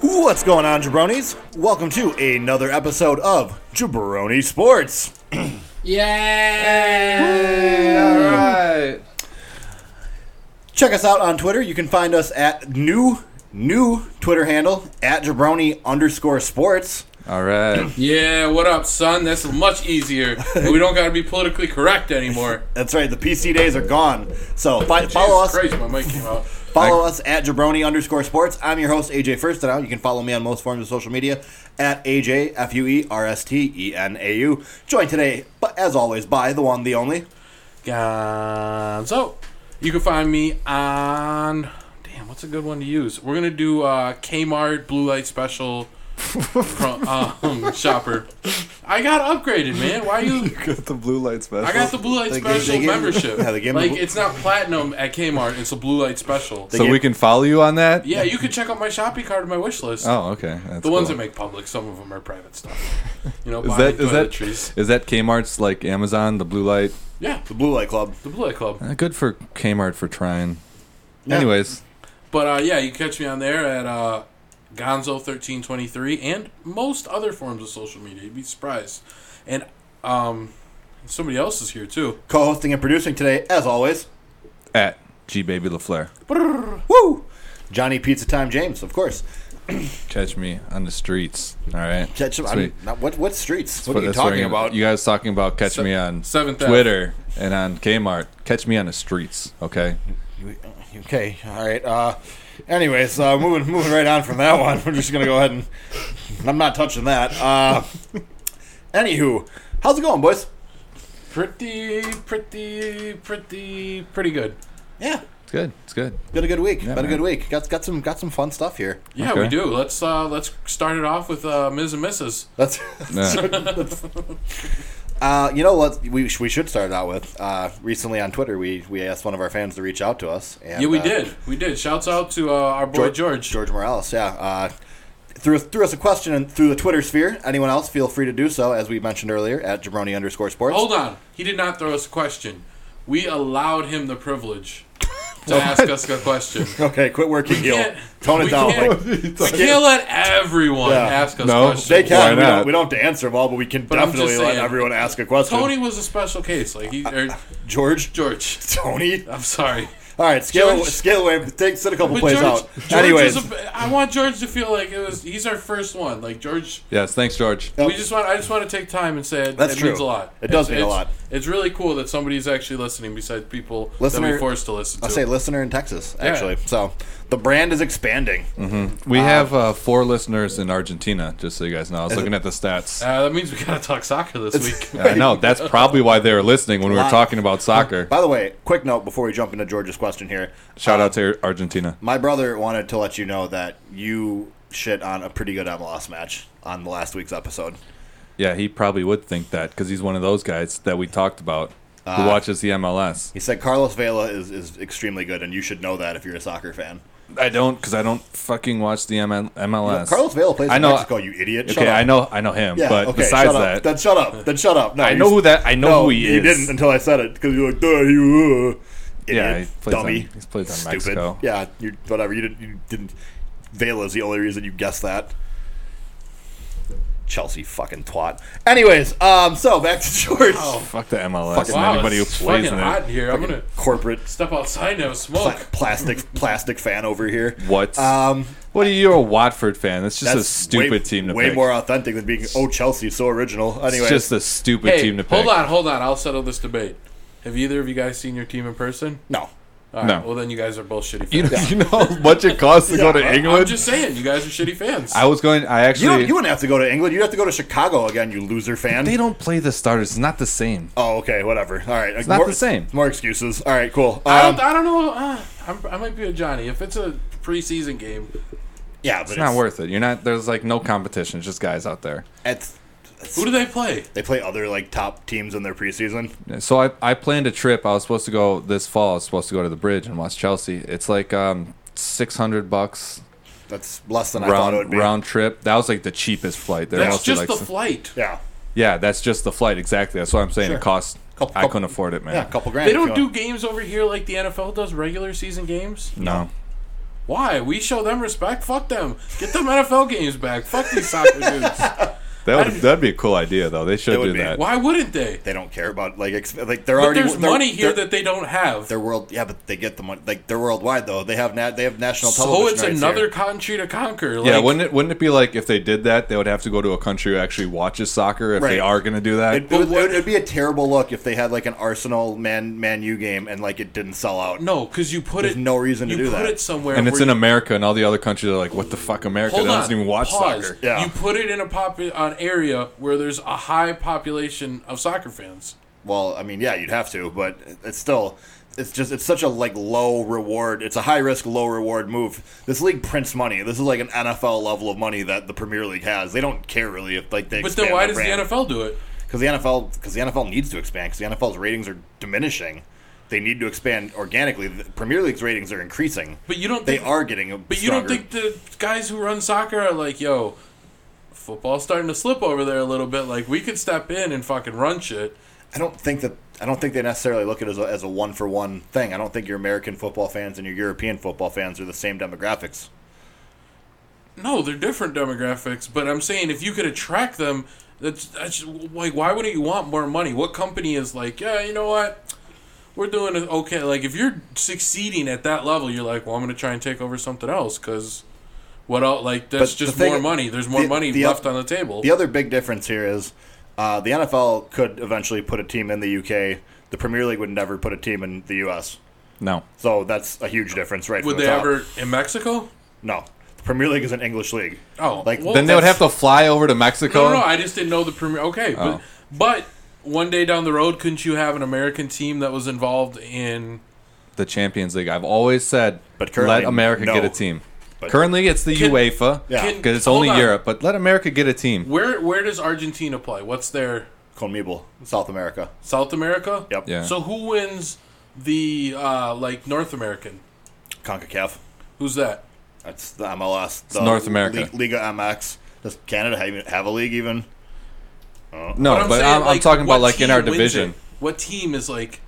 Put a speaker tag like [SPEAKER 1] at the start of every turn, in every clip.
[SPEAKER 1] What's going on, jabronis? Welcome to another episode of Jabroni Sports.
[SPEAKER 2] Alright.
[SPEAKER 1] Check us out on Twitter. You can find us at new new Twitter handle at jabroni underscore sports.
[SPEAKER 2] Alright.
[SPEAKER 3] Yeah, what up, son? That's much easier. And we don't got to be politically correct anymore.
[SPEAKER 1] That's right. The PC days are gone. So fi- follow us.
[SPEAKER 3] Jesus Christ, my mic came out.
[SPEAKER 1] Follow us at jabroni underscore sports. I'm your host AJ Firstenow. You can follow me on most forms of social media at AJ F U E R S T E N A U. Joined today, but as always, by the one, the only.
[SPEAKER 3] So, you can find me on. Damn, what's a good one to use? We're going to do uh, Kmart Blue Light Special from um, Shopper. I got upgraded, man. Why you.
[SPEAKER 2] Got the blue light special.
[SPEAKER 3] I got the Blue Light
[SPEAKER 1] They gave- they
[SPEAKER 3] Special
[SPEAKER 1] gave-
[SPEAKER 3] membership.
[SPEAKER 1] Yeah, they gave me
[SPEAKER 3] like,
[SPEAKER 1] blue-
[SPEAKER 3] it's not platinum at Kmart, it's a Blue Light Special.
[SPEAKER 2] so we can follow you on that?
[SPEAKER 3] yeah, you can check out my Shopee card and my wish list.
[SPEAKER 2] Oh, okay. That's
[SPEAKER 3] The ones
[SPEAKER 2] cool.
[SPEAKER 3] that make public, some of them are private stuff. You know,
[SPEAKER 2] is
[SPEAKER 3] buying
[SPEAKER 2] that is
[SPEAKER 3] toiletries.
[SPEAKER 2] that is that Kmart's like Amazon the blue light?
[SPEAKER 3] Yeah,
[SPEAKER 1] The Blue Light Club.
[SPEAKER 3] the Blue Light Club.
[SPEAKER 2] Uh, good for Kmart for trying.
[SPEAKER 1] Yeah.
[SPEAKER 2] Anyways,
[SPEAKER 3] But uh, yeah, you can catch me on there at uh, Gonzo1323 and most other forms of social media. You'd be surprised. And um, somebody else is here too.
[SPEAKER 1] Co-hosting and producing today, as always.
[SPEAKER 2] at G Baby LaFleur.
[SPEAKER 1] Woo! Johnny Pizza Time James, of course.
[SPEAKER 2] Catch me on the streets. All right.
[SPEAKER 1] Catch him. I'm
[SPEAKER 2] Sweet.
[SPEAKER 1] not, what what streets? What
[SPEAKER 2] But
[SPEAKER 1] are you
[SPEAKER 2] that's where
[SPEAKER 1] talking
[SPEAKER 2] you're gonna-
[SPEAKER 1] about?
[SPEAKER 2] You guys talking about catch
[SPEAKER 3] Se-
[SPEAKER 2] me on
[SPEAKER 3] Seventh Ave.
[SPEAKER 2] Twitter and on Kmart. Catch me on the streets, okay?
[SPEAKER 1] okay, all right. Uh, anyways, uh, moving moving right on from that one. We're just gonna go ahead and I'm not touching that. Uh, anywho, how's it going, boys?
[SPEAKER 3] Pretty, pretty, pretty, pretty good.
[SPEAKER 1] Yeah,
[SPEAKER 2] It's good. It's good.
[SPEAKER 1] been a good week.
[SPEAKER 2] Yeah,
[SPEAKER 1] been a good
[SPEAKER 2] man.
[SPEAKER 1] week. Got got some got some fun stuff here.
[SPEAKER 3] Yeah,
[SPEAKER 2] Okay.
[SPEAKER 3] we do. Let's uh, let's start it off with uh, Ms. and Mrs.
[SPEAKER 1] That's. Uh, you know what? We, sh- we should start it out with. Uh, recently on Twitter, we, we asked one of our fans to reach out to us. And,
[SPEAKER 3] Yeah, we
[SPEAKER 1] uh,
[SPEAKER 3] did. We did. Shouts out to uh, our boy George.
[SPEAKER 1] George Morales, yeah. Uh, threw, threw us a question in- through the Twitter sphere. Anyone else, feel free to do so, as we mentioned earlier, at jabroni underscore sports.
[SPEAKER 3] Hold on. He did not throw us a question. We allowed him the privilege to ask us a question.
[SPEAKER 1] Okay, quit working, Gil.
[SPEAKER 3] can't-
[SPEAKER 1] Tone it
[SPEAKER 3] we
[SPEAKER 1] down.
[SPEAKER 3] can't-
[SPEAKER 1] Like,
[SPEAKER 3] We can't let everyone
[SPEAKER 1] Yeah.
[SPEAKER 3] ask us
[SPEAKER 2] No.
[SPEAKER 3] questions.
[SPEAKER 1] they
[SPEAKER 2] Why
[SPEAKER 1] can. We don't,
[SPEAKER 2] not?
[SPEAKER 1] we don't have to answer them all, but we can
[SPEAKER 3] But I'm just
[SPEAKER 1] definitely let
[SPEAKER 3] saying.
[SPEAKER 1] everyone ask a question.
[SPEAKER 3] Tony was a special case. Like he, or
[SPEAKER 1] George.
[SPEAKER 3] George.
[SPEAKER 1] Tony. All
[SPEAKER 3] I'm sorry.
[SPEAKER 1] right, scale
[SPEAKER 3] Uh, George.
[SPEAKER 1] scale away. Take sit a couple
[SPEAKER 3] But
[SPEAKER 1] plays
[SPEAKER 3] George,
[SPEAKER 1] out.
[SPEAKER 3] George
[SPEAKER 1] Anyways,
[SPEAKER 3] is a, I want George to feel like it was. He's our first one. Like George.
[SPEAKER 2] yes, thanks George.
[SPEAKER 1] Yep.
[SPEAKER 3] We just want. I just want to take time and say it,
[SPEAKER 1] That's
[SPEAKER 3] it
[SPEAKER 1] true.
[SPEAKER 3] means a lot.
[SPEAKER 1] It does
[SPEAKER 3] It's-
[SPEAKER 1] mean a
[SPEAKER 3] it's-
[SPEAKER 1] lot.
[SPEAKER 3] It's really cool that somebody's actually listening besides people that
[SPEAKER 1] Listener-
[SPEAKER 3] we forced to listen to.
[SPEAKER 1] I say listener in Texas actually. So the brand is expanding.
[SPEAKER 2] We have uh, four listeners in Argentina, just so you guys know. I was looking at the stats.
[SPEAKER 3] Uh, that means we gotta talk soccer this week.
[SPEAKER 2] Yeah, I know that's probably why they were listening when we were
[SPEAKER 1] Lot.
[SPEAKER 2] talking about soccer.
[SPEAKER 1] By the way, quick note before we jump into George's question here.
[SPEAKER 2] Shout out to Argentina.
[SPEAKER 1] My brother wanted to let you know that you shit on a pretty good MLS match on the last week's episode.
[SPEAKER 2] Yeah, he probably would think that because he's one of those guys that we talked about
[SPEAKER 1] Ah.
[SPEAKER 2] who watches the MLS.
[SPEAKER 1] He said Carlos Vela is, is extremely good, and you should know that if you're a soccer fan.
[SPEAKER 2] I don't because I don't fucking watch the ML- MLS.
[SPEAKER 1] Carlos Vela plays
[SPEAKER 2] I
[SPEAKER 1] in
[SPEAKER 2] know-
[SPEAKER 1] Mexico, you idiot. Shut
[SPEAKER 2] okay,
[SPEAKER 1] up.
[SPEAKER 2] I know, I know him,
[SPEAKER 1] Yeah,
[SPEAKER 2] but
[SPEAKER 1] okay,
[SPEAKER 2] besides
[SPEAKER 1] shut up.
[SPEAKER 2] that,
[SPEAKER 1] then shut up. Then shut up. No,
[SPEAKER 2] I know who that. I know
[SPEAKER 1] No,
[SPEAKER 2] who he
[SPEAKER 1] you
[SPEAKER 2] is.
[SPEAKER 1] didn't until I said it because you're like, "Duh, you, uh, idiot,
[SPEAKER 2] yeah, he plays on,
[SPEAKER 1] dummy,
[SPEAKER 2] he's played on
[SPEAKER 1] stupid."
[SPEAKER 2] Mexico.
[SPEAKER 1] Yeah, you whatever. You didn't. You didn't. Vela's the only reason you guessed that. Chelsea fucking twat. Anyways, um, so back to George.
[SPEAKER 2] Fuck the MLS
[SPEAKER 1] Fucking-
[SPEAKER 2] and
[SPEAKER 3] Wow,
[SPEAKER 2] anybody who
[SPEAKER 3] it's
[SPEAKER 2] plays
[SPEAKER 3] fucking
[SPEAKER 2] in
[SPEAKER 3] hot
[SPEAKER 2] it.
[SPEAKER 3] in here. I'm gonna
[SPEAKER 1] Corporate
[SPEAKER 3] step outside and have a
[SPEAKER 1] pla-
[SPEAKER 3] smoke.
[SPEAKER 1] plastic plastic fan over here.
[SPEAKER 2] What?
[SPEAKER 1] Um,
[SPEAKER 2] what are you a Watford fan? That's just
[SPEAKER 1] that's
[SPEAKER 2] a stupid
[SPEAKER 1] way,
[SPEAKER 2] team to
[SPEAKER 1] way
[SPEAKER 2] pick.
[SPEAKER 1] more authentic than being oh Chelsea so original. Anyway,
[SPEAKER 2] it's just a stupid
[SPEAKER 3] Hey,
[SPEAKER 2] team to pick.
[SPEAKER 3] hold on, hold on. I'll settle this debate. Have either of you guys seen your team in person?
[SPEAKER 1] no.
[SPEAKER 3] All right,
[SPEAKER 2] No.
[SPEAKER 3] Well, then you guys are both shitty fans.
[SPEAKER 2] You know, you know how much it costs to go to
[SPEAKER 1] Yeah,
[SPEAKER 2] England.
[SPEAKER 3] I'm just saying, you guys are shitty fans.
[SPEAKER 2] I was going. I
[SPEAKER 1] You
[SPEAKER 2] actually.
[SPEAKER 1] don't, you wouldn't have to go to England. You'd have to go to Chicago again. You loser fan.
[SPEAKER 2] they don't play the starters. It's not the same.
[SPEAKER 1] Oh, okay, whatever. All right, it's
[SPEAKER 2] not the same.
[SPEAKER 1] More excuses. All right, cool. Um,
[SPEAKER 3] I, don't, I don't know. Uh, I'm, I might be a Johnny. If it's a preseason game,
[SPEAKER 1] yeah, but
[SPEAKER 2] It's not worth it. You're not. There's like no competition. It's just guys out there.
[SPEAKER 1] It's,
[SPEAKER 3] who do they play?
[SPEAKER 1] they play other like top teams in their preseason.
[SPEAKER 2] So I, I planned a trip. I was supposed to go this fall. I was supposed to go to the bridge and watch Chelsea. It's like um six hundred bucks
[SPEAKER 1] That's less than I thought it would
[SPEAKER 2] round
[SPEAKER 1] be.
[SPEAKER 2] round trip. That was like the cheapest flight. They're
[SPEAKER 3] That's
[SPEAKER 2] mostly,
[SPEAKER 3] just
[SPEAKER 2] like,
[SPEAKER 3] the
[SPEAKER 2] s-
[SPEAKER 3] flight.
[SPEAKER 1] Yeah,
[SPEAKER 2] yeah, that's just the flight. Exactly. That's what I'm saying.
[SPEAKER 1] Sure.
[SPEAKER 2] It costs.
[SPEAKER 1] Couple-
[SPEAKER 2] I
[SPEAKER 1] couple-
[SPEAKER 2] couldn't afford it, man.
[SPEAKER 1] yeah, a couple grand.
[SPEAKER 3] They
[SPEAKER 1] if
[SPEAKER 3] don't
[SPEAKER 1] you
[SPEAKER 3] do
[SPEAKER 1] want.
[SPEAKER 3] games over here like the NFL does regular season games.
[SPEAKER 2] no.
[SPEAKER 3] Why? We show them respect. Fuck them. Get them NFL games back. Fuck these soccer dudes.
[SPEAKER 2] That would that'd be a cool idea though. They should
[SPEAKER 1] It would
[SPEAKER 2] do
[SPEAKER 1] be.
[SPEAKER 2] that.
[SPEAKER 3] Why wouldn't they?
[SPEAKER 1] They don't care about like ex- like they're
[SPEAKER 3] But
[SPEAKER 1] already
[SPEAKER 3] there's
[SPEAKER 1] they're-
[SPEAKER 3] money here
[SPEAKER 1] they're-
[SPEAKER 3] that they don't have.
[SPEAKER 1] They're world, yeah, but they get the money. Like they're worldwide though. They have na- they have national
[SPEAKER 3] So
[SPEAKER 1] television.
[SPEAKER 3] it's
[SPEAKER 1] rights
[SPEAKER 3] another
[SPEAKER 1] here.
[SPEAKER 3] country to conquer. Like,
[SPEAKER 2] yeah, wouldn't it wouldn't it be like if they did that, they would have to go to a country who actually watches soccer if
[SPEAKER 1] Right.
[SPEAKER 2] they are going to do that.
[SPEAKER 1] It, it would, it would be a terrible look if they had like an Arsenal Man Man U game and like it didn't sell out.
[SPEAKER 3] No, because you put
[SPEAKER 1] There's
[SPEAKER 3] it.
[SPEAKER 1] no reason to
[SPEAKER 3] you
[SPEAKER 1] do
[SPEAKER 3] put
[SPEAKER 1] that.
[SPEAKER 3] it somewhere.
[SPEAKER 2] and it's
[SPEAKER 3] where
[SPEAKER 2] in
[SPEAKER 3] you-
[SPEAKER 2] America, and all the other countries are like, "What the fuck, America
[SPEAKER 3] Hold
[SPEAKER 2] doesn't
[SPEAKER 3] on.
[SPEAKER 2] even watch
[SPEAKER 3] Pause.
[SPEAKER 2] soccer."
[SPEAKER 1] Yeah.
[SPEAKER 3] You put it in a pop an area where there's a high population of soccer fans.
[SPEAKER 1] Well, I mean, yeah, you'd have to, but it's still it's just it's such a like low reward. It's a high risk, low reward move. This league prints money. This is like an NFL level of money that the Premier League has. They don't care really if like they.
[SPEAKER 3] But then why does the NFL do it?
[SPEAKER 1] Because the NFL because the NFL needs to expand because the NFL's ratings are diminishing. They need to expand organically. The Premier League's ratings are increasing.
[SPEAKER 3] But you don't.
[SPEAKER 1] they
[SPEAKER 3] think,
[SPEAKER 1] are getting. A
[SPEAKER 3] But you
[SPEAKER 1] stronger-
[SPEAKER 3] don't think the guys who run soccer are like, yo, football's starting to slip over there a little bit. Like we could step in and fucking run shit.
[SPEAKER 1] I don't think that I don't think they necessarily look at it as a, as a one for one thing. I don't think your American football fans and your European football fans are the same demographics.
[SPEAKER 3] No, they're different demographics, but I'm saying if you could attract them, that's, that's like why wouldn't you want more money? What company is like, yeah, you know what? We're doing it okay. Like if you're succeeding at that level, you're like, well, I'm going to try and take over something else because what else? Like that's
[SPEAKER 1] But
[SPEAKER 3] just
[SPEAKER 1] the thing-
[SPEAKER 3] more money. There's more
[SPEAKER 1] the-
[SPEAKER 3] money
[SPEAKER 1] the-
[SPEAKER 3] left on the table.
[SPEAKER 1] The other big difference here is uh, the NFL could eventually put a team in the UK. The Premier League would never put a team in the US.
[SPEAKER 2] No,
[SPEAKER 1] So that's a huge difference, right?
[SPEAKER 3] Would
[SPEAKER 1] from the
[SPEAKER 3] they
[SPEAKER 1] top.
[SPEAKER 3] ever in Mexico?
[SPEAKER 1] No, the Premier League is an English league.
[SPEAKER 3] Oh,
[SPEAKER 1] Like,
[SPEAKER 3] well,
[SPEAKER 2] then they would
[SPEAKER 3] that's-
[SPEAKER 2] have to Oh. fly over to
[SPEAKER 3] No,
[SPEAKER 2] Mexico.
[SPEAKER 3] no, no, I just didn't know the premier. Okay, but but one day down the road, couldn't you have an American team that was involved in?
[SPEAKER 2] the Champions League. I've always said,
[SPEAKER 1] But currently,
[SPEAKER 2] let America
[SPEAKER 1] no.
[SPEAKER 2] get a team.
[SPEAKER 1] But-
[SPEAKER 2] currently, it's the
[SPEAKER 3] Can-
[SPEAKER 2] UEFA
[SPEAKER 1] Yeah.
[SPEAKER 2] because
[SPEAKER 1] Can-
[SPEAKER 2] it's
[SPEAKER 3] hold
[SPEAKER 2] only
[SPEAKER 3] on.
[SPEAKER 2] Europe. But let America get a team.
[SPEAKER 3] Where where does Argentina play? What's their
[SPEAKER 1] CONMEBOL, South America.
[SPEAKER 3] South America?
[SPEAKER 1] Yep.
[SPEAKER 2] Yeah.
[SPEAKER 3] So who wins the uh, like North American?
[SPEAKER 1] CONCACAF.
[SPEAKER 3] Who's that?
[SPEAKER 1] That's the MLS. the
[SPEAKER 2] North America.
[SPEAKER 1] Li- Liga MX. Does Canada have, even- have a league even?
[SPEAKER 2] No, but I'm,
[SPEAKER 3] saying,
[SPEAKER 2] I'm talking
[SPEAKER 3] what
[SPEAKER 2] about like in
[SPEAKER 3] team
[SPEAKER 2] our
[SPEAKER 3] wins
[SPEAKER 2] division.
[SPEAKER 3] it? What team is like? Is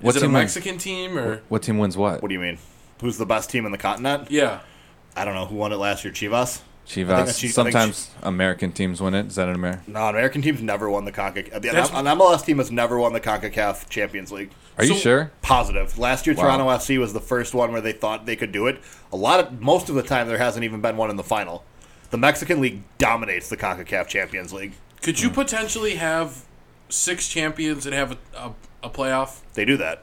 [SPEAKER 2] What
[SPEAKER 3] it
[SPEAKER 2] team
[SPEAKER 3] a
[SPEAKER 2] wins?
[SPEAKER 3] Mexican team or?
[SPEAKER 2] What team wins what?
[SPEAKER 1] What do you mean? Who's the best team in the continent?
[SPEAKER 3] Yeah.
[SPEAKER 1] I don't know who won it last year. Chivas. I
[SPEAKER 2] Chivas.
[SPEAKER 1] think she- I think
[SPEAKER 2] Sometimes American teams win it. Is that an American?
[SPEAKER 1] No, an American team's never won the Concacaf.
[SPEAKER 3] That's-
[SPEAKER 1] An MLS team has never won the Concacaf Champions League.
[SPEAKER 2] Are you
[SPEAKER 3] So-
[SPEAKER 2] sure?
[SPEAKER 1] Positive. Last year,
[SPEAKER 2] Wow.
[SPEAKER 1] Toronto FC was the first one where they thought they could do it. A lot of most of the time, there hasn't even been one in the final. The Mexican League dominates the Concacaf Champions League.
[SPEAKER 3] Could
[SPEAKER 2] Hmm.
[SPEAKER 3] you potentially have six champions and have a, a, a playoff?
[SPEAKER 1] They do that.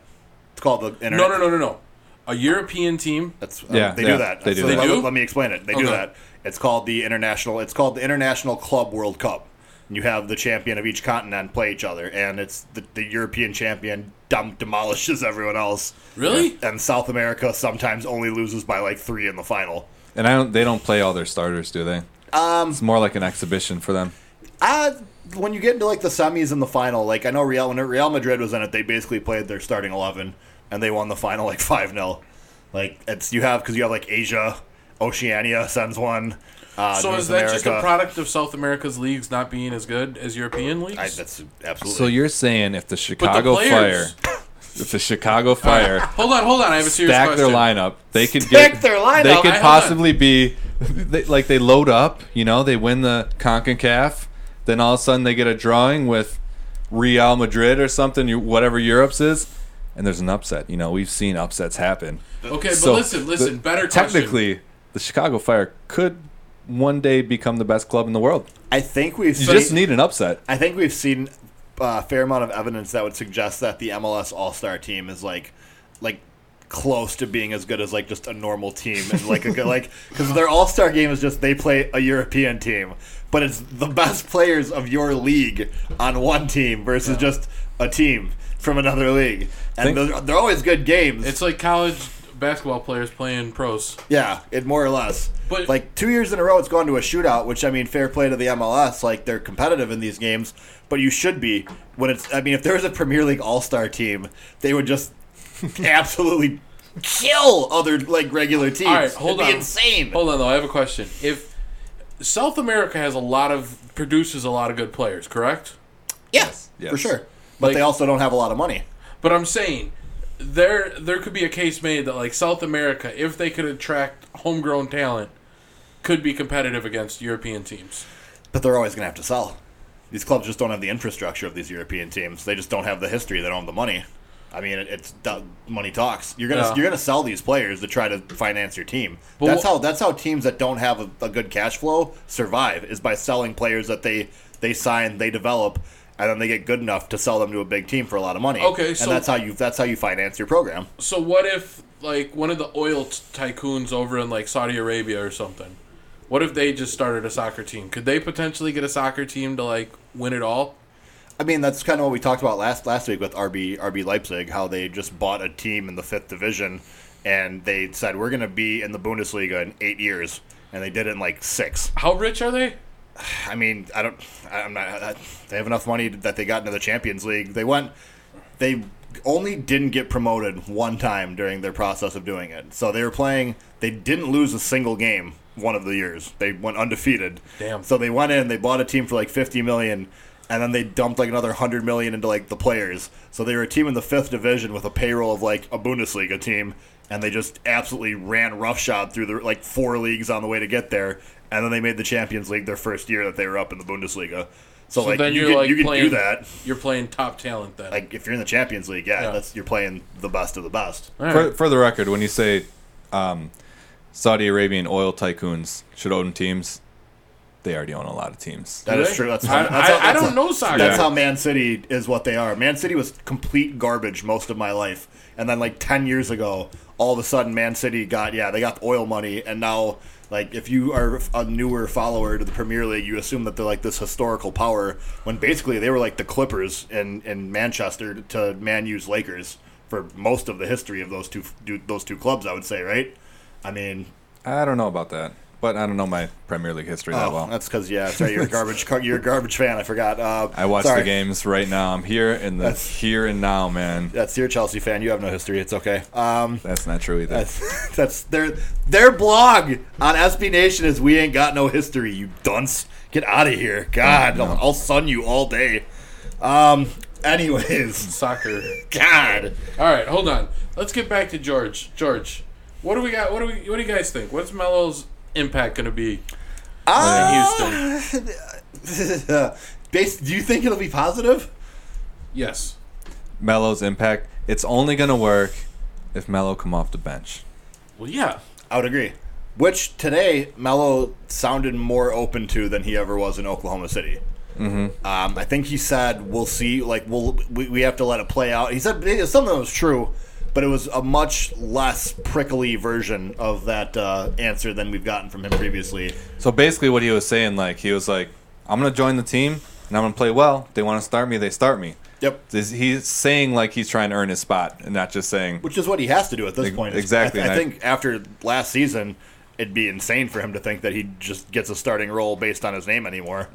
[SPEAKER 1] It's called the Inter-
[SPEAKER 3] No, no, no, no, no. A European team.
[SPEAKER 1] That's uh,
[SPEAKER 2] Yeah,
[SPEAKER 1] they
[SPEAKER 2] yeah,
[SPEAKER 1] do that.
[SPEAKER 2] they do
[SPEAKER 1] So
[SPEAKER 2] that.
[SPEAKER 1] Let,
[SPEAKER 3] They do?
[SPEAKER 1] let me explain it. They do
[SPEAKER 3] Okay.
[SPEAKER 1] that. It's called the international. It's called the International Club World Cup. And you have the champion of each continent play each other, and it's the, the European champion dom- demolishes everyone else.
[SPEAKER 3] Really?
[SPEAKER 1] And South America sometimes only loses by like three in the final.
[SPEAKER 2] And I don't. They don't play all their starters, do they? Um, it's more like an exhibition for them.
[SPEAKER 1] Uh, when you get into like the semis and the final, like I know Real when Real Madrid was in it, they basically played their starting eleven, and they won the final like five 0 Like it's you have because you have like Asia, Oceania sends one. Uh,
[SPEAKER 3] So
[SPEAKER 1] North
[SPEAKER 3] is that just a
[SPEAKER 1] America.
[SPEAKER 3] product of South America's leagues not being as good as European leagues?
[SPEAKER 1] I, that's absolutely.
[SPEAKER 2] So you're saying if the Chicago Fire,
[SPEAKER 3] players-
[SPEAKER 2] if the Chicago Fire
[SPEAKER 3] hold on, hold on. I have a serious
[SPEAKER 2] stack
[SPEAKER 3] question.
[SPEAKER 2] their lineup, they could
[SPEAKER 1] Stack
[SPEAKER 2] get
[SPEAKER 1] their lineup?
[SPEAKER 2] They
[SPEAKER 1] I-
[SPEAKER 2] could
[SPEAKER 1] hold on.
[SPEAKER 2] possibly be they, like they load up. You know, they win the Concacaf, then all of a sudden they get a drawing with Real Madrid or something, you- whatever Europe's is, and there's an upset. You know, we've seen upsets happen.
[SPEAKER 3] Okay, but
[SPEAKER 2] So,
[SPEAKER 3] listen, listen.
[SPEAKER 2] the-
[SPEAKER 3] better question.
[SPEAKER 2] technically, the Chicago Fire could one day become the best club in the world.
[SPEAKER 1] I think we've
[SPEAKER 2] You
[SPEAKER 1] seen,
[SPEAKER 2] just need an upset.
[SPEAKER 1] I think we've seen uh, a fair amount of evidence that would suggest that the MLS All Star team is like, like close to being as good as like just a normal team and like a good like because their All Star game is just they play a European team, but it's the best players of your league on one team versus just a team from another league, and
[SPEAKER 2] Think-
[SPEAKER 1] they're, they're always good games.
[SPEAKER 3] It's like college basketball players playing pros.
[SPEAKER 1] Yeah, it more or less.
[SPEAKER 3] But-
[SPEAKER 1] like two years in a row, it's gone to a shootout. Which I mean, fair play to the MLS. Like they're competitive in these games, but you should be when it's. I mean, if there was a Premier League All Star team, they would just absolutely kill other like regular teams.
[SPEAKER 3] All right, hold
[SPEAKER 1] It'd
[SPEAKER 3] on.
[SPEAKER 1] Be insane.
[SPEAKER 3] Hold on, though. I have a question. If South America has a lot of produces a lot of good players, correct?
[SPEAKER 1] yes,
[SPEAKER 2] Yes.
[SPEAKER 1] for sure. But
[SPEAKER 3] Like-
[SPEAKER 1] they also don't have a lot of money.
[SPEAKER 3] But I'm saying there there could be a case made that like South America, if they could attract homegrown talent, could be competitive against European teams.
[SPEAKER 1] But they're always going to have to sell. These clubs just don't have the infrastructure of these European teams. They just don't have the history. They don't have the money. I mean, it, it's du- money talks. You're gonna
[SPEAKER 3] Yeah.
[SPEAKER 1] you're gonna sell these players to try to finance your team.
[SPEAKER 3] But
[SPEAKER 1] that's
[SPEAKER 3] wh-
[SPEAKER 1] how that's how teams that don't have a, a good cash flow survive is by selling players that they they sign, they develop, and then they get good enough to sell them to a big team for a lot of money.
[SPEAKER 3] Okay,
[SPEAKER 1] and
[SPEAKER 3] so-
[SPEAKER 1] that's how you that's how you finance your program.
[SPEAKER 3] So what if like one of the oil t- tycoons over in like Saudi Arabia or something? What if they just started a soccer team? Could they potentially get a soccer team to like win it all?
[SPEAKER 1] I mean, that's kind of what we talked about last last week with RB RB Leipzig, how they just bought a team in the fifth division, and they said we're going to be in the Bundesliga in eight years, and they did it in like six.
[SPEAKER 3] How rich are they?
[SPEAKER 1] I mean, I don't, I'm not. I, they have enough money that they got into the Champions League. They went, they only didn't get promoted one time during their process of doing it. So they were playing. They didn't lose a single game one of the years. They went undefeated.
[SPEAKER 3] Damn.
[SPEAKER 1] So they went in. They bought a team for like 50 million, and then they dumped like another 100 million into like the players. So they were a team in the fifth division with a payroll of like a Bundesliga team. And they just absolutely ran roughshod through the like four leagues on the way to get there, and then they made the Champions League their first year that they were up in the Bundesliga. So, like
[SPEAKER 3] then
[SPEAKER 1] you
[SPEAKER 3] you're,
[SPEAKER 1] can,
[SPEAKER 3] like,
[SPEAKER 1] you can do
[SPEAKER 3] playing-
[SPEAKER 1] that.
[SPEAKER 3] You're playing top talent then.
[SPEAKER 1] Like if you're in the Champions League, yeah,
[SPEAKER 3] Yeah.
[SPEAKER 1] that's you're playing the best of the best.
[SPEAKER 3] All
[SPEAKER 2] For,
[SPEAKER 3] right.
[SPEAKER 2] for the record, when you say um, Saudi Arabian oil tycoons should own teams, they already own a lot of teams.
[SPEAKER 1] That
[SPEAKER 3] Do
[SPEAKER 1] is
[SPEAKER 3] they?
[SPEAKER 1] true. That's
[SPEAKER 3] I,
[SPEAKER 1] how, that's how-
[SPEAKER 3] I- I
[SPEAKER 1] that's
[SPEAKER 3] don't
[SPEAKER 1] how-
[SPEAKER 3] know soccer.
[SPEAKER 1] That's
[SPEAKER 2] Yeah.
[SPEAKER 1] how Man City is what they are. Man City was complete garbage most of my life, and then like ten years ago, all of a sudden, Man City got yeah, they got the oil money, and now like if you are a newer follower to the Premier League, you assume that they're like this historical power when basically they were like the Clippers in in Manchester to Man U's Lakers for most of the history of those two those two clubs. I would say, right? I mean,
[SPEAKER 2] I don't know about that, but I don't know my Premier League history that
[SPEAKER 1] Oh,
[SPEAKER 2] well.
[SPEAKER 1] That's because yeah, sorry, you're a garbage. car- You're a garbage fan. I forgot. Uh,
[SPEAKER 2] I watch
[SPEAKER 1] sorry.
[SPEAKER 2] the games right now. I'm here in the
[SPEAKER 1] That's-
[SPEAKER 2] here and now, man.
[SPEAKER 1] That's your Chelsea fan. You have no history. It's okay. Um,
[SPEAKER 2] That's not true either.
[SPEAKER 1] that's, that's their their blog on SB Nation is we ain't got no history. You dunce, get out of here. God, I'll, I'll sun you all day. Um, anyways,
[SPEAKER 3] soccer.
[SPEAKER 1] God,
[SPEAKER 3] All right, hold on. Let's get back to George. George, what do we got? What do we? What do you guys think? What's Melo's impact going to be in Houston?
[SPEAKER 1] Uh, Bas- do you think it'll be positive?
[SPEAKER 3] Yes.
[SPEAKER 2] Melo's impact. It's only gonna work if Melo come off the bench.
[SPEAKER 3] Well, yeah.
[SPEAKER 1] I would agree. Which today Mello sounded more open to than he ever was in Oklahoma City. Mm-hmm. Um, I think he said, "We'll see. Like, we'll we, we have to let it play out." He said it was something that was true, but it was a much less prickly version of that uh, answer than we've gotten from him previously.
[SPEAKER 2] So basically, what he was saying, like he was like, "I'm gonna join the team and I'm gonna play well. They want to start me, they start me."
[SPEAKER 1] Yep.
[SPEAKER 2] This- He's saying like he's trying to earn his spot and not just saying.
[SPEAKER 1] Which is what he has to do at this point.
[SPEAKER 2] exactly,
[SPEAKER 1] I, th- I
[SPEAKER 2] and I-
[SPEAKER 1] think after last season, it'd be insane for him to think that he just gets a starting role based on his name anymore.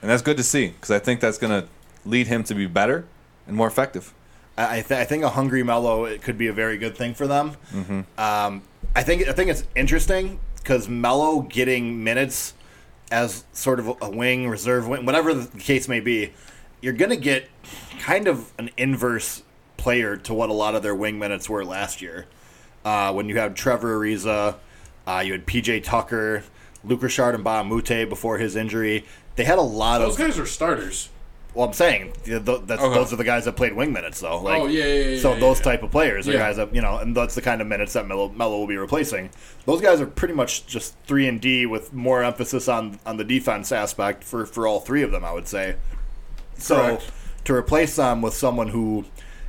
[SPEAKER 2] And that's good to see because I think that's gonna lead him to be better and more effective.
[SPEAKER 1] I, I th- I think a hungry Mello it could be a very good thing for them. Um, I think I think it's interesting because Mello getting minutes as sort of a wing, reserve wing, whatever the case may be, you're going to get kind of an inverse player to what a lot of their wing minutes were last year. Uh, when you have Trevor Ariza, uh, you had PJ Tucker, Luke Richard, and Bamute before his injury. They had a lot
[SPEAKER 3] Those
[SPEAKER 1] of
[SPEAKER 3] guys are starters.
[SPEAKER 1] well, I'm saying th- th- that's,
[SPEAKER 3] Okay.
[SPEAKER 1] those are the guys that played wing minutes, though. Like,
[SPEAKER 3] Oh, yeah, yeah, yeah,
[SPEAKER 1] So
[SPEAKER 3] yeah,
[SPEAKER 1] those
[SPEAKER 3] yeah.
[SPEAKER 1] type of players are
[SPEAKER 3] Yeah.
[SPEAKER 1] guys that you know, and that's the kind of minutes that Melo, Melo will be replacing. Those guys are pretty much just three and D with more emphasis on on the defense aspect for for all three of them. I would say. So
[SPEAKER 3] Correct.
[SPEAKER 1] to replace them with someone who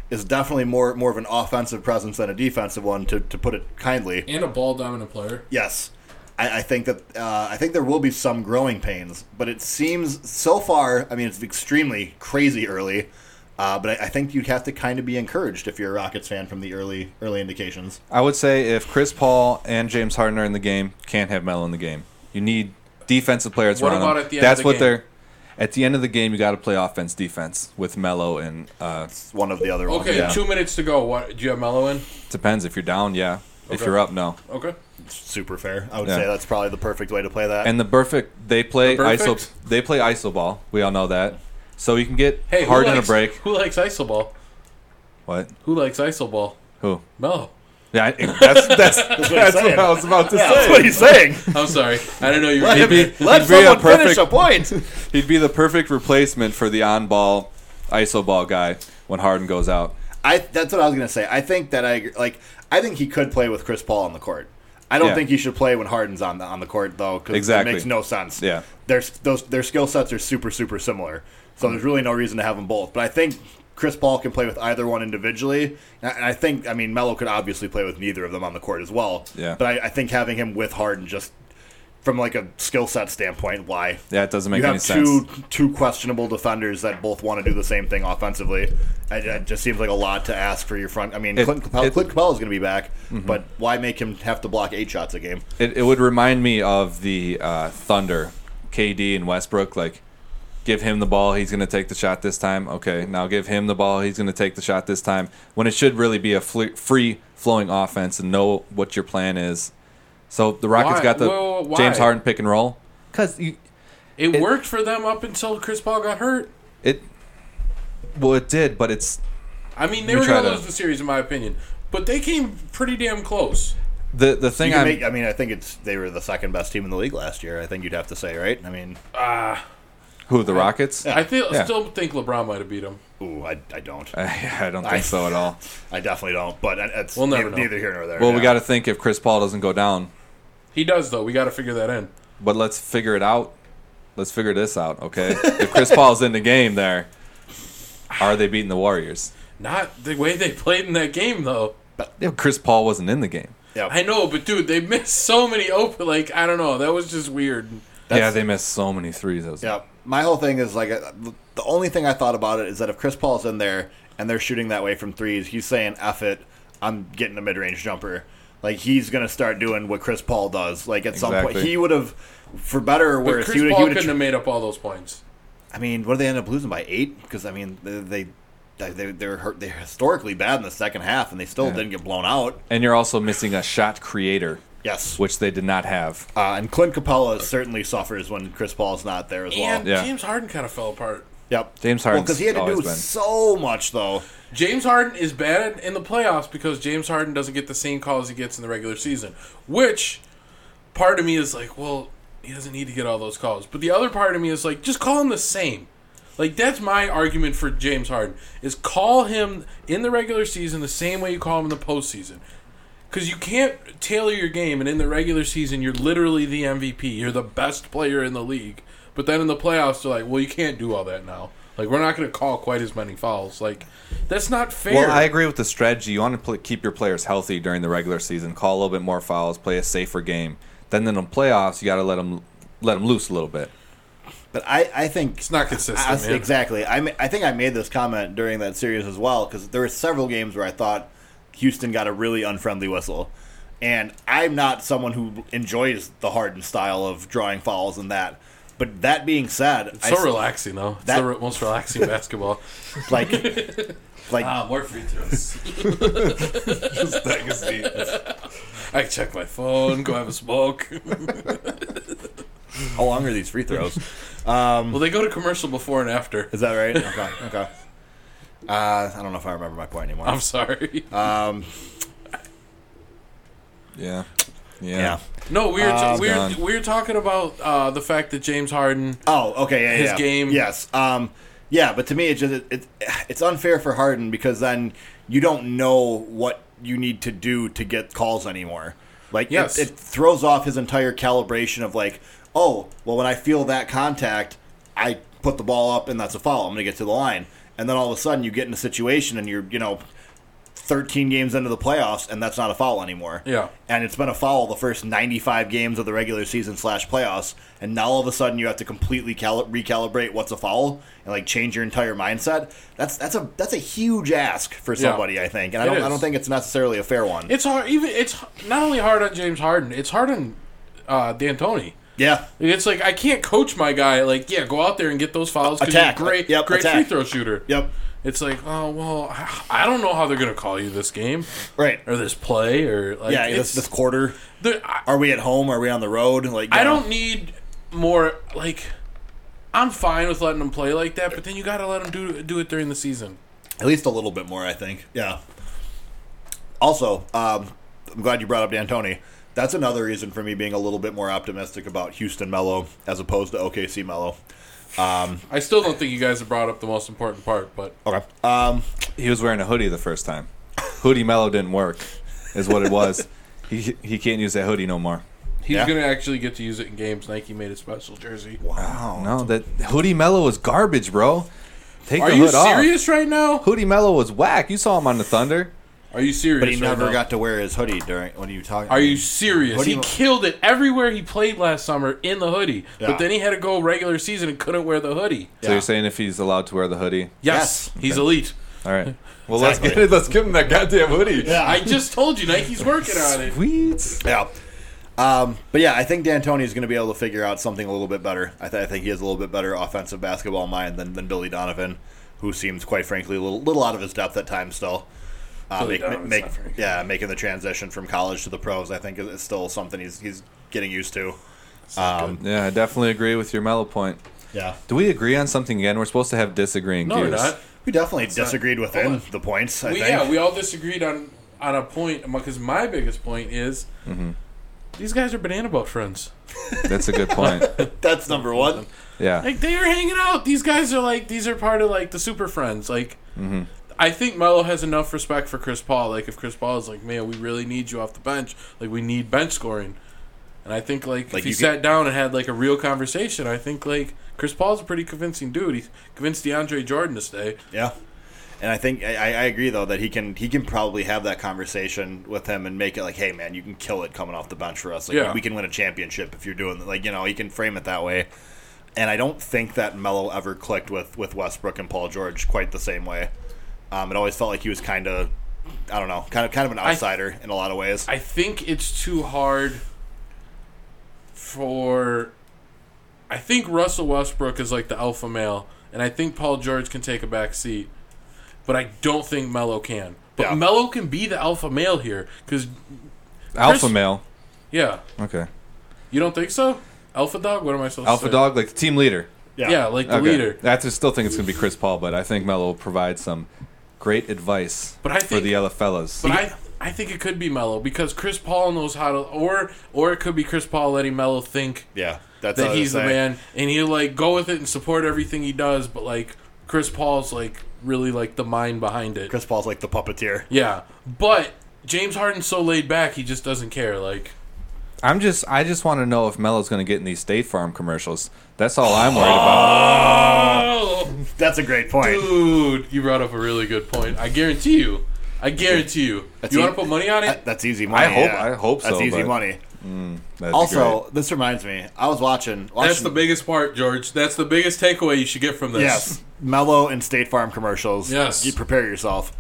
[SPEAKER 1] is definitely more more of an offensive presence than a defensive one, to to put it kindly.
[SPEAKER 3] and a ball dominant player.
[SPEAKER 1] Yes, I, I think that uh, I think there will be some growing pains, but it seems so far. I mean, it's extremely crazy early, uh, but I, I think you'd have to kind of be encouraged if you're a Rockets fan from the early early indications.
[SPEAKER 2] I would say if Chris Paul and James Harden are in the game, can't have Melo in the game. You need defensive players
[SPEAKER 3] What
[SPEAKER 2] around
[SPEAKER 3] about
[SPEAKER 2] him.
[SPEAKER 3] at the end
[SPEAKER 2] That's
[SPEAKER 3] of the
[SPEAKER 2] what
[SPEAKER 3] game?
[SPEAKER 2] they're. At the end of the game, you got to play offense, defense with Melo, and uh,
[SPEAKER 1] It's one of the other ones.
[SPEAKER 3] Okay,
[SPEAKER 2] Yeah.
[SPEAKER 3] two minutes to go. What do you have Melo in?
[SPEAKER 2] depends if you're down, yeah. If
[SPEAKER 3] Okay.
[SPEAKER 2] you're up, no.
[SPEAKER 3] Okay.
[SPEAKER 1] It's super fair. I would
[SPEAKER 2] Yeah.
[SPEAKER 1] say that's probably the perfect way to play that.
[SPEAKER 2] And the perfect they play
[SPEAKER 3] The
[SPEAKER 2] iso
[SPEAKER 3] perfect?
[SPEAKER 2] they play iso ball. We all know that. So you can get
[SPEAKER 3] Hey,
[SPEAKER 2] Harden
[SPEAKER 3] who
[SPEAKER 2] a
[SPEAKER 3] likes,
[SPEAKER 2] break.
[SPEAKER 3] Who likes iso ball?
[SPEAKER 2] What?
[SPEAKER 3] Who likes ISO ball?
[SPEAKER 2] Who?
[SPEAKER 3] Mello.
[SPEAKER 2] Yeah, I, that's that's that's,
[SPEAKER 1] what he's saying.
[SPEAKER 2] what I was about to
[SPEAKER 1] Yeah,
[SPEAKER 2] say.
[SPEAKER 1] that's what he's saying.
[SPEAKER 3] I'm sorry. I don't know you.
[SPEAKER 1] Let,
[SPEAKER 3] Maybe.
[SPEAKER 1] him, let
[SPEAKER 2] he'd be a
[SPEAKER 1] someone finish
[SPEAKER 2] perfect-
[SPEAKER 1] a point.
[SPEAKER 2] He'd be the perfect replacement for the on-ball iso ball guy when Harden goes out.
[SPEAKER 1] I that's what I was gonna say. I think that I like. I think he could play with Chris Paul on the court. I don't
[SPEAKER 2] Yeah.
[SPEAKER 1] think he should play when Harden's on the on the court though. Cause
[SPEAKER 2] Exactly.
[SPEAKER 1] it makes no sense.
[SPEAKER 2] Yeah.
[SPEAKER 1] their those their skill sets are super super similar. So there's really no reason to have them both. But I think Chris Paul can play with either one individually, and I- and I think I mean Melo could obviously play with neither of them on the court as well.
[SPEAKER 2] Yeah.
[SPEAKER 1] But I, I think having him with Harden just from like a skill set standpoint, why?
[SPEAKER 2] Yeah, it doesn't make
[SPEAKER 1] you
[SPEAKER 2] any
[SPEAKER 1] have
[SPEAKER 2] sense.
[SPEAKER 1] two two questionable defenders that both want to do the same thing offensively. It, it just seems like a lot to ask for your front. I mean,
[SPEAKER 2] It-
[SPEAKER 1] Clint Capella,
[SPEAKER 2] it- Mm-hmm.
[SPEAKER 1] Clint Capella's going to be back, but why make him have to block eight shots a game?
[SPEAKER 2] It, it would remind me of the uh, Thunder, KD and Westbrook. Like, give him the ball, he's going to take the shot this time. Okay, now give him the ball, he's going to take the shot this time. When it should really be a fle- free flowing offense and know what your plan is. So the Rockets
[SPEAKER 3] Why?
[SPEAKER 2] got the
[SPEAKER 3] Well, why?
[SPEAKER 2] James Harden pick and roll because you
[SPEAKER 3] It, worked for them up until Chris Paul got hurt.
[SPEAKER 2] it. Well, it did, but it's
[SPEAKER 3] I mean, they
[SPEAKER 2] Let me
[SPEAKER 3] were
[SPEAKER 2] try
[SPEAKER 3] going to
[SPEAKER 2] to-
[SPEAKER 3] lose the series, in my opinion. But they came pretty damn close.
[SPEAKER 2] the the
[SPEAKER 1] You
[SPEAKER 2] thing
[SPEAKER 1] can
[SPEAKER 2] I'm
[SPEAKER 1] make, I mean, I think it's they were the second best team in the league last year. I think you'd have to say, right? I mean,
[SPEAKER 2] who the Rockets.
[SPEAKER 3] I feel,
[SPEAKER 2] Yeah.
[SPEAKER 3] still think LeBron might have beat them.
[SPEAKER 1] ooh, I, I don't,
[SPEAKER 2] I, I don't
[SPEAKER 1] I-
[SPEAKER 2] think so at all.
[SPEAKER 1] I definitely don't. But it- it's
[SPEAKER 3] We'll never
[SPEAKER 1] neither,
[SPEAKER 3] know.
[SPEAKER 1] neither here nor there.
[SPEAKER 2] Well, we
[SPEAKER 1] yeah.
[SPEAKER 2] got to think if Chris Paul doesn't go down,
[SPEAKER 3] He does, though. We got to figure that in.
[SPEAKER 2] but let's figure it out. Let's figure this out, okay? if Chris Paul's in the game there, are they beating the Warriors?
[SPEAKER 3] Not the way they played in that game, though.
[SPEAKER 2] Yeah, Chris Paul wasn't in the game.
[SPEAKER 1] Yeah.
[SPEAKER 3] I know, but dude, they missed so many open. Like, I don't know. That was just weird.
[SPEAKER 2] yeah, they missed so many threes. That was-
[SPEAKER 1] Yeah, my whole thing is like uh, the only thing I thought about it is that if Chris Paul's in there and they're shooting that way from threes, he's saying "F it, I'm getting a mid-range jumper." Like he's gonna start doing what Chris Paul does. Like at some point,
[SPEAKER 2] Exactly.
[SPEAKER 1] he would have, for better or
[SPEAKER 3] But
[SPEAKER 1] worse, he
[SPEAKER 3] Chris
[SPEAKER 1] would
[SPEAKER 3] Paul
[SPEAKER 1] have.
[SPEAKER 3] couldn't have made up all those points.
[SPEAKER 1] I mean, what did they end up losing by eight? Because I mean, they they they they're hurt. They're historically bad in the second half, and they still didn't get blown out.
[SPEAKER 2] And you're also missing a shot creator,
[SPEAKER 1] Yes,
[SPEAKER 2] which they did not have.
[SPEAKER 1] uh, and Clint Capella certainly suffers when Chris Paul's not there as well.
[SPEAKER 3] And
[SPEAKER 2] Yeah.
[SPEAKER 3] James Harden kind of fell apart.
[SPEAKER 1] Yep,
[SPEAKER 2] James
[SPEAKER 1] Well,
[SPEAKER 2] Harden's
[SPEAKER 1] because he had to do
[SPEAKER 2] always been-
[SPEAKER 1] so much though.
[SPEAKER 3] James Harden is bad in the playoffs because James Harden doesn't get the same call as he gets in the regular season. Which part of me is like, well, he doesn't need to get all those calls. But the other part of me is like, just call him the same. Like that's my argument for James Harden is call him in the regular season the same way you call him in the postseason. Because you can't tailor your game, and in the regular season, you're literally the MVP. You're the best player in the league. But then in the playoffs, they're like, well, you can't do all that now. Like, we're not going to call quite as many fouls. Like, that's not fair.
[SPEAKER 2] Well, I agree with the strategy. You want to pl- keep your players healthy during the regular season. Call a little bit more fouls, play a safer game. Then in the playoffs, you got to let them let them loose a little bit.
[SPEAKER 1] But I, I think
[SPEAKER 3] It's not consistent,
[SPEAKER 1] I- I-
[SPEAKER 3] man.
[SPEAKER 1] Exactly. I, ma- I think I made this comment during that series as well because there were several games where I thought Houston got a really unfriendly whistle, and I'm not someone who enjoys the Harden style of drawing fouls and that. But that being said,
[SPEAKER 3] It's so
[SPEAKER 1] I,
[SPEAKER 3] relaxing, though. It's
[SPEAKER 1] That-
[SPEAKER 3] the re- most relaxing basketball.
[SPEAKER 1] like like
[SPEAKER 3] more free throws.
[SPEAKER 2] That's
[SPEAKER 3] I can check my phone, go have a smoke.
[SPEAKER 1] how long are these free throws? Um,
[SPEAKER 3] well, they go to commercial before and after.
[SPEAKER 1] Is that right? Okay. Okay. Uh, I don't know if I remember my point anymore.
[SPEAKER 3] I'm sorry.
[SPEAKER 1] Uh,
[SPEAKER 2] yeah. yeah,
[SPEAKER 1] yeah.
[SPEAKER 3] no, we were, t- we, were,
[SPEAKER 2] gone.
[SPEAKER 3] we were talking about uh, the fact that James Harden.
[SPEAKER 1] Oh, okay, yeah,
[SPEAKER 3] his
[SPEAKER 1] yeah.
[SPEAKER 3] game.
[SPEAKER 1] Yes, um, yeah, but to me, it just it, it, it's unfair for Harden because then you don't know what you need to do to get calls anymore. Like, it-
[SPEAKER 3] Yes.
[SPEAKER 1] it, throws off his entire calibration of like, oh, well, when I feel that contact, I put the ball up and that's a foul. I'm gonna get to the line, and then all of a sudden you get in a situation and you're you know. 13 games into the playoffs and that's not a foul anymore
[SPEAKER 3] Yeah.
[SPEAKER 1] and it's been a foul the first 95 games of the regular season slash playoffs and now all of a sudden you have to completely cali- recalibrate what's a foul and like change your entire mindset that's that's a that's a huge ask for somebody i think and i
[SPEAKER 3] It
[SPEAKER 1] don't
[SPEAKER 3] is.
[SPEAKER 1] i don't think it's necessarily a fair one
[SPEAKER 3] It's hard. Even it's not only hard on James Harden. It's hard on uh, D'Antoni.
[SPEAKER 1] yeah
[SPEAKER 3] It's like I can't coach my guy. Like, yeah, go out there and get those fouls. 'cause he's a
[SPEAKER 1] Attack.
[SPEAKER 3] great,
[SPEAKER 1] Yep,
[SPEAKER 3] great
[SPEAKER 1] attack.
[SPEAKER 3] free throw shooter.
[SPEAKER 1] yep
[SPEAKER 3] It's like, oh well, I- I don't know how they're gonna call you this game
[SPEAKER 1] right
[SPEAKER 3] or this play or like.
[SPEAKER 1] yeah
[SPEAKER 3] it's,
[SPEAKER 1] this, this quarter
[SPEAKER 3] there- I,
[SPEAKER 1] are we at home are we on the road like you
[SPEAKER 3] I
[SPEAKER 1] know.
[SPEAKER 3] don't need more. Like, I'm fine with letting them play like that, but then you gotta let them do do it during the season.
[SPEAKER 1] At least a little bit more, I think. Yeah. Also, um, I'm glad you brought up D'Antoni. That's another reason for me being a little bit more optimistic about Houston Mello as opposed to OKC Mello.
[SPEAKER 3] I still don't think you guys have brought up the most important part, but
[SPEAKER 1] Okay. Um,
[SPEAKER 2] He was wearing a hoodie the first time. Hoodie mellow didn't work, is what it was. he he can't use that hoodie no more.
[SPEAKER 3] he's
[SPEAKER 1] Yeah.
[SPEAKER 3] gonna actually get to use it in games. Nike made a special jersey. Oh,
[SPEAKER 1] wow.
[SPEAKER 2] No, that hoodie mellow is garbage, bro. Take
[SPEAKER 3] Are
[SPEAKER 2] the
[SPEAKER 3] you
[SPEAKER 2] hood off.
[SPEAKER 3] serious right now?
[SPEAKER 2] Hoodie mellow was whack. You saw him on the Thunder.
[SPEAKER 3] Are you serious?
[SPEAKER 1] But he
[SPEAKER 3] right
[SPEAKER 1] never
[SPEAKER 3] now?
[SPEAKER 1] got to wear his hoodie during. What are you talking?
[SPEAKER 3] Are you serious?
[SPEAKER 1] What do
[SPEAKER 3] He
[SPEAKER 1] you-
[SPEAKER 3] killed it everywhere he played last summer in the hoodie.
[SPEAKER 1] Yeah.
[SPEAKER 3] But then he had to go regular season and couldn't wear the hoodie.
[SPEAKER 2] So
[SPEAKER 1] Yeah.
[SPEAKER 2] you're saying if he's allowed to wear the hoodie?
[SPEAKER 3] Yes,
[SPEAKER 1] Yes.
[SPEAKER 3] he's elite.
[SPEAKER 2] All right. Well,
[SPEAKER 1] Exactly.
[SPEAKER 2] let's get it. Let's give him that goddamn hoodie.
[SPEAKER 3] I just told you Nike's working on it.
[SPEAKER 2] Sweet.
[SPEAKER 1] Yeah. Um, but yeah, I think D'Antoni is going to be able to figure out something a little bit better. I, th- I think he has a little bit better offensive basketball mind than, than Billy Donovan, who seems quite frankly a little, little out of his depth at times still. Uh,
[SPEAKER 3] Billy
[SPEAKER 1] make,
[SPEAKER 3] Donovan's
[SPEAKER 1] make,
[SPEAKER 3] not very good.
[SPEAKER 1] yeah, making the transition from college to the pros, I think is, is still something he's he's getting used to.
[SPEAKER 2] Yeah, I definitely agree with your mellow point.
[SPEAKER 1] Yeah,
[SPEAKER 2] Do we agree on something again? We're supposed to have disagreeing
[SPEAKER 3] No, we're
[SPEAKER 2] views.
[SPEAKER 3] not.
[SPEAKER 1] we definitely
[SPEAKER 3] not-
[SPEAKER 1] disagreed
[SPEAKER 3] Hold
[SPEAKER 1] within
[SPEAKER 3] on.
[SPEAKER 1] the points. I
[SPEAKER 3] We,
[SPEAKER 1] think.
[SPEAKER 3] yeah, we all disagreed on on a point because my biggest point is
[SPEAKER 1] Mm-hmm.
[SPEAKER 3] these guys are banana boat friends.
[SPEAKER 2] That's a good point.
[SPEAKER 1] That's number one.
[SPEAKER 2] Yeah.
[SPEAKER 3] Like they are hanging out. These guys are like these are part of like the super friends. Like
[SPEAKER 1] Mm-hmm.
[SPEAKER 3] I think Melo has enough respect for Chris Paul. Like if Chris Paul is like, man, we really need you off the bench. Like we need bench scoring. And I think like,
[SPEAKER 1] Like,
[SPEAKER 3] if he
[SPEAKER 1] you
[SPEAKER 3] sat down and had like a real conversation, I think like Chris Paul's a pretty convincing dude. He convinced DeAndre Jordan to stay.
[SPEAKER 1] Yeah. And I think I, I agree though that he can he can probably have that conversation with him and make it like, hey man, you can kill it coming off the bench for us. Like
[SPEAKER 3] Yeah.
[SPEAKER 1] we can win a championship if you're doing like you know he can frame it that way. And I don't think that Melo ever clicked with with Westbrook and Paul George quite the same way. Um, it always felt like he was kind of I don't know, kind of kind of an outsider in a lot of ways.
[SPEAKER 3] I think it's too hard for. I think Russell Westbrook is like the alpha male, and I think Paul George can take a back seat, but I don't think Melo can. But
[SPEAKER 1] Yeah.
[SPEAKER 3] Melo can be the alpha male here, because
[SPEAKER 2] Alpha
[SPEAKER 3] Chris-
[SPEAKER 2] male.
[SPEAKER 3] yeah,
[SPEAKER 2] Okay.
[SPEAKER 3] you don't think so? Alpha dog? What am I supposed to
[SPEAKER 2] Alpha
[SPEAKER 3] say?
[SPEAKER 2] dog, like the team leader.
[SPEAKER 3] Yeah, like the
[SPEAKER 2] Okay.
[SPEAKER 3] leader.
[SPEAKER 2] I just still think it's going to be Chris Paul, but I think Melo will provide some great advice
[SPEAKER 3] But I
[SPEAKER 2] for
[SPEAKER 3] think-
[SPEAKER 2] the yellow fellas.
[SPEAKER 3] But I, I think it could be Melo because Chris Paul knows how to, or or it could be Chris Paul letting Melo think
[SPEAKER 1] yeah, that's all I
[SPEAKER 3] that
[SPEAKER 1] was
[SPEAKER 3] he's the
[SPEAKER 1] saying.
[SPEAKER 3] man, and he'll like go with it and support everything he does. But like Chris Paul's like really like the mind behind it.
[SPEAKER 1] Chris Paul's like the puppeteer.
[SPEAKER 3] Yeah, but James Harden's so laid back, he just doesn't care. Like
[SPEAKER 2] I'm just, I just want to know if Melo's going to get in these State Farm commercials. That's all I'm worried
[SPEAKER 1] Uh,
[SPEAKER 2] about.
[SPEAKER 3] oh,
[SPEAKER 1] That's a great point.
[SPEAKER 3] dude, you brought up a really good point. I guarantee you. I guarantee you.
[SPEAKER 1] That's
[SPEAKER 3] you
[SPEAKER 1] it.
[SPEAKER 3] want to put money on it?
[SPEAKER 1] That- That's easy money.
[SPEAKER 2] hope-
[SPEAKER 1] yeah.
[SPEAKER 2] I hope
[SPEAKER 1] That's
[SPEAKER 2] so,
[SPEAKER 1] easy
[SPEAKER 2] but-
[SPEAKER 1] money.
[SPEAKER 2] That'd be
[SPEAKER 1] Also, this reminds me. I was watching. watching
[SPEAKER 3] That's the biggest part, George. That's the biggest takeaway you should get from this.
[SPEAKER 1] Yes, Mellow and State Farm commercials.
[SPEAKER 3] Yes.
[SPEAKER 1] you prepare yourself.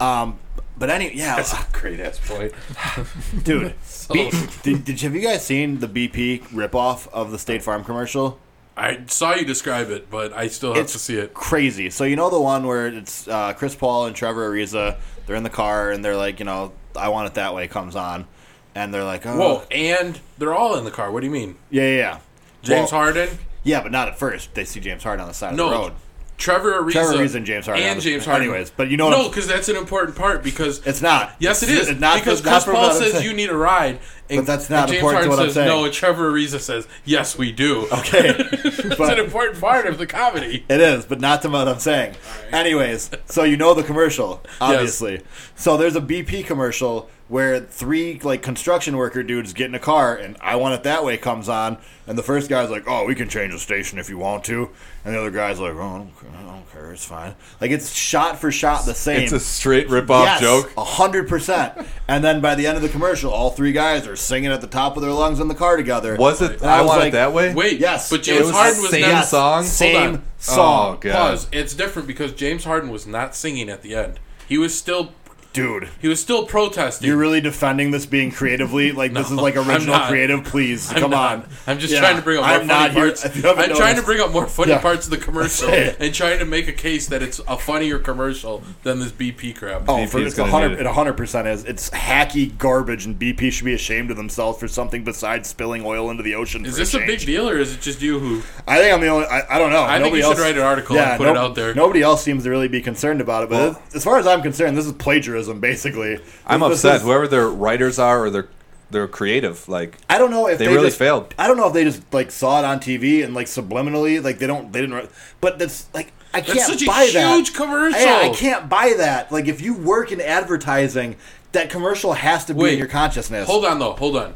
[SPEAKER 1] Um, but any, yeah,
[SPEAKER 3] Great ass point.
[SPEAKER 1] dude. B- did, did have you guys seen the BP ripoff of the State Farm commercial?
[SPEAKER 3] I saw you describe it, but I still have to see it.
[SPEAKER 1] Crazy. So you know the one where it's uh, Chris Paul and Trevor Ariza. They're in the car and they're like, you know, I want it that way. Comes on, and they're like, oh,
[SPEAKER 3] Whoa, and they're all in the car. What do you mean?
[SPEAKER 1] yeah, yeah, yeah.
[SPEAKER 3] James
[SPEAKER 1] Well,
[SPEAKER 3] Harden,
[SPEAKER 1] Yeah, but not at first. They see James Harden on the side
[SPEAKER 3] No,
[SPEAKER 1] of the road.
[SPEAKER 3] Trevor Ariza,
[SPEAKER 1] Trevor Ariza and James Harden.
[SPEAKER 3] and James Harden.
[SPEAKER 1] Anyways, but you know what
[SPEAKER 3] no,
[SPEAKER 1] I'm-
[SPEAKER 3] because that's an important part. Because
[SPEAKER 1] It's not.
[SPEAKER 3] yes, it
[SPEAKER 1] It's-
[SPEAKER 3] is
[SPEAKER 1] it's not
[SPEAKER 3] because
[SPEAKER 1] it's not
[SPEAKER 3] Chris
[SPEAKER 1] for
[SPEAKER 3] Paul
[SPEAKER 1] what I'm
[SPEAKER 3] says
[SPEAKER 1] saying.
[SPEAKER 3] you need a ride, and,
[SPEAKER 1] But that's not
[SPEAKER 3] and James
[SPEAKER 1] important to
[SPEAKER 3] Harden
[SPEAKER 1] what I'm
[SPEAKER 3] says
[SPEAKER 1] saying.
[SPEAKER 3] no, and Trevor Ariza says yes, we do.
[SPEAKER 1] Okay.
[SPEAKER 3] that's
[SPEAKER 1] But-
[SPEAKER 3] an important part of the comedy.
[SPEAKER 1] It is, but not to what I'm saying. Anyways, so you know the commercial, obviously. So there's a BP commercial where three like construction worker dudes get in a car, and I want it that way comes on, and the first guy's like, "Oh, we can change the station if you want to," and the other guy's like, "Oh, I don't care, I don't care it's fine." Like it's shot for shot the same.
[SPEAKER 2] It's a straight rip-off joke.
[SPEAKER 1] A hundred percent. And then by the end of the commercial, all three guys are singing at the top of their lungs in the car together.
[SPEAKER 2] Was it?
[SPEAKER 1] And
[SPEAKER 2] I,
[SPEAKER 1] was
[SPEAKER 2] want
[SPEAKER 1] like,
[SPEAKER 2] it that way.
[SPEAKER 3] Wait,
[SPEAKER 1] Yes,
[SPEAKER 3] but
[SPEAKER 1] it
[SPEAKER 3] James
[SPEAKER 1] was the
[SPEAKER 3] Harden was
[SPEAKER 2] same
[SPEAKER 3] not
[SPEAKER 2] song?
[SPEAKER 3] Hold
[SPEAKER 1] Same
[SPEAKER 3] on.
[SPEAKER 1] song.
[SPEAKER 2] Oh, God.
[SPEAKER 3] Pause. It's different because James Harden was not singing at the end. He was still
[SPEAKER 1] dude.
[SPEAKER 3] He was still protesting.
[SPEAKER 1] You're really defending this being creatively like this is like
[SPEAKER 3] I'm
[SPEAKER 1] original
[SPEAKER 3] not.
[SPEAKER 1] creative. Please
[SPEAKER 3] I'm
[SPEAKER 1] come
[SPEAKER 3] not.
[SPEAKER 1] on.
[SPEAKER 3] I'm just
[SPEAKER 1] Yeah.
[SPEAKER 3] trying to bring up more
[SPEAKER 1] I'm
[SPEAKER 3] funny
[SPEAKER 1] not here-
[SPEAKER 3] parts.
[SPEAKER 1] if
[SPEAKER 3] I'm
[SPEAKER 1] you haven't
[SPEAKER 3] trying to
[SPEAKER 1] noticed.
[SPEAKER 3] bring up more funny
[SPEAKER 1] Yeah.
[SPEAKER 3] parts of the commercial
[SPEAKER 1] it.
[SPEAKER 3] and trying to make a case that it's a funnier commercial than this BP crap.
[SPEAKER 1] Oh,
[SPEAKER 2] BP
[SPEAKER 1] for,
[SPEAKER 2] is
[SPEAKER 1] it's
[SPEAKER 2] gonna need
[SPEAKER 1] 100, it
[SPEAKER 2] it.
[SPEAKER 1] 100% is. It's hacky garbage, and BP should be ashamed of themselves for something besides spilling oil into the ocean.
[SPEAKER 3] is
[SPEAKER 1] for
[SPEAKER 3] this a big
[SPEAKER 1] change.
[SPEAKER 3] deal or is it just you who?
[SPEAKER 1] I think I'm the only. I, I don't know.
[SPEAKER 3] I think
[SPEAKER 1] nobody
[SPEAKER 3] you should
[SPEAKER 1] else,
[SPEAKER 3] write an article and put it out there.
[SPEAKER 1] Nobody else seems to really be concerned about it. But as far as I'm concerned, this is plagiarism, basically.
[SPEAKER 2] I'm
[SPEAKER 1] This- this
[SPEAKER 2] upset.
[SPEAKER 1] is-
[SPEAKER 2] Whoever their writers are or their their creative, like
[SPEAKER 1] I don't know if
[SPEAKER 2] They
[SPEAKER 1] they,
[SPEAKER 2] really
[SPEAKER 1] just-
[SPEAKER 2] failed.
[SPEAKER 1] I don't know if they just like saw it on TV and like subliminally, like they don't, they didn't. re- But that's like I can't
[SPEAKER 3] such a
[SPEAKER 1] buy that.
[SPEAKER 3] huge commercial.
[SPEAKER 1] Yeah, I can't buy that. Like if you work in advertising, that commercial has to be
[SPEAKER 3] Wait.
[SPEAKER 1] in your consciousness.
[SPEAKER 3] Hold on though. Hold on.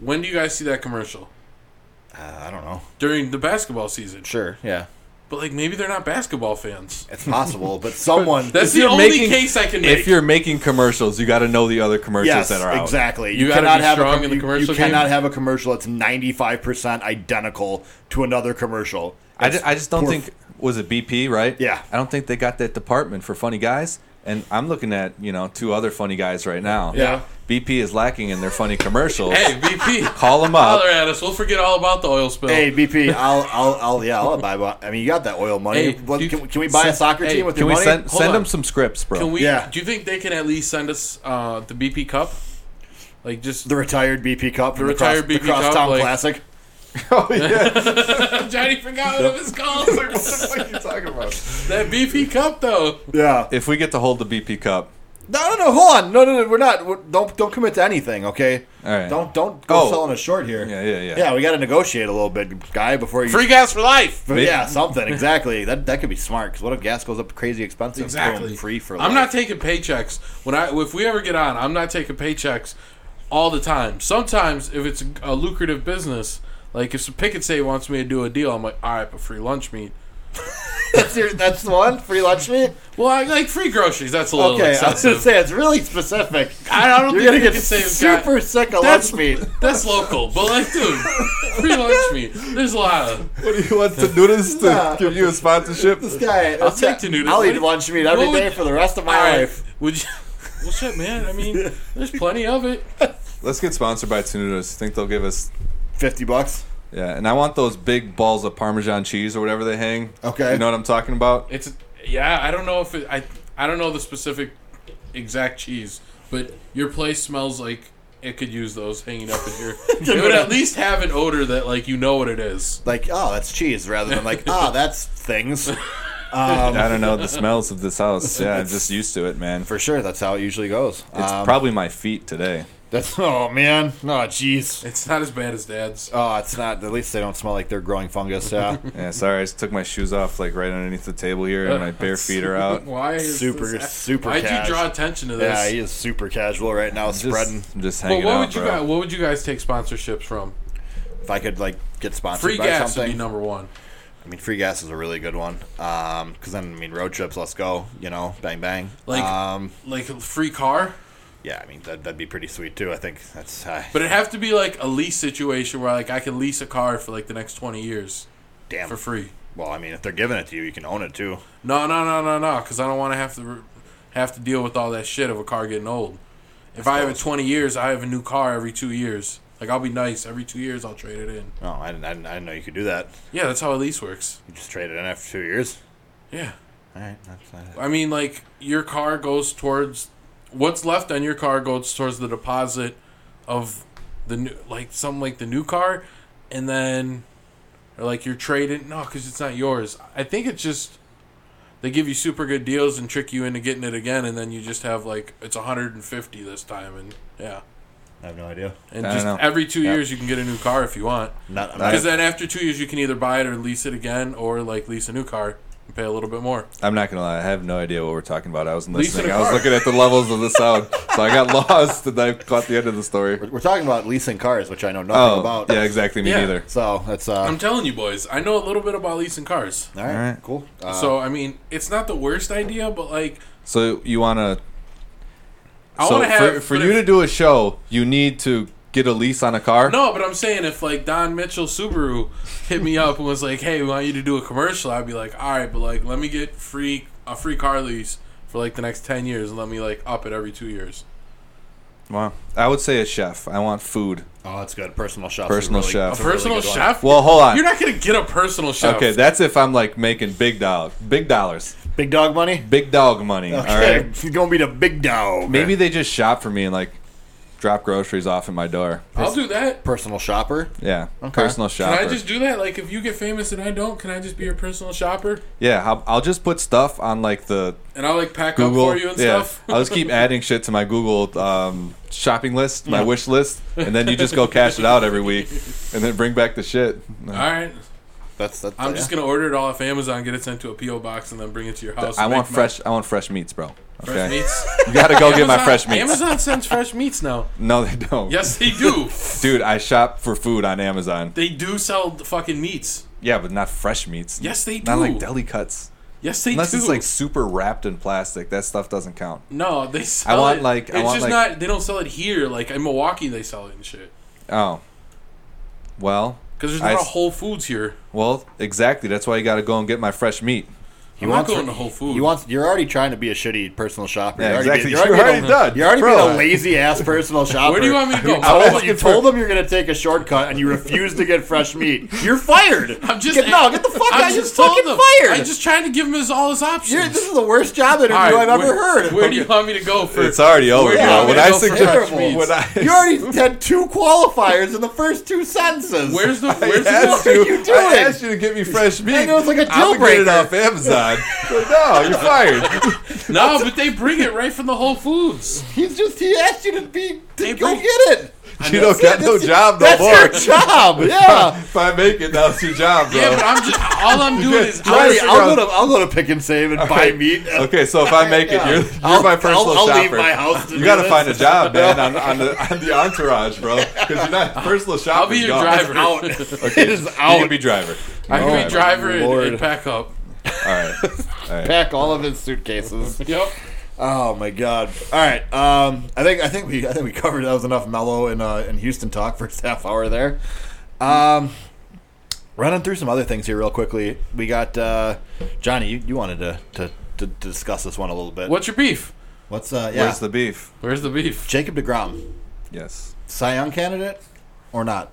[SPEAKER 3] When do you guys see that commercial?
[SPEAKER 1] Uh, I don't know.
[SPEAKER 3] During the basketball season.
[SPEAKER 1] Sure. Yeah.
[SPEAKER 3] But like maybe they're not basketball fans.
[SPEAKER 1] It's possible, but someone.
[SPEAKER 3] That's
[SPEAKER 2] If
[SPEAKER 3] the
[SPEAKER 2] you're
[SPEAKER 3] only
[SPEAKER 2] making-
[SPEAKER 3] case I can make.
[SPEAKER 2] if you're making commercials, you got to know the other commercials
[SPEAKER 1] Yes,
[SPEAKER 2] that are out.
[SPEAKER 1] exactly.
[SPEAKER 3] You gotta be strong in the
[SPEAKER 1] you-
[SPEAKER 3] commercial
[SPEAKER 1] You cannot
[SPEAKER 3] game.
[SPEAKER 1] have a commercial that's ninety five percent identical to another commercial.
[SPEAKER 2] I
[SPEAKER 1] It's
[SPEAKER 2] just, I just don't
[SPEAKER 1] poor-
[SPEAKER 2] think was it BP right?
[SPEAKER 1] Yeah.
[SPEAKER 2] I don't think they got that department for funny guys. And I'm looking at you know two other funny guys right now.
[SPEAKER 3] Yeah.
[SPEAKER 2] BP is lacking in their funny commercials.
[SPEAKER 3] hey BP,
[SPEAKER 2] Call them
[SPEAKER 3] holler
[SPEAKER 2] up.
[SPEAKER 3] at us. We'll forget all about the oil spill.
[SPEAKER 1] Hey BP, I'll, I'll, I'll, yeah, I'll buy. one. I mean, you got that oil money.
[SPEAKER 3] Hey,
[SPEAKER 1] What-
[SPEAKER 3] do you-
[SPEAKER 1] can, can we buy a soccer
[SPEAKER 3] hey,
[SPEAKER 1] team with
[SPEAKER 2] Can
[SPEAKER 1] your
[SPEAKER 2] we
[SPEAKER 1] money?
[SPEAKER 2] send
[SPEAKER 3] Hold
[SPEAKER 2] send
[SPEAKER 3] on.
[SPEAKER 2] them some scripts, bro?
[SPEAKER 3] Can we?
[SPEAKER 1] Yeah.
[SPEAKER 3] Do you think they can at least send us uh, the BP Cup? Like just
[SPEAKER 1] the retired BP Cup, the,
[SPEAKER 3] retired
[SPEAKER 1] cross,
[SPEAKER 3] BP
[SPEAKER 1] the Crosstown
[SPEAKER 3] Cup, like-
[SPEAKER 1] Classic.
[SPEAKER 2] oh yeah.
[SPEAKER 3] Johnny forgot what it was called.
[SPEAKER 1] fuck are you talking about?
[SPEAKER 3] that BP Cup though.
[SPEAKER 1] Yeah.
[SPEAKER 2] if we get to hold the BP Cup,
[SPEAKER 1] No, no, no. Hold on. No, no, no. We're not. We're, don't, don't commit to anything. Okay.
[SPEAKER 2] All right.
[SPEAKER 1] Don't, don't go
[SPEAKER 2] Oh.
[SPEAKER 1] selling us short here.
[SPEAKER 2] Yeah, yeah, yeah.
[SPEAKER 1] Yeah, we got to negotiate a little bit, guy, before you.
[SPEAKER 3] Free gas for life.
[SPEAKER 1] But yeah, something exactly. That that could be smart. Because what if gas goes up crazy expensive? Boom, free for. life.
[SPEAKER 3] I'm not taking paychecks when I if we ever get on. I'm not taking paychecks all the time. Sometimes if it's a lucrative business, like if some pick and say wants me to do a deal, I'm like, all right, but free lunch meat.
[SPEAKER 1] That's your. That's the one. Free lunch meat.
[SPEAKER 3] Well, I like free groceries. That's a little
[SPEAKER 1] Okay, I was gonna
[SPEAKER 3] excessive.
[SPEAKER 1] say it's really specific.
[SPEAKER 3] I don't
[SPEAKER 1] You're
[SPEAKER 3] think
[SPEAKER 1] gonna
[SPEAKER 3] you
[SPEAKER 1] get
[SPEAKER 3] can say it's got-
[SPEAKER 1] super sick of
[SPEAKER 3] That's-
[SPEAKER 1] lunch meat.
[SPEAKER 3] That's local, but like, dude, free lunch meat. There's a lot of.
[SPEAKER 2] What do you want to do this to
[SPEAKER 1] Nah.
[SPEAKER 2] give you a sponsorship?
[SPEAKER 1] Guy,
[SPEAKER 3] I'll take the noodles.
[SPEAKER 1] I'll
[SPEAKER 3] What
[SPEAKER 1] eat
[SPEAKER 3] do-
[SPEAKER 1] lunch meat every
[SPEAKER 3] what would-
[SPEAKER 1] day for the rest of my
[SPEAKER 3] All right,
[SPEAKER 1] life.
[SPEAKER 3] Would you? Well, shit, man. I mean, there's plenty of it.
[SPEAKER 2] Let's get sponsored by Tunudos. Think they'll give us
[SPEAKER 1] Fifty bucks.
[SPEAKER 2] yeah, and I want those big balls of Parmesan cheese or whatever they hang.
[SPEAKER 1] Okay.
[SPEAKER 2] you know what I'm talking about.
[SPEAKER 3] It's yeah. I don't know if it, I. I don't know the specific exact cheese, but your place smells like it could use those hanging up in here. it would at least have an odor that like you know what it is.
[SPEAKER 1] Like, oh, that's cheese, rather than like, ah, that's things.
[SPEAKER 2] I don't know the smells of this house. Yeah, I'm just used to it, man.
[SPEAKER 1] For sure, that's how it usually goes.
[SPEAKER 2] It's
[SPEAKER 1] Um,
[SPEAKER 2] probably my feet today.
[SPEAKER 1] that's oh man, no, jeez.
[SPEAKER 3] It's not as bad as dad's.
[SPEAKER 1] Oh, it's not. At least they don't smell like they're growing fungus. Yeah.
[SPEAKER 2] Yeah, sorry, I just took my shoes off like right underneath the table here, and my bare feet are out.
[SPEAKER 3] Why is
[SPEAKER 1] Super,
[SPEAKER 3] this-
[SPEAKER 1] super
[SPEAKER 3] Why'd
[SPEAKER 1] cash.
[SPEAKER 3] you draw attention to
[SPEAKER 1] Yeah, he
[SPEAKER 3] this?
[SPEAKER 1] is super casual right now,
[SPEAKER 2] Just,
[SPEAKER 1] spreading.
[SPEAKER 2] I'm just
[SPEAKER 3] Well,
[SPEAKER 2] hanging
[SPEAKER 3] what
[SPEAKER 2] out,
[SPEAKER 3] would you
[SPEAKER 2] bro.
[SPEAKER 3] guys? What would you guys take sponsorships from?
[SPEAKER 1] If I could like get sponsored
[SPEAKER 3] Free
[SPEAKER 1] by
[SPEAKER 3] gas would be
[SPEAKER 1] something,
[SPEAKER 3] number one.
[SPEAKER 1] I mean, free gas is a really good one. Because then, I mean, road trips, let's go. You know, bang bang.
[SPEAKER 3] Like-
[SPEAKER 1] um,
[SPEAKER 3] Like a free car.
[SPEAKER 1] yeah, I mean that, that'd be pretty sweet too. I think that's. Uh,
[SPEAKER 3] But it'd have to be like a lease situation where like I can lease a car for like the next twenty years
[SPEAKER 1] damn.
[SPEAKER 3] for free.
[SPEAKER 1] well, I mean, if they're giving it to you, you can own it too.
[SPEAKER 3] No, no, no, no, no, because I don't want to have to re- have to deal with all that shit of a car getting old. If I have it twenty years, I have a new car every two years. Like I'll be nice every two years. I'll trade it in.
[SPEAKER 1] No, I didn't, I didn't. I didn't know you could do that.
[SPEAKER 3] Yeah, that's how a lease works.
[SPEAKER 1] You just trade it in after two years.
[SPEAKER 3] Yeah,
[SPEAKER 1] All right, that's. Uh,
[SPEAKER 3] I mean like your car goes towards what's left on your car goes towards the deposit of the new like something like the new car, and then or like you're trading no because it's not yours. I think it's just. they give you super good deals and trick you into getting it again, and then you just have like it's 150 this time, and yeah,
[SPEAKER 1] I have no idea.
[SPEAKER 3] and
[SPEAKER 2] I don't
[SPEAKER 3] just
[SPEAKER 2] know.
[SPEAKER 3] every two
[SPEAKER 2] Yeah.
[SPEAKER 3] years you can get a new car if you want,
[SPEAKER 1] Not. I'm not
[SPEAKER 3] because then after two years you can either buy it or lease it again, or like lease a new car and pay a little bit more.
[SPEAKER 2] I'm not gonna lie, I have no idea what we're talking about. I wasn't
[SPEAKER 3] Leasing
[SPEAKER 2] listening.
[SPEAKER 3] a
[SPEAKER 2] I was
[SPEAKER 3] car.
[SPEAKER 2] looking at the levels of the sound, so I got lost and I caught the end of the story.
[SPEAKER 1] we're talking about leasing cars, which I know nothing
[SPEAKER 2] Oh,
[SPEAKER 1] about.
[SPEAKER 2] yeah, exactly. Me
[SPEAKER 3] Yeah.
[SPEAKER 2] neither.
[SPEAKER 1] So that's. Uh,
[SPEAKER 3] I'm telling you, boys, I know a little bit about leasing cars,
[SPEAKER 1] all, right,
[SPEAKER 2] All right.
[SPEAKER 1] Cool. Uh,
[SPEAKER 3] so I mean it's not the worst idea, but like
[SPEAKER 2] So you want to?
[SPEAKER 3] I
[SPEAKER 2] so
[SPEAKER 3] want to
[SPEAKER 2] for,
[SPEAKER 3] have
[SPEAKER 2] for
[SPEAKER 3] but
[SPEAKER 2] you
[SPEAKER 3] if-
[SPEAKER 2] to do a show, you need to get a lease on a car.
[SPEAKER 3] No, but I'm saying if like Don Mitchell Subaru hit me up and was like, "Hey, we want you to do a commercial," I'd be like, "All right, but like, let me get free a free car lease for like the next ten years and let me like up it every two years.
[SPEAKER 2] Wow. I would say a chef. I want food.
[SPEAKER 1] Oh, that's good. Personal chef.
[SPEAKER 2] Personal chef.
[SPEAKER 3] A
[SPEAKER 2] That's
[SPEAKER 3] personal chef?
[SPEAKER 2] Well, hold on.
[SPEAKER 3] You're not gonna get a personal chef.
[SPEAKER 2] okay, that's if I'm like making big dollar, big dollars,
[SPEAKER 1] Big dog money.
[SPEAKER 2] big dog money. All
[SPEAKER 1] Okay,
[SPEAKER 2] right.
[SPEAKER 1] you're gonna be the big dog.
[SPEAKER 2] Maybe they just shop for me and like drop groceries off at my door.
[SPEAKER 3] I'll do that.
[SPEAKER 1] personal shopper.
[SPEAKER 2] Yeah, personal
[SPEAKER 3] Can
[SPEAKER 2] shopper.
[SPEAKER 3] I just do that? Like, if you get famous and I don't, can I just be your personal shopper?
[SPEAKER 2] yeah, I'll, I'll just put stuff on like the
[SPEAKER 3] And I'll like pack
[SPEAKER 2] Google.
[SPEAKER 3] up for you and
[SPEAKER 2] yeah,
[SPEAKER 3] stuff.
[SPEAKER 2] I'll just keep adding shit to my Google um, shopping list, my wish list, and then you just go cash it out every week, and then bring back the shit.
[SPEAKER 3] All right,
[SPEAKER 1] That's that's.
[SPEAKER 3] I'm just gonna order it all off Amazon, get it sent to a PO box, and then bring it to your house.
[SPEAKER 2] I
[SPEAKER 3] and
[SPEAKER 2] want
[SPEAKER 3] make my
[SPEAKER 2] fresh. I want fresh meats, bro. Okay,
[SPEAKER 3] fresh meats.
[SPEAKER 2] you gotta go get my
[SPEAKER 3] Amazon-
[SPEAKER 2] fresh meats.
[SPEAKER 3] Amazon sends fresh meats now.
[SPEAKER 2] No, they don't.
[SPEAKER 3] Yes, they do.
[SPEAKER 2] dude, I shop for food on Amazon.
[SPEAKER 3] they do sell the fucking meats.
[SPEAKER 2] Yeah, but not fresh meats.
[SPEAKER 3] Yes, they
[SPEAKER 2] Not
[SPEAKER 3] do.
[SPEAKER 2] like deli cuts.
[SPEAKER 3] Yes, they
[SPEAKER 2] Unless
[SPEAKER 3] do.
[SPEAKER 2] it's like super wrapped in plastic, that stuff doesn't count.
[SPEAKER 3] no, they sell
[SPEAKER 2] want,
[SPEAKER 3] it.
[SPEAKER 2] like-
[SPEAKER 3] it's
[SPEAKER 2] I want,
[SPEAKER 3] just
[SPEAKER 2] like-
[SPEAKER 3] not. They don't sell it here. Like in Milwaukee, they sell it and shit.
[SPEAKER 2] Oh, well,
[SPEAKER 3] Because there's
[SPEAKER 2] I
[SPEAKER 3] not a
[SPEAKER 2] s-
[SPEAKER 3] Whole Foods here.
[SPEAKER 2] well, exactly. That's why you got to go and get my fresh meat.
[SPEAKER 1] He
[SPEAKER 3] I'm not
[SPEAKER 1] wants
[SPEAKER 3] going to Whole Foods.
[SPEAKER 1] You want? You're already trying to be a shitty personal shopper.
[SPEAKER 2] Yeah,
[SPEAKER 1] You're already
[SPEAKER 2] exactly.
[SPEAKER 1] being- You're
[SPEAKER 2] You're
[SPEAKER 1] already,
[SPEAKER 2] already
[SPEAKER 1] being a-
[SPEAKER 2] done.
[SPEAKER 1] You're already
[SPEAKER 2] Bro,
[SPEAKER 1] being
[SPEAKER 2] I-
[SPEAKER 1] a lazy ass personal shopper.
[SPEAKER 3] Where do you want me to go?
[SPEAKER 1] You told,
[SPEAKER 2] asking
[SPEAKER 1] you
[SPEAKER 2] for-
[SPEAKER 1] told them you're going to take a shortcut, and you refuse to get fresh meat. You're fired.
[SPEAKER 3] I'm just
[SPEAKER 1] get, no. Get the fuck
[SPEAKER 3] I'm
[SPEAKER 1] out! You're
[SPEAKER 3] told
[SPEAKER 1] fucking
[SPEAKER 3] them.
[SPEAKER 1] fired.
[SPEAKER 3] I'm just trying to give him his all his options.
[SPEAKER 1] You're- this is the worst job interview
[SPEAKER 3] All right,
[SPEAKER 1] I've ever
[SPEAKER 3] where,
[SPEAKER 1] heard.
[SPEAKER 3] Where do you want me to go for?
[SPEAKER 2] It's already over,
[SPEAKER 3] Where do you
[SPEAKER 2] bro.
[SPEAKER 3] want me
[SPEAKER 2] When
[SPEAKER 3] to
[SPEAKER 2] I
[SPEAKER 3] go for
[SPEAKER 2] suggest-
[SPEAKER 3] fresh meats?
[SPEAKER 2] when I-
[SPEAKER 1] You already had two qualifiers in the first two sentences.
[SPEAKER 3] Where's the
[SPEAKER 2] I
[SPEAKER 3] where's the
[SPEAKER 2] asked
[SPEAKER 1] are
[SPEAKER 2] you,
[SPEAKER 1] you
[SPEAKER 2] I
[SPEAKER 1] doing?
[SPEAKER 2] asked you to get me fresh meat.
[SPEAKER 1] know, it's like a
[SPEAKER 2] I'm
[SPEAKER 1] deal
[SPEAKER 2] gonna get it
[SPEAKER 1] breaker.
[SPEAKER 2] off Amazon. But no, you're fired.
[SPEAKER 3] No, but they bring it right from the Whole Foods.
[SPEAKER 1] He's just he asked you to be to
[SPEAKER 3] Hey,
[SPEAKER 1] go
[SPEAKER 3] bro.
[SPEAKER 1] get it.
[SPEAKER 2] You don't got no
[SPEAKER 1] That's-
[SPEAKER 2] job no
[SPEAKER 1] That's
[SPEAKER 2] more.
[SPEAKER 1] your job. Yeah.
[SPEAKER 2] If I make it, that's your job, bro.
[SPEAKER 3] Yeah, but I'm just all I'm doing is
[SPEAKER 2] Try
[SPEAKER 3] I'm
[SPEAKER 2] it
[SPEAKER 1] Hey,
[SPEAKER 2] figure
[SPEAKER 1] I'll
[SPEAKER 2] out-
[SPEAKER 1] go to I'll go to pick and save and buy
[SPEAKER 2] right.
[SPEAKER 1] meat.
[SPEAKER 2] Okay, so if I make it,
[SPEAKER 1] Yeah.
[SPEAKER 2] you're, you're my personal
[SPEAKER 1] I'll, I'll
[SPEAKER 2] shopper.
[SPEAKER 1] leave my house. To
[SPEAKER 2] You
[SPEAKER 1] do
[SPEAKER 2] gotta
[SPEAKER 1] this.
[SPEAKER 2] find a job, man, on, on the on the entourage, bro. Because you're not personal shopper.
[SPEAKER 3] I'll be your
[SPEAKER 2] gone.
[SPEAKER 3] driver.
[SPEAKER 1] It's out.
[SPEAKER 2] Okay,
[SPEAKER 1] It is
[SPEAKER 2] You can
[SPEAKER 1] out.
[SPEAKER 2] be driver.
[SPEAKER 3] I can
[SPEAKER 1] Oh,
[SPEAKER 3] be driver and,
[SPEAKER 1] Lord.
[SPEAKER 3] and pack up.
[SPEAKER 2] All right. All right.
[SPEAKER 1] Pack all of his suitcases.
[SPEAKER 3] Yep.
[SPEAKER 1] Oh my god! All right, um, I think I think we I think we covered that was enough mellow in uh, in Houston talk first half hour there. Um, running through some other things here real quickly. We got uh, Johnny. You, you wanted to, to, to discuss this one a little bit.
[SPEAKER 3] What's your beef?
[SPEAKER 1] What's uh? Yeah,
[SPEAKER 2] Where's the beef?
[SPEAKER 3] Where's the beef?
[SPEAKER 1] Jacob Degrom,
[SPEAKER 2] Yes.
[SPEAKER 1] Cy Young candidate or not?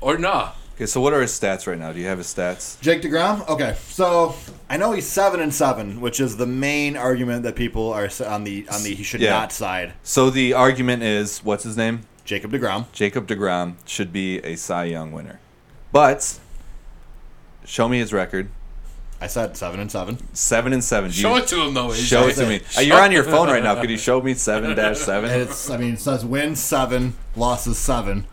[SPEAKER 3] Or nah?
[SPEAKER 2] Okay, so what are his stats right now? Do you have his stats?
[SPEAKER 1] Jake Degrom. Okay, so I know he's seven and seven, which is the main argument that people are s- on the on the he should
[SPEAKER 2] Yeah.
[SPEAKER 1] not side.
[SPEAKER 2] So the argument is, what's his name?
[SPEAKER 1] Jacob Degrom.
[SPEAKER 2] Jacob DeGrom should be a Cy Young winner, but show me his record.
[SPEAKER 1] I said seven and seven.
[SPEAKER 2] Seven and seven. Do you-
[SPEAKER 3] Show it to him though. Asian.
[SPEAKER 2] Show it to me. Uh, You're on your phone right now. Could you show me seven dash
[SPEAKER 1] And
[SPEAKER 2] seven?
[SPEAKER 1] it's, I mean, it says win seven, losses seven.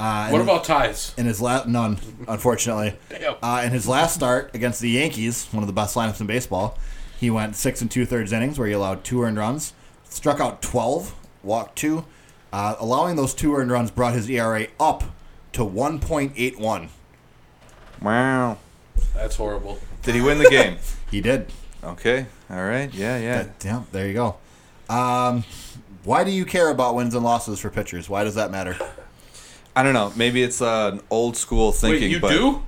[SPEAKER 1] Uh,
[SPEAKER 3] What
[SPEAKER 1] and-
[SPEAKER 3] about ties?
[SPEAKER 1] in his last none, unfortunately?
[SPEAKER 3] Damn.
[SPEAKER 1] Uh, in his last start against the Yankees, one of the best lineups in baseball, he went six and two thirds innings where he allowed two earned runs, struck out twelve, walked two. Uh, allowing those two earned runs brought his ERA up to one point eight one.
[SPEAKER 2] Wow.
[SPEAKER 3] That's horrible.
[SPEAKER 2] Did he win the game?
[SPEAKER 1] He did.
[SPEAKER 2] Okay. All right. Yeah. Yeah.
[SPEAKER 1] Yeah, there you go. Um, why do you care about wins and losses for pitchers? Why does that matter?
[SPEAKER 2] I don't know. Maybe it's uh, an old school thinking.
[SPEAKER 3] Wait, you
[SPEAKER 2] but
[SPEAKER 3] do?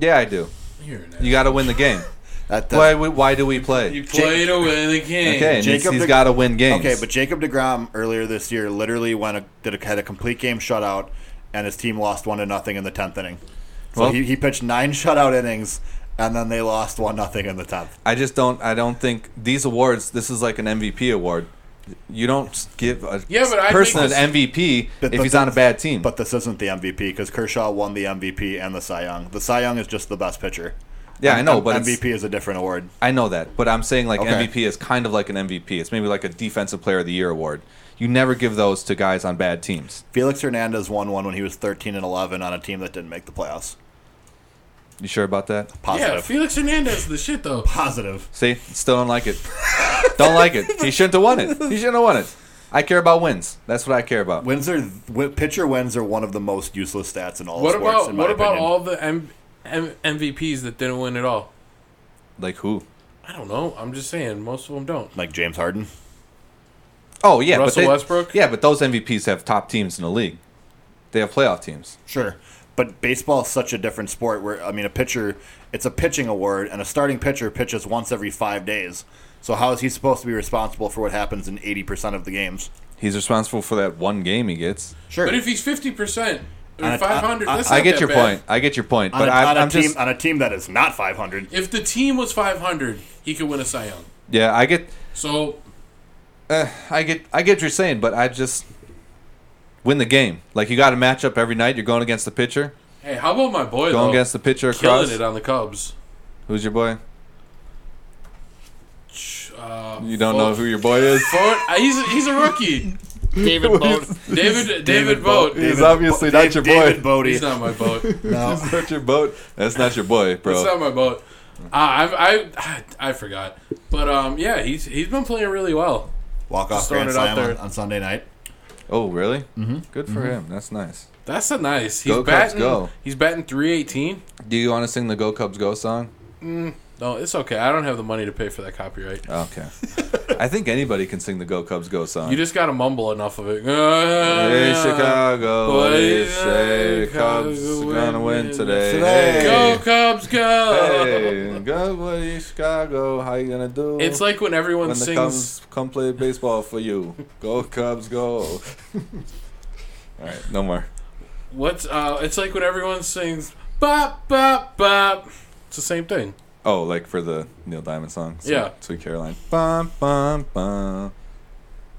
[SPEAKER 2] Yeah, I do.
[SPEAKER 3] You're an
[SPEAKER 2] You got to win the game.
[SPEAKER 1] That, that-
[SPEAKER 2] Why? we- Why do we play?
[SPEAKER 3] You play to win the game.
[SPEAKER 2] okay. And he's-
[SPEAKER 1] Jacob
[SPEAKER 2] he's
[SPEAKER 1] Deg-
[SPEAKER 2] got to win games.
[SPEAKER 1] Okay, but Jacob Degrom earlier this year literally went a, did a, had a complete game shutout, and his team lost one to nothing in the tenth inning. So
[SPEAKER 2] Well-
[SPEAKER 1] he, he pitched nine shutout innings, and then they lost one nothing in the tenth.
[SPEAKER 2] I just don't. I don't think these awards. This is like an MVP award. You don't give a
[SPEAKER 3] Yeah, but I
[SPEAKER 2] person
[SPEAKER 3] think
[SPEAKER 2] an
[SPEAKER 3] this-
[SPEAKER 2] MVP
[SPEAKER 1] But-
[SPEAKER 2] if
[SPEAKER 1] but
[SPEAKER 2] he's on a bad team.
[SPEAKER 1] But this isn't the MVP because Kershaw won the MVP and the Cy Young. The Cy Young is just the best pitcher.
[SPEAKER 2] yeah, I know.
[SPEAKER 1] M-
[SPEAKER 2] But it's-
[SPEAKER 1] MVP is a different award.
[SPEAKER 2] I know that, but I'm saying like
[SPEAKER 1] Okay.
[SPEAKER 2] MVP is kind of like an MVP. It's maybe like a Defensive Player of the Year award. You never give those to guys on bad teams.
[SPEAKER 1] Felix Hernandez won one when he was thirteen and eleven on a team that didn't make the playoffs.
[SPEAKER 2] You sure about that?
[SPEAKER 3] Yeah,
[SPEAKER 1] Positive.
[SPEAKER 3] Felix Hernandez, is the shit though.
[SPEAKER 1] Positive.
[SPEAKER 2] See, still don't like it. don't like it. He shouldn't have won it. He shouldn't have won it. I care about wins. That's what I care about.
[SPEAKER 1] Wins are w- pitcher wins are one of the most useless stats in all
[SPEAKER 3] What
[SPEAKER 1] sports.
[SPEAKER 3] about
[SPEAKER 1] in my
[SPEAKER 3] what about
[SPEAKER 1] opinion.
[SPEAKER 3] all the M- M- MVPs that didn't win at all?
[SPEAKER 2] Like who?
[SPEAKER 3] I don't know. I'm just saying most of them don't.
[SPEAKER 1] like James Harden?
[SPEAKER 2] Oh yeah,
[SPEAKER 3] Russell
[SPEAKER 2] but they,
[SPEAKER 3] Westbrook?
[SPEAKER 2] Yeah, but those MVPs have top teams in the league. They have playoff teams.
[SPEAKER 1] Sure. But baseball is such a different sport where, I mean, a pitcher, it's a pitching award, and a starting pitcher pitches once every five days. So how is he supposed to be responsible for what happens in eighty percent of the games?
[SPEAKER 2] He's responsible for that one game he gets.
[SPEAKER 1] Sure.
[SPEAKER 3] But if he's fifty percent
[SPEAKER 1] On
[SPEAKER 3] or
[SPEAKER 1] a-
[SPEAKER 3] five hundred,
[SPEAKER 1] on-
[SPEAKER 3] that's
[SPEAKER 2] I
[SPEAKER 3] not
[SPEAKER 2] get
[SPEAKER 3] that
[SPEAKER 2] your
[SPEAKER 3] bad.
[SPEAKER 2] point. I get your point.
[SPEAKER 1] on
[SPEAKER 2] But
[SPEAKER 1] a,
[SPEAKER 2] i
[SPEAKER 1] on a
[SPEAKER 2] I'm
[SPEAKER 1] team
[SPEAKER 2] just
[SPEAKER 1] on a team that is not five hundred,
[SPEAKER 3] If the team was five hundred, he could win a Cy Young.
[SPEAKER 2] yeah. I get uh,
[SPEAKER 3] So
[SPEAKER 2] I get I get what you're saying, but I just win the game. Like you got to match up every night. You're going against the pitcher,
[SPEAKER 3] hey, how about my boy
[SPEAKER 2] going
[SPEAKER 3] though?
[SPEAKER 2] against the pitcher
[SPEAKER 3] Oh, killing
[SPEAKER 2] across.
[SPEAKER 3] it on the Cubs.
[SPEAKER 2] Who's your boy?
[SPEAKER 3] Uh,
[SPEAKER 2] You don't know who your boy is.
[SPEAKER 3] Fort, uh, he's a, he's a rookie.
[SPEAKER 4] David Boat.
[SPEAKER 3] David David, Boat.
[SPEAKER 2] He's obviously not your
[SPEAKER 1] David
[SPEAKER 2] boy.
[SPEAKER 1] Bodie.
[SPEAKER 3] He's not my boat.
[SPEAKER 1] No.
[SPEAKER 2] He's not your boat. That's not your boy,
[SPEAKER 3] It's
[SPEAKER 2] bro.
[SPEAKER 3] not my boat. Uh, I, I I forgot. But um, yeah, he's he's been playing really well.
[SPEAKER 1] Walk off
[SPEAKER 3] Just throwing
[SPEAKER 1] grand
[SPEAKER 3] it out
[SPEAKER 1] slam on,
[SPEAKER 3] there.
[SPEAKER 1] on Sunday night.
[SPEAKER 2] Oh, really? Mm-hmm. Good for him. That's nice.
[SPEAKER 3] That's a nice. He's
[SPEAKER 2] Go Cubs,
[SPEAKER 3] batting.
[SPEAKER 2] go.
[SPEAKER 3] He's batting three eighteen.
[SPEAKER 2] Do you want to sing the "Go Cubs Go" song?
[SPEAKER 3] No, it's okay. I don't have the money to pay for that copyright.
[SPEAKER 2] Okay. I think anybody can sing the "Go Cubs Go" song.
[SPEAKER 3] You just gotta mumble enough of it.
[SPEAKER 2] Hey Chicago, what do you say? The Cubs
[SPEAKER 3] Chicago
[SPEAKER 2] gonna win
[SPEAKER 3] win
[SPEAKER 2] today.
[SPEAKER 1] today.
[SPEAKER 3] Go Cubs, go!
[SPEAKER 2] Hey, go, what do you, Chicago? How you gonna do?
[SPEAKER 3] It's like when everyone
[SPEAKER 2] when the
[SPEAKER 3] sings.
[SPEAKER 2] Cubs come play baseball for you. Go Cubs, go! All right, no more.
[SPEAKER 3] What's uh? It's like when everyone sings "bop bop bop." It's the same thing.
[SPEAKER 2] Oh, like for the Neil Diamond song. Sweet-
[SPEAKER 3] Yeah.
[SPEAKER 2] Sweet Caroline. Bum, bum, bum.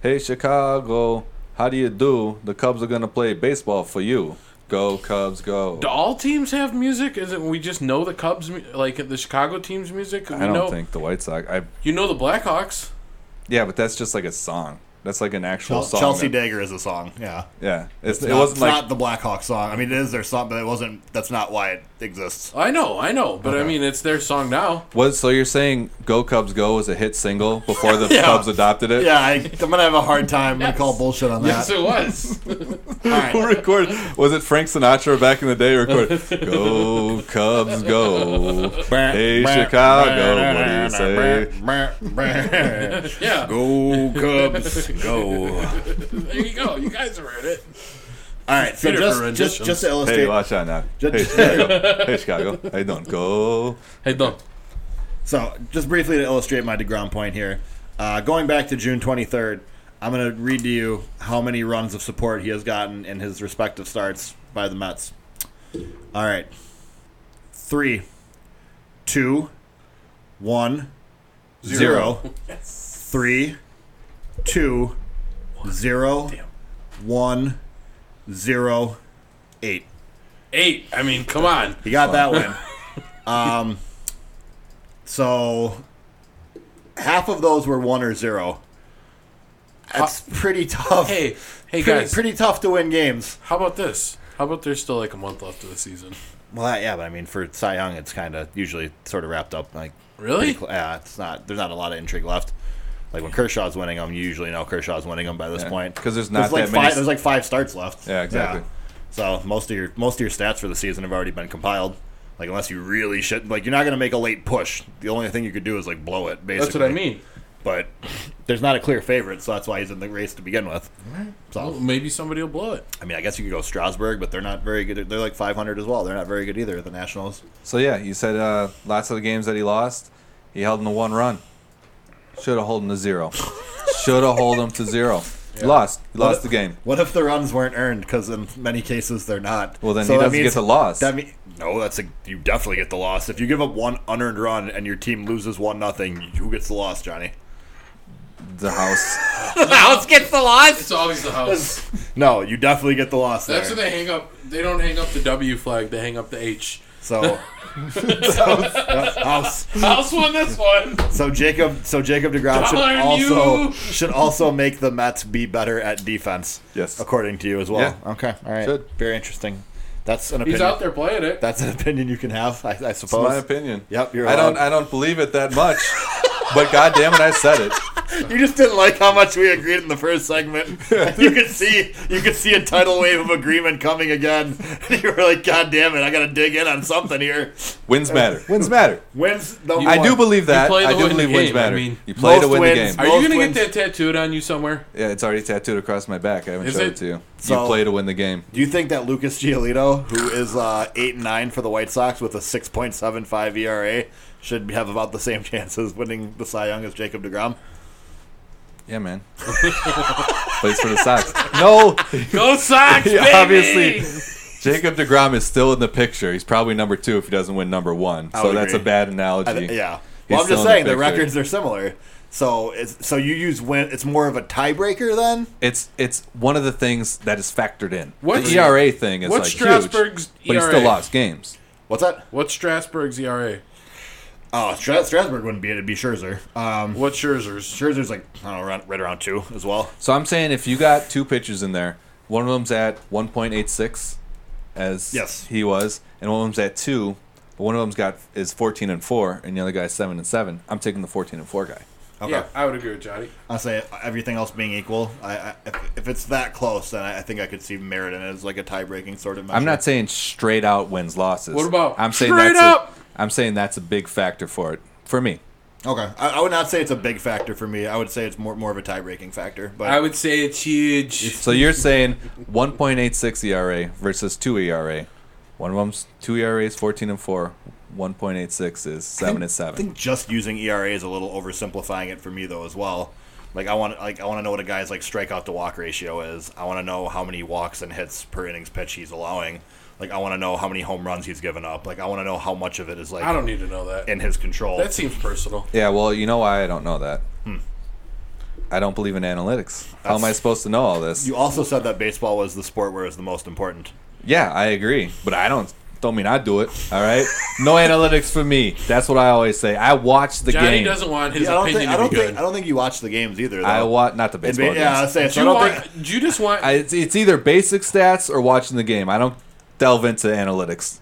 [SPEAKER 2] Hey Chicago, how do you do? The Cubs are gonna play baseball for you. Go Cubs, go!
[SPEAKER 3] Do all teams have music? Is it we just know the Cubs, mu- like the Chicago team's music? We
[SPEAKER 2] I don't
[SPEAKER 3] know,
[SPEAKER 2] think the White Sox. I
[SPEAKER 3] you know the Blackhawks.
[SPEAKER 2] yeah, but that's just like a song. That's like an actual
[SPEAKER 1] Chel-
[SPEAKER 2] song.
[SPEAKER 1] Chelsea
[SPEAKER 2] that-
[SPEAKER 1] Dagger is a song. Yeah.
[SPEAKER 2] Yeah, it's, it
[SPEAKER 1] Not-
[SPEAKER 2] wasn't
[SPEAKER 1] it's
[SPEAKER 2] like
[SPEAKER 1] not the Blackhawk song. I mean, it is their song, but it wasn't. That's not why it exists.
[SPEAKER 3] I know, I know, but I mean it's their song now.
[SPEAKER 2] What? So you're saying "Go Cubs Go" was a hit single before the
[SPEAKER 1] Yeah.
[SPEAKER 2] Cubs adopted it?
[SPEAKER 1] Yeah, I, I'm gonna have a hard time. I'm
[SPEAKER 3] Yes.
[SPEAKER 1] gonna call bullshit on that.
[SPEAKER 3] Yes, it was.
[SPEAKER 1] All right.
[SPEAKER 2] Who recorded? Was it Frank Sinatra back in the day? Recorded "Go Cubs Go." Hey Chicago, what do you say?
[SPEAKER 1] say?
[SPEAKER 3] yeah,
[SPEAKER 1] go Cubs, go! All
[SPEAKER 3] there you go. You guys heard it.
[SPEAKER 1] right, so
[SPEAKER 3] Peter
[SPEAKER 1] just,
[SPEAKER 3] renditions.
[SPEAKER 1] just just to illustrate,
[SPEAKER 2] Hey, watch out now.
[SPEAKER 1] Just-
[SPEAKER 2] Hey Chicago, hey Chicago, hey don't go.
[SPEAKER 3] Hey, don't.
[SPEAKER 1] So, just briefly to illustrate my DeGrom point here, uh, going back to June 23rd, I'm going to read to you how many runs of support he has gotten in his respective starts by the Mets. All right. Three, two, one, zero,
[SPEAKER 2] Zero.
[SPEAKER 1] three, two, zero, one, zero, eight.
[SPEAKER 3] Eight. I mean, come on.
[SPEAKER 1] He got that win. um, so half of those were one or zero. That's pretty tough.
[SPEAKER 3] Hey, hey
[SPEAKER 1] pretty,
[SPEAKER 3] guys.
[SPEAKER 1] pretty tough to win games.
[SPEAKER 3] How about this? How about there's still like a month left of the season?
[SPEAKER 1] Well, yeah, but I mean, for Cy Young, it's kind of usually sort of wrapped up. Like,
[SPEAKER 3] Really?
[SPEAKER 1] pretty cl- yeah, it's not. There's not a lot of intrigue left. Like when Kershaw's winning them, you usually know Kershaw's winning them by this
[SPEAKER 2] Yeah,
[SPEAKER 1] point
[SPEAKER 2] 'cause there's not
[SPEAKER 1] like
[SPEAKER 2] that many
[SPEAKER 1] Five,
[SPEAKER 2] s-
[SPEAKER 1] there's like five starts left.
[SPEAKER 2] Yeah, exactly.
[SPEAKER 1] So most of your most of your stats for the season have already been compiled. Like unless you really should, like you're not going to make a late push. The only thing you could do is like blow it. Basically,
[SPEAKER 3] That's what I mean.
[SPEAKER 1] But there's not a clear favorite, so that's why he's in the race to begin with. So
[SPEAKER 3] Oh, Maybe somebody will blow it.
[SPEAKER 1] I mean, I guess you could go Strasburg, but they're not very good. They're like 500 as well. They're not very good either. The Nationals.
[SPEAKER 2] So yeah, you said uh, lots of the games that he lost, he held him to one run. Should have held him to zero. Should have held him to zero. Lost. He lost the game.
[SPEAKER 1] What if the runs weren't earned? Because in many cases they're not.
[SPEAKER 2] Well, then
[SPEAKER 1] So
[SPEAKER 2] he
[SPEAKER 1] that
[SPEAKER 2] doesn't
[SPEAKER 1] means-
[SPEAKER 2] get the loss.
[SPEAKER 1] That mean, no, that's a you definitely get the loss. If you give up one unearned run and your team loses one nothing, who gets the loss, Johnny?
[SPEAKER 2] the house.
[SPEAKER 1] the house gets the loss.
[SPEAKER 3] It's always the house.
[SPEAKER 1] No, you definitely get the loss
[SPEAKER 3] That's
[SPEAKER 1] there.
[SPEAKER 3] when they hang up. They don't hang up the W flag. They hang up the H.
[SPEAKER 1] so, so house.
[SPEAKER 3] House won this one.
[SPEAKER 1] So Jacob, so Jacob Degrom should
[SPEAKER 3] Darn
[SPEAKER 1] also
[SPEAKER 3] you.
[SPEAKER 1] should also make the Mets be better at defense.
[SPEAKER 2] Yes.
[SPEAKER 1] according to you as well.
[SPEAKER 2] Yeah.
[SPEAKER 1] Okay, all right.
[SPEAKER 2] Should.
[SPEAKER 1] Very interesting. That's an
[SPEAKER 3] He's
[SPEAKER 1] opinion.
[SPEAKER 3] out there playing it.
[SPEAKER 1] That's an opinion you can have, I, I
[SPEAKER 2] It's
[SPEAKER 1] suppose.
[SPEAKER 2] my opinion.
[SPEAKER 1] Yep, you're
[SPEAKER 2] I don't.
[SPEAKER 1] allowed.
[SPEAKER 2] I don't believe it that much. but goddamn it, I said it.
[SPEAKER 1] You just didn't like how much we agreed in the first segment. You could see you could see a tidal wave of agreement coming again. And you were like, God damn it, I gotta dig in on something here.
[SPEAKER 2] Wins matter. Wins matter.
[SPEAKER 1] When's the
[SPEAKER 2] I do
[SPEAKER 1] one-
[SPEAKER 2] believe that.
[SPEAKER 3] play to
[SPEAKER 2] I do
[SPEAKER 3] win the
[SPEAKER 2] believe wins
[SPEAKER 3] game,
[SPEAKER 2] matter.
[SPEAKER 3] I mean.
[SPEAKER 2] you play to
[SPEAKER 1] Most
[SPEAKER 2] win the
[SPEAKER 1] wins.
[SPEAKER 2] game.
[SPEAKER 3] Are you gonna
[SPEAKER 1] Both
[SPEAKER 3] get that tattooed on you somewhere?
[SPEAKER 2] Yeah, it's already tattooed across my back. I haven't
[SPEAKER 3] Is
[SPEAKER 2] showed it?
[SPEAKER 3] it?
[SPEAKER 2] to you.
[SPEAKER 1] So-
[SPEAKER 2] you play to win the game.
[SPEAKER 1] Do you think that Lucas Giolito, who is uh, eight and nine for the White Sox with a six point seven five ERA, should have about the same chances winning the Cy Young as Jacob Degrom?
[SPEAKER 2] Yeah, man. Plays for the Sox. No,
[SPEAKER 3] Go Sox,
[SPEAKER 2] he
[SPEAKER 3] baby!
[SPEAKER 2] obviously. Jacob Degrom is still in the picture. He's probably number two if he doesn't win number one.
[SPEAKER 1] I
[SPEAKER 2] So
[SPEAKER 1] would
[SPEAKER 2] that's
[SPEAKER 1] agree.
[SPEAKER 2] a bad
[SPEAKER 1] I
[SPEAKER 2] analogy.
[SPEAKER 1] th- yeah.
[SPEAKER 2] He's
[SPEAKER 1] Well, I'm
[SPEAKER 2] still
[SPEAKER 1] just
[SPEAKER 2] in the
[SPEAKER 1] saying the,
[SPEAKER 2] picture.
[SPEAKER 1] records are similar. So it's so you use win. It's more of a tiebreaker then.
[SPEAKER 2] It's it's one of the things that is factored in.
[SPEAKER 3] What's-
[SPEAKER 2] the ERA thing is
[SPEAKER 3] what's
[SPEAKER 2] like
[SPEAKER 3] Strasburg's
[SPEAKER 1] E
[SPEAKER 2] huge, but he still
[SPEAKER 3] ERA?
[SPEAKER 2] lost games.
[SPEAKER 1] What's that?
[SPEAKER 3] What's Strasburg's E ERA?
[SPEAKER 1] Oh, Stra- Strasburg wouldn't be it. It'd be Scherzer. Um,
[SPEAKER 3] What's Scherzer's?
[SPEAKER 1] Scherzer's like I don't know, around, right around two as well.
[SPEAKER 2] So I'm saying if you got two pitches in there, one of them's at 1.86, as
[SPEAKER 1] Yes.
[SPEAKER 2] he was, and one of them's at two, but one of them's got is 14 and four, and the other guy's seven and seven. I'm taking the 14 and four guy.
[SPEAKER 1] Okay.
[SPEAKER 3] Yeah, I would agree with Johnny.
[SPEAKER 1] I'll say everything else being equal, I, I if, if it's that close, then I, I think I could see merit in it as like a tie breaking sort of. Measure.
[SPEAKER 2] I'm not saying straight out wins losses.
[SPEAKER 3] What about
[SPEAKER 2] I'm saying
[SPEAKER 3] straight
[SPEAKER 2] that's
[SPEAKER 3] up?
[SPEAKER 2] A, I'm saying that's a big factor for it for me.
[SPEAKER 1] Okay, I, I would not say it's a big factor for me. I would say it's more more of a tie breaking factor. But
[SPEAKER 3] I would say it's huge.
[SPEAKER 2] So you're saying 1.86 ERA E versus two ERA. One of them's two E ERAs, 14 and four. 1.86 is seven and
[SPEAKER 1] I
[SPEAKER 2] seven.
[SPEAKER 1] think just using ERA is a little oversimplifying it for me though as well. Like I want like I want to know what a guy's like strikeout to walk ratio is. I want to know how many walks and hits per innings pitch he's allowing. Like I want to know how many home runs he's given up. Like I want to know how much of it is like
[SPEAKER 3] I don't need to know that.
[SPEAKER 1] in his control.
[SPEAKER 3] that seems personal.
[SPEAKER 2] Yeah, well, you know why I don't know that.
[SPEAKER 3] Hmm.
[SPEAKER 2] I don't believe in analytics. How am I supposed to know all this?
[SPEAKER 1] you also said that baseball was the sport where it's the most important.
[SPEAKER 2] yeah, I agree, but I don't. Don't mean I do it. All right, no analytics for me. That's what I always say. I watch the
[SPEAKER 3] Johnny
[SPEAKER 2] game.
[SPEAKER 3] doesn't want his
[SPEAKER 1] Yeah, I don't
[SPEAKER 3] opinion
[SPEAKER 1] think I don't
[SPEAKER 3] to be
[SPEAKER 1] think I
[SPEAKER 3] good.
[SPEAKER 1] don't think you watch the games either. Though.
[SPEAKER 2] I watch not the
[SPEAKER 1] And
[SPEAKER 2] baseball.
[SPEAKER 1] ba- yeah, I
[SPEAKER 2] games.
[SPEAKER 1] say
[SPEAKER 3] Do
[SPEAKER 1] so. I
[SPEAKER 3] you,
[SPEAKER 1] don't
[SPEAKER 3] want,
[SPEAKER 1] think
[SPEAKER 3] do you just want?
[SPEAKER 2] I, it's, it's either basic stats or watching the game. I don't delve into analytics.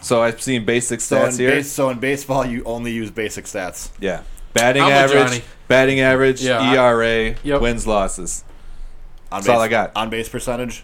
[SPEAKER 2] So I've seen basic
[SPEAKER 1] so. In
[SPEAKER 2] stats here.
[SPEAKER 1] base, so in baseball, you only use basic stats.
[SPEAKER 2] yeah, batting
[SPEAKER 3] I'm with
[SPEAKER 2] average,
[SPEAKER 3] Johnny.
[SPEAKER 2] batting average,
[SPEAKER 3] Yeah, I-
[SPEAKER 2] ERA,
[SPEAKER 3] Yep.
[SPEAKER 2] wins losses.
[SPEAKER 1] On
[SPEAKER 2] That's all I got.
[SPEAKER 1] On base percentage.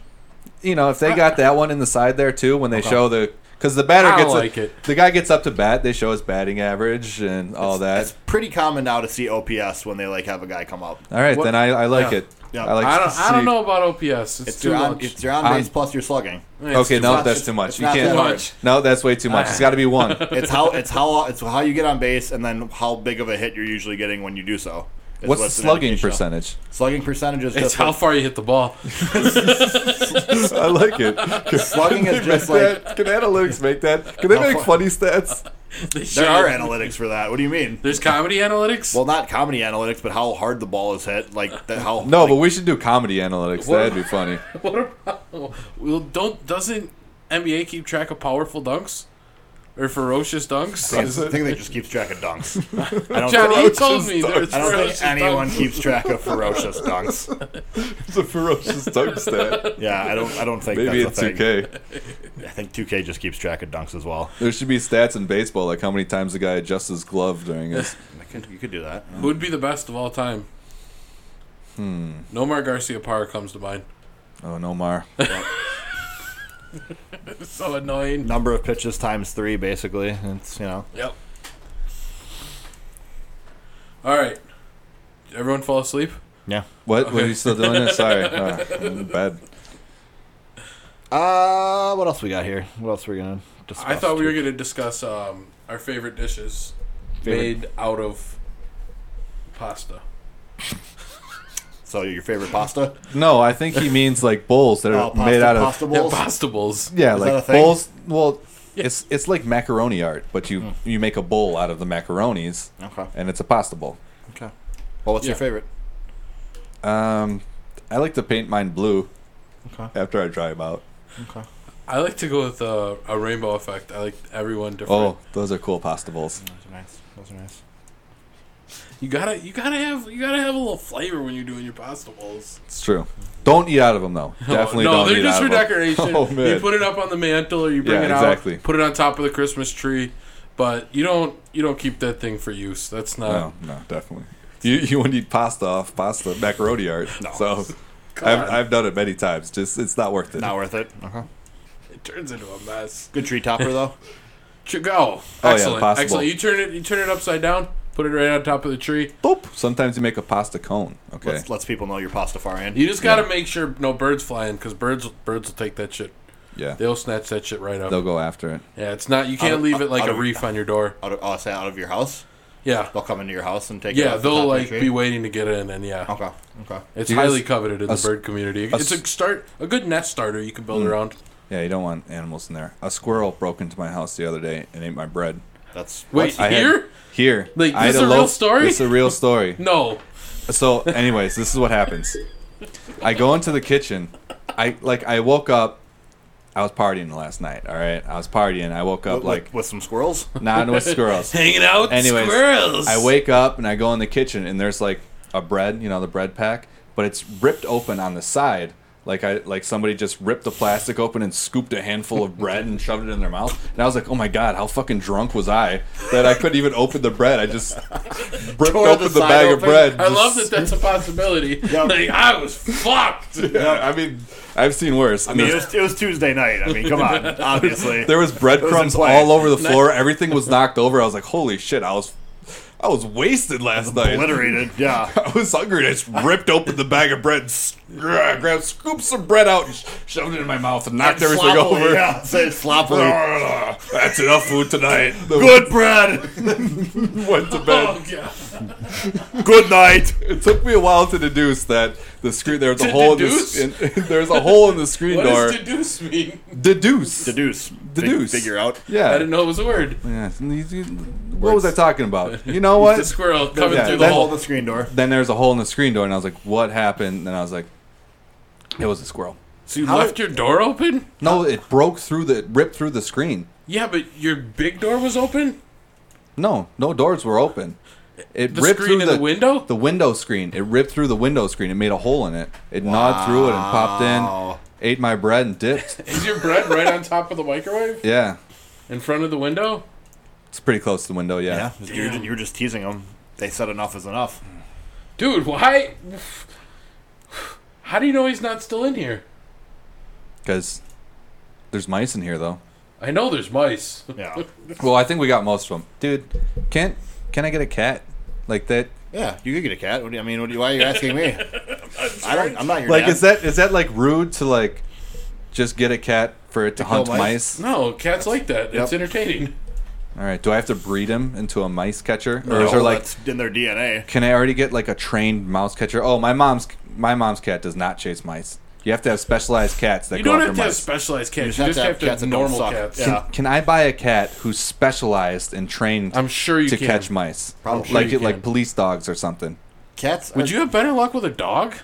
[SPEAKER 2] you know, if they got that one in the side there too, when they show the because the
[SPEAKER 3] I
[SPEAKER 2] batter gets
[SPEAKER 3] like
[SPEAKER 2] a,
[SPEAKER 3] it.
[SPEAKER 2] the guy gets up to bat, they show his batting average and all Oh, that.
[SPEAKER 1] It's pretty common now to see OPS when they like have a guy come up.
[SPEAKER 2] all right,
[SPEAKER 3] what-
[SPEAKER 2] then I, I like
[SPEAKER 3] yeah.
[SPEAKER 2] it.
[SPEAKER 1] Yeah.
[SPEAKER 2] I like.
[SPEAKER 3] I don't.
[SPEAKER 2] to
[SPEAKER 3] I don't
[SPEAKER 2] see-
[SPEAKER 3] know about OPS. It's,
[SPEAKER 1] It's
[SPEAKER 3] too
[SPEAKER 1] your on,
[SPEAKER 3] much.
[SPEAKER 1] it's your on
[SPEAKER 2] I'm-
[SPEAKER 1] base plus your slugging.
[SPEAKER 3] It's
[SPEAKER 2] Okay,
[SPEAKER 3] too
[SPEAKER 2] no,
[SPEAKER 1] much.
[SPEAKER 2] that's too much.
[SPEAKER 1] It's
[SPEAKER 2] You
[SPEAKER 1] not that
[SPEAKER 2] can't.
[SPEAKER 3] much. Ah.
[SPEAKER 2] No, that's way too much. It's got to be one.
[SPEAKER 1] It's how it's how it's how you get on base and then how big of a hit you're usually getting when you do so. is
[SPEAKER 2] What's the
[SPEAKER 1] an
[SPEAKER 2] slugging
[SPEAKER 1] indication of.
[SPEAKER 2] percentage?
[SPEAKER 1] Slugging percentage is
[SPEAKER 3] It's
[SPEAKER 1] just
[SPEAKER 3] how
[SPEAKER 1] like,
[SPEAKER 3] far you hit the ball.
[SPEAKER 2] I like it. Can
[SPEAKER 1] slugging is just like
[SPEAKER 2] that- can analytics make that? Can they
[SPEAKER 1] How
[SPEAKER 2] make
[SPEAKER 1] far-
[SPEAKER 2] funny stats?
[SPEAKER 3] They
[SPEAKER 1] there are
[SPEAKER 3] should.
[SPEAKER 1] analytics for that. What do you mean?
[SPEAKER 3] There's comedy analytics.
[SPEAKER 1] Well, not comedy analytics, but how hard the ball is hit, like that, how
[SPEAKER 2] No,
[SPEAKER 1] like,
[SPEAKER 2] but we should do comedy analytics.
[SPEAKER 3] What-
[SPEAKER 2] That'd be funny.
[SPEAKER 3] what about? Well, don't doesn't NBA keep track of powerful dunks or ferocious dunks?
[SPEAKER 1] I think they just keeps track of dunks. I don't,
[SPEAKER 3] Johnny you
[SPEAKER 1] think,
[SPEAKER 3] told me there's
[SPEAKER 1] I don't
[SPEAKER 3] ferocious
[SPEAKER 1] think anyone
[SPEAKER 3] dunks.
[SPEAKER 1] keeps track of ferocious dunks.
[SPEAKER 2] It's a ferocious dunk stat.
[SPEAKER 1] Yeah, I don't. I don't think
[SPEAKER 2] Maybe in
[SPEAKER 1] that's a thing.
[SPEAKER 2] 2K.
[SPEAKER 1] I think 2K just keeps track of dunks as well.
[SPEAKER 2] There should be stats in baseball, like how many times the guy adjusts his glove during his
[SPEAKER 1] I could, you could do that.
[SPEAKER 3] Who would be the best of all time? Hmm. Nomar Garcia Parra comes to mind.
[SPEAKER 2] Oh, Nomar.
[SPEAKER 3] So annoying.
[SPEAKER 1] Number of pitches times three, basically. It's you know.
[SPEAKER 3] Yep. All right. Did Everyone fall asleep.
[SPEAKER 1] Yeah.
[SPEAKER 2] What? What are you still doing? it? Sorry. Uh, I'm in bed.
[SPEAKER 1] Uh, what else we got here? What else we gonna discuss?
[SPEAKER 3] I thought we were going to discuss um, our favorite dishes
[SPEAKER 1] Favorite-
[SPEAKER 3] made out of pasta.
[SPEAKER 1] So your favorite pasta?
[SPEAKER 2] No, I think he means like bowls that are
[SPEAKER 1] Oh, pasta,
[SPEAKER 2] made out of.
[SPEAKER 1] pasta
[SPEAKER 3] Yeah,
[SPEAKER 1] bowls.
[SPEAKER 3] pasta bowls.
[SPEAKER 2] Yeah,
[SPEAKER 1] Is that a
[SPEAKER 2] like
[SPEAKER 1] thing?
[SPEAKER 2] bowls. Well, it's it's like macaroni art, but you you make a bowl out of the macaronis,
[SPEAKER 1] Okay.
[SPEAKER 2] and it's a pasta bowl.
[SPEAKER 1] Okay. Well, what's your
[SPEAKER 3] Yeah.
[SPEAKER 1] favorite?
[SPEAKER 2] Um, I like to paint mine blue
[SPEAKER 1] Okay.
[SPEAKER 2] after I dry them out.
[SPEAKER 1] Okay.
[SPEAKER 3] I like to go with uh, a rainbow effect. I like everyone different.
[SPEAKER 2] Oh, those are cool pasta bowls.
[SPEAKER 1] Those are nice. Those are nice.
[SPEAKER 3] You gotta, you gotta have, you gotta have a little flavor when you're doing your pasta bowls.
[SPEAKER 2] It's true. Don't eat out of them though. Definitely
[SPEAKER 3] no,
[SPEAKER 2] don't
[SPEAKER 3] they're
[SPEAKER 2] eat
[SPEAKER 3] just
[SPEAKER 2] out
[SPEAKER 3] for
[SPEAKER 2] of 'em.
[SPEAKER 3] decoration.
[SPEAKER 2] Oh, man.
[SPEAKER 3] You put it up on the mantle, or you bring
[SPEAKER 2] Yeah,
[SPEAKER 3] it out,
[SPEAKER 2] exactly.
[SPEAKER 3] put it on top of the Christmas tree. But you don't, you don't keep that thing for use. That's not.
[SPEAKER 2] No, no, definitely. You you wouldn't eat pasta off pasta macaroni art.
[SPEAKER 1] No.
[SPEAKER 2] So
[SPEAKER 3] Come
[SPEAKER 2] I've,
[SPEAKER 3] on.
[SPEAKER 2] I've done it many times. Just it's not worth it.
[SPEAKER 1] Not worth it. Uh-huh.
[SPEAKER 3] It turns into a mess.
[SPEAKER 1] Good tree topper though.
[SPEAKER 3] Ch- Oh,
[SPEAKER 2] yeah,
[SPEAKER 3] excellent,
[SPEAKER 2] possible.
[SPEAKER 3] excellent. You turn it, you turn it upside down, put it right on top of the tree.
[SPEAKER 2] Boop. Sometimes you make a pasta cone. Okay.
[SPEAKER 1] Let's lets people know you're pastafarian.
[SPEAKER 3] You just got to make sure no birds flying because birds, birds will take that shit.
[SPEAKER 2] yeah. They'll,
[SPEAKER 3] They'll snatch that shit right up.
[SPEAKER 2] go after it.
[SPEAKER 3] Yeah, it's not. You can't
[SPEAKER 1] of-
[SPEAKER 3] leave it like
[SPEAKER 1] out
[SPEAKER 3] a
[SPEAKER 1] of-
[SPEAKER 3] reef on your door.
[SPEAKER 1] out of, oh, say out of your house.
[SPEAKER 3] Yeah,
[SPEAKER 1] They'll come into your house and take. it
[SPEAKER 3] yeah.
[SPEAKER 1] off the top
[SPEAKER 3] They'll
[SPEAKER 1] of
[SPEAKER 3] like
[SPEAKER 1] your
[SPEAKER 3] be
[SPEAKER 1] tree?
[SPEAKER 3] waiting to get in, and yeah,
[SPEAKER 1] Okay. Okay.
[SPEAKER 3] it's
[SPEAKER 2] You guys-
[SPEAKER 3] highly coveted in
[SPEAKER 2] a
[SPEAKER 3] the
[SPEAKER 2] s-
[SPEAKER 3] bird community. It's a
[SPEAKER 2] s- Hmm.
[SPEAKER 3] start, a good nest starter you can build around.
[SPEAKER 2] Yeah, you don't want animals in there. A squirrel broke into my house the other day and ate my bread.
[SPEAKER 1] That's
[SPEAKER 3] Wait,
[SPEAKER 2] I had-
[SPEAKER 3] here?
[SPEAKER 2] Here.
[SPEAKER 3] Like,
[SPEAKER 2] I
[SPEAKER 3] this
[SPEAKER 2] had
[SPEAKER 3] a real story?
[SPEAKER 2] It's a real story.
[SPEAKER 3] No,
[SPEAKER 2] So, anyways, this is what happens. I go into the kitchen. I like. I woke up. I was partying last night. All right, I was partying. I woke up
[SPEAKER 1] with,
[SPEAKER 2] like
[SPEAKER 1] like with some squirrels.
[SPEAKER 2] not with squirrels.
[SPEAKER 3] hanging out. with
[SPEAKER 2] Anyways,
[SPEAKER 3] squirrels.
[SPEAKER 2] I wake up and I go in the kitchen and there's like a bread, you know, the bread pack, but it's ripped open on the side. Like I like somebody just ripped the plastic open and scooped a handful of bread and shoved it in their mouth. And I was like, "Oh my god, how fucking drunk was I that I couldn't even open the bread? I just ripped
[SPEAKER 1] Tore
[SPEAKER 2] open
[SPEAKER 1] the
[SPEAKER 2] the,
[SPEAKER 1] side
[SPEAKER 2] bag of
[SPEAKER 1] open.
[SPEAKER 2] bread." and
[SPEAKER 3] I love that
[SPEAKER 2] just-
[SPEAKER 3] that's a possibility. Like I was fucked.
[SPEAKER 2] Yeah, I mean, I've seen worse.
[SPEAKER 1] I mean, it was, it was Tuesday night. I mean, come on. Obviously,
[SPEAKER 2] there was breadcrumbs
[SPEAKER 1] play.
[SPEAKER 2] all over the floor. Everything was knocked over. I was like, "Holy shit, I was I was wasted last night."
[SPEAKER 1] obliterated. Yeah.
[SPEAKER 2] I was hungry and I just ripped open the bag of bread, s- grabbed, scooped some bread out, and sh- shoved it in my mouth, and knocked everything
[SPEAKER 1] sloppily,
[SPEAKER 2] over.
[SPEAKER 1] Yeah. Say it sloppily.
[SPEAKER 2] That's enough food tonight.
[SPEAKER 1] Good bread.
[SPEAKER 2] Went to bed.
[SPEAKER 3] Oh god.
[SPEAKER 1] Good night.
[SPEAKER 2] It took me a while to deduce that the screen there was a
[SPEAKER 3] To
[SPEAKER 2] hole in the,
[SPEAKER 3] deduce?
[SPEAKER 2] s- in, there's a hole in the screen
[SPEAKER 3] What
[SPEAKER 2] door.
[SPEAKER 3] does deduce mean?
[SPEAKER 2] deduce.
[SPEAKER 1] Deduce. Fig-
[SPEAKER 2] Deduce.
[SPEAKER 1] figure out.
[SPEAKER 2] Yeah.
[SPEAKER 3] I didn't know it was a word.
[SPEAKER 2] Yeah. You- you- What was I talking about? You know
[SPEAKER 3] The
[SPEAKER 2] what?
[SPEAKER 3] squirrel coming
[SPEAKER 2] Yeah,
[SPEAKER 3] through the
[SPEAKER 2] that's-
[SPEAKER 1] Hold
[SPEAKER 3] hole.
[SPEAKER 1] the screen door.
[SPEAKER 2] Then there's a hole in the screen door, and I was like, "What happened?" And I was like, "It was a squirrel."
[SPEAKER 3] So you left your door open?
[SPEAKER 2] No, it broke through the, it ripped through the screen.
[SPEAKER 3] Yeah, but your big door was open.
[SPEAKER 2] No, no doors were open. It
[SPEAKER 3] The
[SPEAKER 2] ripped
[SPEAKER 3] screen
[SPEAKER 2] through
[SPEAKER 3] in
[SPEAKER 2] the,
[SPEAKER 3] the, window.
[SPEAKER 2] the window screen. It ripped through the window screen. It made a hole in it. It gnawed through it and popped in,
[SPEAKER 1] Wow.
[SPEAKER 2] ate my bread and dipped.
[SPEAKER 3] Is your bread right on top of the microwave
[SPEAKER 2] yeah,
[SPEAKER 3] in front of the window?
[SPEAKER 2] it's pretty close to the window. Yeah,
[SPEAKER 1] Yeah. You were, ju- you were just teasing them. They said enough is enough.
[SPEAKER 3] Dude, why? How do you know he's not still in here?
[SPEAKER 2] because there's mice in here though.
[SPEAKER 3] I know there's mice.
[SPEAKER 1] Yeah.
[SPEAKER 2] Well, I think we got most of them, dude. Can't can I get a cat like that?
[SPEAKER 1] Yeah. You could get a cat. What do you, I mean, what do you, why are you asking me? I don't. I'm not your
[SPEAKER 2] Like,
[SPEAKER 1] dad.
[SPEAKER 2] is that is that like rude to like just get a cat for it to, hunt
[SPEAKER 1] kill mice?
[SPEAKER 2] mice?
[SPEAKER 3] No, cats like that. It's entertaining.
[SPEAKER 2] All right, do I have to breed him into a mice catcher, or
[SPEAKER 1] No,
[SPEAKER 2] is there like
[SPEAKER 1] that's in their DNA?
[SPEAKER 2] Can I already get like a trained mouse catcher? Oh, my mom's my mom's cat does not chase mice. You have to have specialized cats that
[SPEAKER 3] You
[SPEAKER 2] go
[SPEAKER 3] don't
[SPEAKER 2] after
[SPEAKER 3] have to have
[SPEAKER 2] mice.
[SPEAKER 3] specialized cats.
[SPEAKER 1] just
[SPEAKER 3] You
[SPEAKER 1] have
[SPEAKER 3] just
[SPEAKER 1] to
[SPEAKER 3] have
[SPEAKER 1] have
[SPEAKER 3] to have
[SPEAKER 1] cats that don't
[SPEAKER 3] normal
[SPEAKER 1] suck.
[SPEAKER 3] cats.
[SPEAKER 1] Yeah.
[SPEAKER 2] can I buy a cat who's specialized and trained
[SPEAKER 3] I'm sure you
[SPEAKER 2] to
[SPEAKER 3] can.
[SPEAKER 2] catch mice?
[SPEAKER 1] Probably.
[SPEAKER 2] like
[SPEAKER 3] Sure you
[SPEAKER 2] like
[SPEAKER 3] can.
[SPEAKER 2] police dogs or something.
[SPEAKER 1] Cats.
[SPEAKER 3] Would you have better luck with a dog?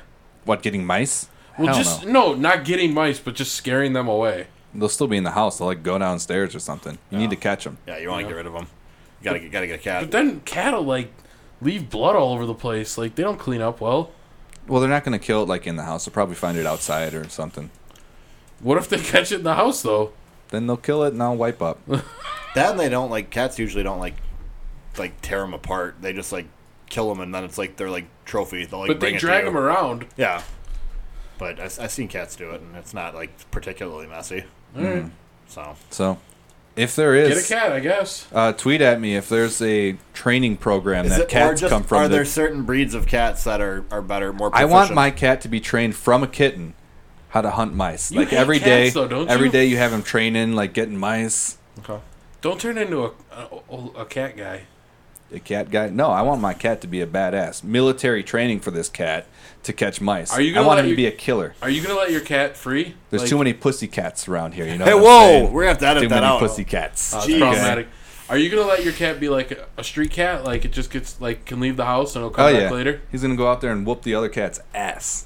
[SPEAKER 2] What getting mice?
[SPEAKER 3] Well,
[SPEAKER 2] Hell
[SPEAKER 3] just
[SPEAKER 2] no.
[SPEAKER 3] no. not getting mice, but just scaring them away.
[SPEAKER 2] They'll still be in the house. They'll like go downstairs or something. You need to
[SPEAKER 3] Oh.
[SPEAKER 2] catch them.
[SPEAKER 1] Yeah. You want to get rid of them. You gotta get, gotta get a cat.
[SPEAKER 3] But then cattle like leave blood all over the place. Like they don't clean up well.
[SPEAKER 2] Well, they're not going to kill it like in the house. They'll probably find it outside or something.
[SPEAKER 3] What if they catch it in the house though?
[SPEAKER 2] Then they'll kill it and I'll wipe up.
[SPEAKER 1] That and they don't like cats. Usually don't like like tear them apart. They just like kill them and then it's like they're like trophy. They'll like
[SPEAKER 3] But
[SPEAKER 1] bring
[SPEAKER 3] they
[SPEAKER 1] it
[SPEAKER 3] drag
[SPEAKER 1] to
[SPEAKER 3] them
[SPEAKER 1] you.
[SPEAKER 3] around.
[SPEAKER 1] Yeah. But I, have seen cats do it, and it's not like particularly messy.
[SPEAKER 2] Hmm.
[SPEAKER 3] Alright.
[SPEAKER 1] So
[SPEAKER 2] So, if there
[SPEAKER 3] Get a
[SPEAKER 2] is,
[SPEAKER 3] cat, I guess.
[SPEAKER 2] Uh, tweet at me if there's a training program that cats come from.
[SPEAKER 1] Are
[SPEAKER 2] that-
[SPEAKER 1] there certain breeds of cats that are, are better, more?
[SPEAKER 2] I
[SPEAKER 1] Proficient?
[SPEAKER 2] want my cat to be trained from a kitten how to hunt mice.
[SPEAKER 3] You
[SPEAKER 2] like
[SPEAKER 3] hate
[SPEAKER 2] every
[SPEAKER 3] cats,
[SPEAKER 2] day,
[SPEAKER 3] though, don't
[SPEAKER 2] every
[SPEAKER 3] you?
[SPEAKER 2] day you have him training, like getting mice.
[SPEAKER 3] Don't turn into a a, a cat guy.
[SPEAKER 2] A cat guy? No, I want my cat to be a badass. Military training for this cat to catch mice.
[SPEAKER 3] Are you
[SPEAKER 2] I
[SPEAKER 3] gonna
[SPEAKER 2] want
[SPEAKER 3] let
[SPEAKER 2] him to
[SPEAKER 3] your-
[SPEAKER 2] be a killer.
[SPEAKER 3] Are you gonna let your cat free?
[SPEAKER 2] There's
[SPEAKER 3] Like,
[SPEAKER 2] too many pussy cats around here. You know?
[SPEAKER 1] Hey,
[SPEAKER 2] what I'm
[SPEAKER 1] whoa!
[SPEAKER 2] saying?
[SPEAKER 1] We're gonna have to edit
[SPEAKER 2] Too
[SPEAKER 1] that
[SPEAKER 2] many
[SPEAKER 1] out.
[SPEAKER 2] pussy cats.
[SPEAKER 3] Uh,
[SPEAKER 1] Jeez.
[SPEAKER 3] it's problematic. Are you gonna let your cat be like a, a street cat? Like it just gets like can leave the house and it'll come
[SPEAKER 2] Oh
[SPEAKER 3] back
[SPEAKER 2] yeah,
[SPEAKER 3] later,
[SPEAKER 2] he's gonna go out there and whoop the other cat's ass.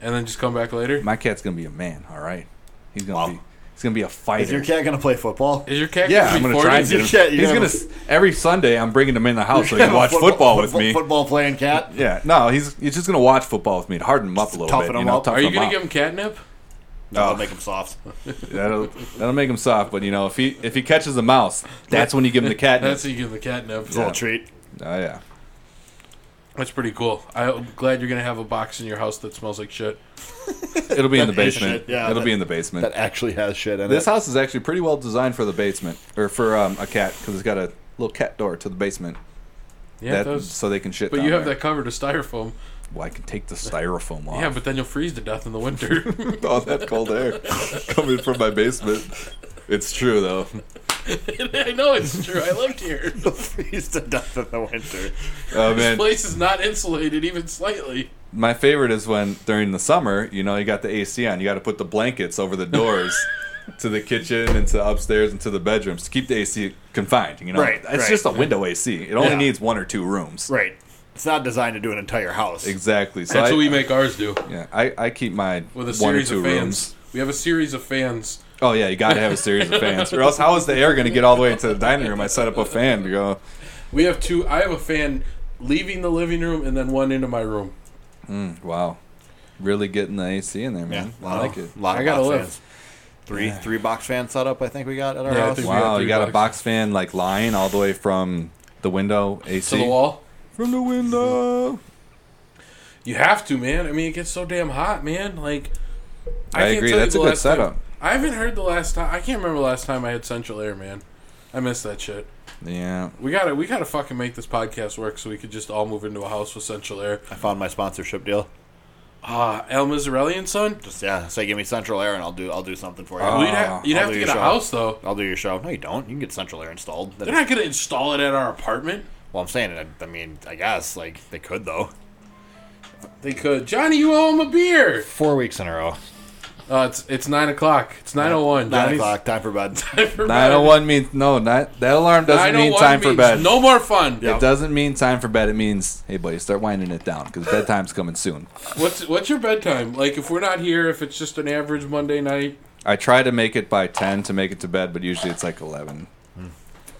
[SPEAKER 3] and then just come back later.
[SPEAKER 2] My cat's gonna be a man. All right, he's gonna
[SPEAKER 1] Wow.
[SPEAKER 2] be he's gonna be a fighter.
[SPEAKER 1] Is your cat gonna play football?
[SPEAKER 3] Is your cat?
[SPEAKER 2] Yeah,
[SPEAKER 3] gonna
[SPEAKER 2] I'm
[SPEAKER 3] be
[SPEAKER 2] gonna try
[SPEAKER 3] 40?
[SPEAKER 2] and get him.
[SPEAKER 1] Your cat, you
[SPEAKER 2] He's
[SPEAKER 1] have
[SPEAKER 2] gonna
[SPEAKER 1] a-
[SPEAKER 2] s- every Sunday. I'm bringing him in the house so he can watch football, with
[SPEAKER 1] football,
[SPEAKER 2] me.
[SPEAKER 1] Football playing cat.
[SPEAKER 2] Yeah, no, he's he's just gonna watch football with me to harden him up a little
[SPEAKER 1] toughen
[SPEAKER 2] bit. you
[SPEAKER 1] him
[SPEAKER 2] know,
[SPEAKER 1] up.
[SPEAKER 2] toughen
[SPEAKER 3] Are you
[SPEAKER 2] him
[SPEAKER 3] gonna
[SPEAKER 2] up.
[SPEAKER 3] give him catnip?
[SPEAKER 1] That'll make him soft.
[SPEAKER 2] that'll that'll make him soft? But you know, if he if he catches a mouse, that's when you give him the Oh, catnip.
[SPEAKER 3] That's how you give him the catnip.
[SPEAKER 1] It's a little treat.
[SPEAKER 2] oh yeah.
[SPEAKER 3] That's pretty cool. I'm glad you're gonna have a box in your house that smells like shit.
[SPEAKER 2] It'll be in the
[SPEAKER 1] That is
[SPEAKER 2] basement.
[SPEAKER 1] shit, yeah,
[SPEAKER 2] It'll
[SPEAKER 1] that-
[SPEAKER 2] be in the basement.
[SPEAKER 1] That actually has shit in
[SPEAKER 2] This
[SPEAKER 1] it.
[SPEAKER 2] house is actually pretty well designed for the basement or for um, a cat because it's got a little cat door to the basement.
[SPEAKER 3] Yeah, it
[SPEAKER 2] that-
[SPEAKER 3] does.
[SPEAKER 2] so they can shit.
[SPEAKER 3] But
[SPEAKER 2] down
[SPEAKER 3] you have
[SPEAKER 2] there.
[SPEAKER 3] that covered with styrofoam.
[SPEAKER 2] Well, I can take the styrofoam off.
[SPEAKER 3] Yeah, but then you'll freeze to death in the winter.
[SPEAKER 2] all that cold air coming from my basement. It's true though.
[SPEAKER 3] I know it's true. I lived here.
[SPEAKER 1] freeze to death in the winter.
[SPEAKER 2] Oh
[SPEAKER 3] This
[SPEAKER 2] man,
[SPEAKER 3] place is not insulated even slightly.
[SPEAKER 2] my favorite is when during the summer, you know, you got the AC on. You got to put the blankets over the doors to the kitchen and to upstairs and to the bedrooms to keep the AC confined. You know,
[SPEAKER 1] Right,
[SPEAKER 2] It's
[SPEAKER 1] right.
[SPEAKER 2] just a window AC. It only
[SPEAKER 1] Yeah.
[SPEAKER 2] needs one or two rooms.
[SPEAKER 1] Right. It's not designed to do an entire house.
[SPEAKER 2] Exactly. So
[SPEAKER 3] That's
[SPEAKER 2] I,
[SPEAKER 3] what we make ours do
[SPEAKER 2] Yeah, I, I keep my
[SPEAKER 3] with a
[SPEAKER 2] one or
[SPEAKER 3] series
[SPEAKER 2] two
[SPEAKER 3] of fans.
[SPEAKER 2] rooms.
[SPEAKER 3] We have a series of fans.
[SPEAKER 2] Oh yeah, you got to have a series of fans, or else how is the air going to get all the way into the dining room? I set up a fan to go.
[SPEAKER 3] We have two. I have a fan leaving the living room and then one into my room.
[SPEAKER 2] Wow, really getting the AC in there,
[SPEAKER 1] Yeah,
[SPEAKER 2] man.
[SPEAKER 1] a
[SPEAKER 2] I
[SPEAKER 1] lot
[SPEAKER 2] like
[SPEAKER 1] of-
[SPEAKER 2] it.
[SPEAKER 1] Lot
[SPEAKER 3] I
[SPEAKER 1] of
[SPEAKER 3] gotta
[SPEAKER 1] box
[SPEAKER 3] live.
[SPEAKER 1] fans. Three three box fan setup. I think we got at our
[SPEAKER 3] Yeah, I
[SPEAKER 1] house.
[SPEAKER 3] think we got
[SPEAKER 2] Wow,
[SPEAKER 3] three
[SPEAKER 2] you got
[SPEAKER 3] boxes.
[SPEAKER 2] a box fan like lying all the way from the window AC
[SPEAKER 3] To the wall.
[SPEAKER 2] from the window.
[SPEAKER 3] You have to, man. I mean, it gets so damn hot, man. Like,
[SPEAKER 2] I,
[SPEAKER 3] can't
[SPEAKER 2] agree.
[SPEAKER 3] tell you
[SPEAKER 2] That's a
[SPEAKER 3] the
[SPEAKER 2] good
[SPEAKER 3] last time-
[SPEAKER 2] setup.
[SPEAKER 3] I haven't heard the last time. I can't remember the last time I had central air, man. I miss that shit.
[SPEAKER 2] Yeah,
[SPEAKER 3] We gotta, we gotta fucking make this podcast work so we could just all move into a house with central air.
[SPEAKER 1] I found my sponsorship deal.
[SPEAKER 3] Ah, El Miserelli and Son.
[SPEAKER 1] Just yeah, say give me Central Air and I'll do I'll do something for you.
[SPEAKER 2] Oh.
[SPEAKER 3] Well, you'd ha- you'd
[SPEAKER 1] I'll
[SPEAKER 3] have
[SPEAKER 1] do
[SPEAKER 3] to
[SPEAKER 1] your
[SPEAKER 3] get a
[SPEAKER 1] show.
[SPEAKER 3] house though.
[SPEAKER 1] I'll do your show. No, you don't. You can get Central Air installed. That
[SPEAKER 3] They're
[SPEAKER 1] is-
[SPEAKER 3] not gonna install it at our apartment.
[SPEAKER 1] well, I'm saying it. I mean, I guess like they could though.
[SPEAKER 3] They could. Johnny, you owe him a beer.
[SPEAKER 1] Four weeks in a row.
[SPEAKER 3] Uh, it's it's nine o'clock. It's nine oh one.
[SPEAKER 1] Nine o'clock. Time for bed.
[SPEAKER 2] nine oh one means no. Not that alarm doesn't mean time for bed.
[SPEAKER 3] oh No more fun.
[SPEAKER 2] It doesn't mean time for bed. It means hey, buddy, start winding it down because bedtime's coming soon.
[SPEAKER 3] What's what's your bedtime? Like if we're not here, if it's just an average Monday night,
[SPEAKER 2] I try to make it by ten to make it to bed, but usually it's like eleven.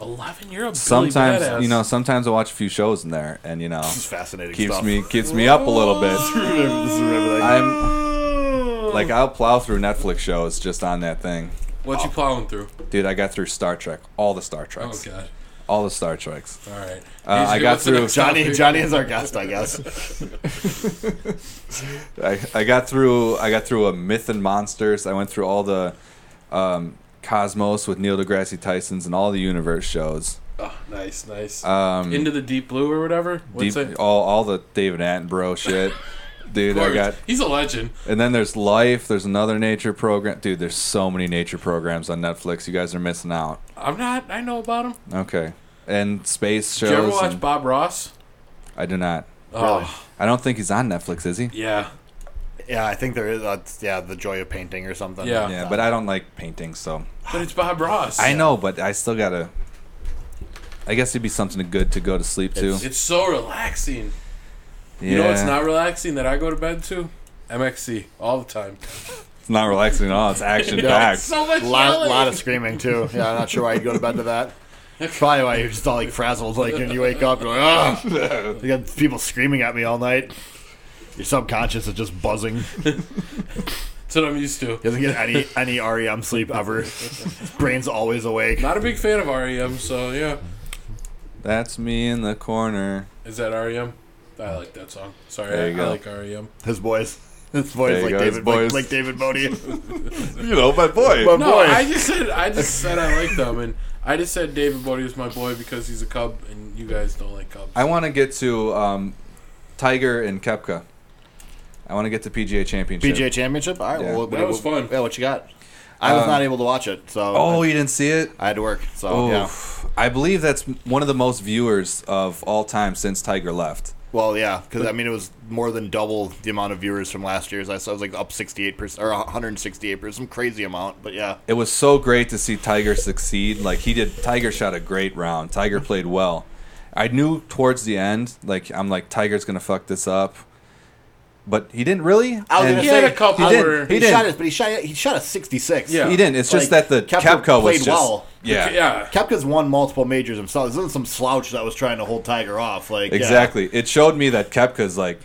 [SPEAKER 3] eleven. You're a Billy badass.
[SPEAKER 2] Sometimes you know, sometimes I watch a few shows in there, and you know,
[SPEAKER 1] It's fascinating
[SPEAKER 2] keeps
[SPEAKER 1] stuff.
[SPEAKER 2] me keeps me up a little bit.
[SPEAKER 1] this is riveting.
[SPEAKER 2] I'm like I'll plow through Netflix shows just on that thing,
[SPEAKER 3] what you plowing through?
[SPEAKER 2] dude. I got through Star Trek, all the Star
[SPEAKER 3] Oh
[SPEAKER 2] Treks,
[SPEAKER 3] god.
[SPEAKER 2] all the Star Treks.
[SPEAKER 3] All right.
[SPEAKER 2] Uh, I
[SPEAKER 3] Usually,
[SPEAKER 2] got
[SPEAKER 3] what's the
[SPEAKER 2] through-
[SPEAKER 3] next
[SPEAKER 1] Johnny
[SPEAKER 3] topic?
[SPEAKER 1] Johnny is our guest, I guess.
[SPEAKER 2] I, I got through I got through a Myth and Monsters. I went through all the um, Cosmos with Neil deGrasse Tyson's and all the Universe shows.
[SPEAKER 3] Oh, nice, nice.
[SPEAKER 2] Um,
[SPEAKER 3] Into the deep blue or whatever. What's
[SPEAKER 2] deep,
[SPEAKER 3] it?
[SPEAKER 2] all all the David Attenborough shit, dude. I got
[SPEAKER 3] He's a legend.
[SPEAKER 2] And then there's Life. There's another nature program. Dude, there's so many nature programs on Netflix. You guys are missing out.
[SPEAKER 3] I'm not. I know about him.
[SPEAKER 2] Okay. And space shows.
[SPEAKER 3] Did you ever watch
[SPEAKER 2] and-
[SPEAKER 3] Bob Ross?
[SPEAKER 2] I do not.
[SPEAKER 1] Really?
[SPEAKER 3] Oh,
[SPEAKER 2] I don't think he's on Netflix, is he?
[SPEAKER 3] yeah.
[SPEAKER 1] Yeah, I think there is. Uh, yeah, the joy of painting or something.
[SPEAKER 3] Yeah.
[SPEAKER 2] Yeah, but I don't like painting, so
[SPEAKER 3] But it's Bob Ross.
[SPEAKER 2] I know. But I still gotta. I guess it'd be something good to go to sleep to.
[SPEAKER 3] It's so relaxing.
[SPEAKER 2] yeah.
[SPEAKER 3] You know what's not relaxing that I go to bed to? MXC all the time.
[SPEAKER 2] It's not relaxing at all. It's action packed.
[SPEAKER 3] So much
[SPEAKER 1] lot,
[SPEAKER 3] yelling.
[SPEAKER 1] lot of screaming too. Yeah, I'm not sure why you'd go to bed to that. Probably why you're just all like frazzled, like when you wake up, you're like, oh, you got people screaming at me all night. Your subconscious is just buzzing. He
[SPEAKER 3] That's what I'm used to.
[SPEAKER 1] doesn't get any any REM sleep ever. His brain's always awake.
[SPEAKER 3] Not a big fan of REM, so yeah.
[SPEAKER 2] That's me in the corner.
[SPEAKER 3] Is that REM? I like that song. Sorry,
[SPEAKER 2] There you
[SPEAKER 3] I, I
[SPEAKER 2] go.
[SPEAKER 3] like E REM.
[SPEAKER 1] His boys, his
[SPEAKER 2] There
[SPEAKER 1] boys
[SPEAKER 2] you
[SPEAKER 1] like
[SPEAKER 2] go, his
[SPEAKER 1] David, like,
[SPEAKER 2] boys.
[SPEAKER 1] like David Bodie.
[SPEAKER 2] You know, my boy.
[SPEAKER 1] My
[SPEAKER 3] No,
[SPEAKER 1] Oh, boy.
[SPEAKER 3] I just said I just said I like them, and I just said David Bodie is my boy because he's a Cub, and you guys don't like Cubs.
[SPEAKER 2] I want to get to um, Tiger and Kepka. I want to get to PGA Championship.
[SPEAKER 1] PGA Championship. All right,
[SPEAKER 2] Yeah.
[SPEAKER 1] well, what-
[SPEAKER 3] That was
[SPEAKER 1] what-
[SPEAKER 3] fun.
[SPEAKER 1] Yeah, what you got? I was
[SPEAKER 2] Um,
[SPEAKER 1] not able to watch it, so
[SPEAKER 2] Oh,
[SPEAKER 1] I,
[SPEAKER 2] you didn't see it?
[SPEAKER 1] I had to work. So
[SPEAKER 2] Oh,
[SPEAKER 1] yeah.
[SPEAKER 2] I believe that's one of the most viewers of all time since Tiger left.
[SPEAKER 1] Well, yeah, because I mean it was more than double the amount of viewers from last year's. I saw it was like up sixty eight percent or one hundred sixty eight percent, some crazy amount. But yeah,
[SPEAKER 2] It was so great to see Tiger succeed. Like he did, Tiger shot a great round. Tiger played well. I knew towards the end, like I'm like Tiger's gonna fuck this up, but he didn't really.
[SPEAKER 1] I was
[SPEAKER 2] And-
[SPEAKER 1] gonna
[SPEAKER 3] He
[SPEAKER 1] say
[SPEAKER 3] had a couple
[SPEAKER 2] he didn't-
[SPEAKER 3] where-
[SPEAKER 2] he
[SPEAKER 1] he,
[SPEAKER 2] didn't.
[SPEAKER 1] shot it, but he shot it, he shot a sixty six.
[SPEAKER 3] Yeah.
[SPEAKER 2] He didn't. It's just
[SPEAKER 1] Like,
[SPEAKER 2] that the
[SPEAKER 1] Koepka
[SPEAKER 2] Kepka was
[SPEAKER 1] played
[SPEAKER 2] just
[SPEAKER 1] well.
[SPEAKER 2] yeah,
[SPEAKER 3] yeah.
[SPEAKER 1] Kepka's won multiple majors himself. This isn't some slouch that was trying to hold Tiger off. Like yeah.
[SPEAKER 2] exactly. It showed me that Kepka's like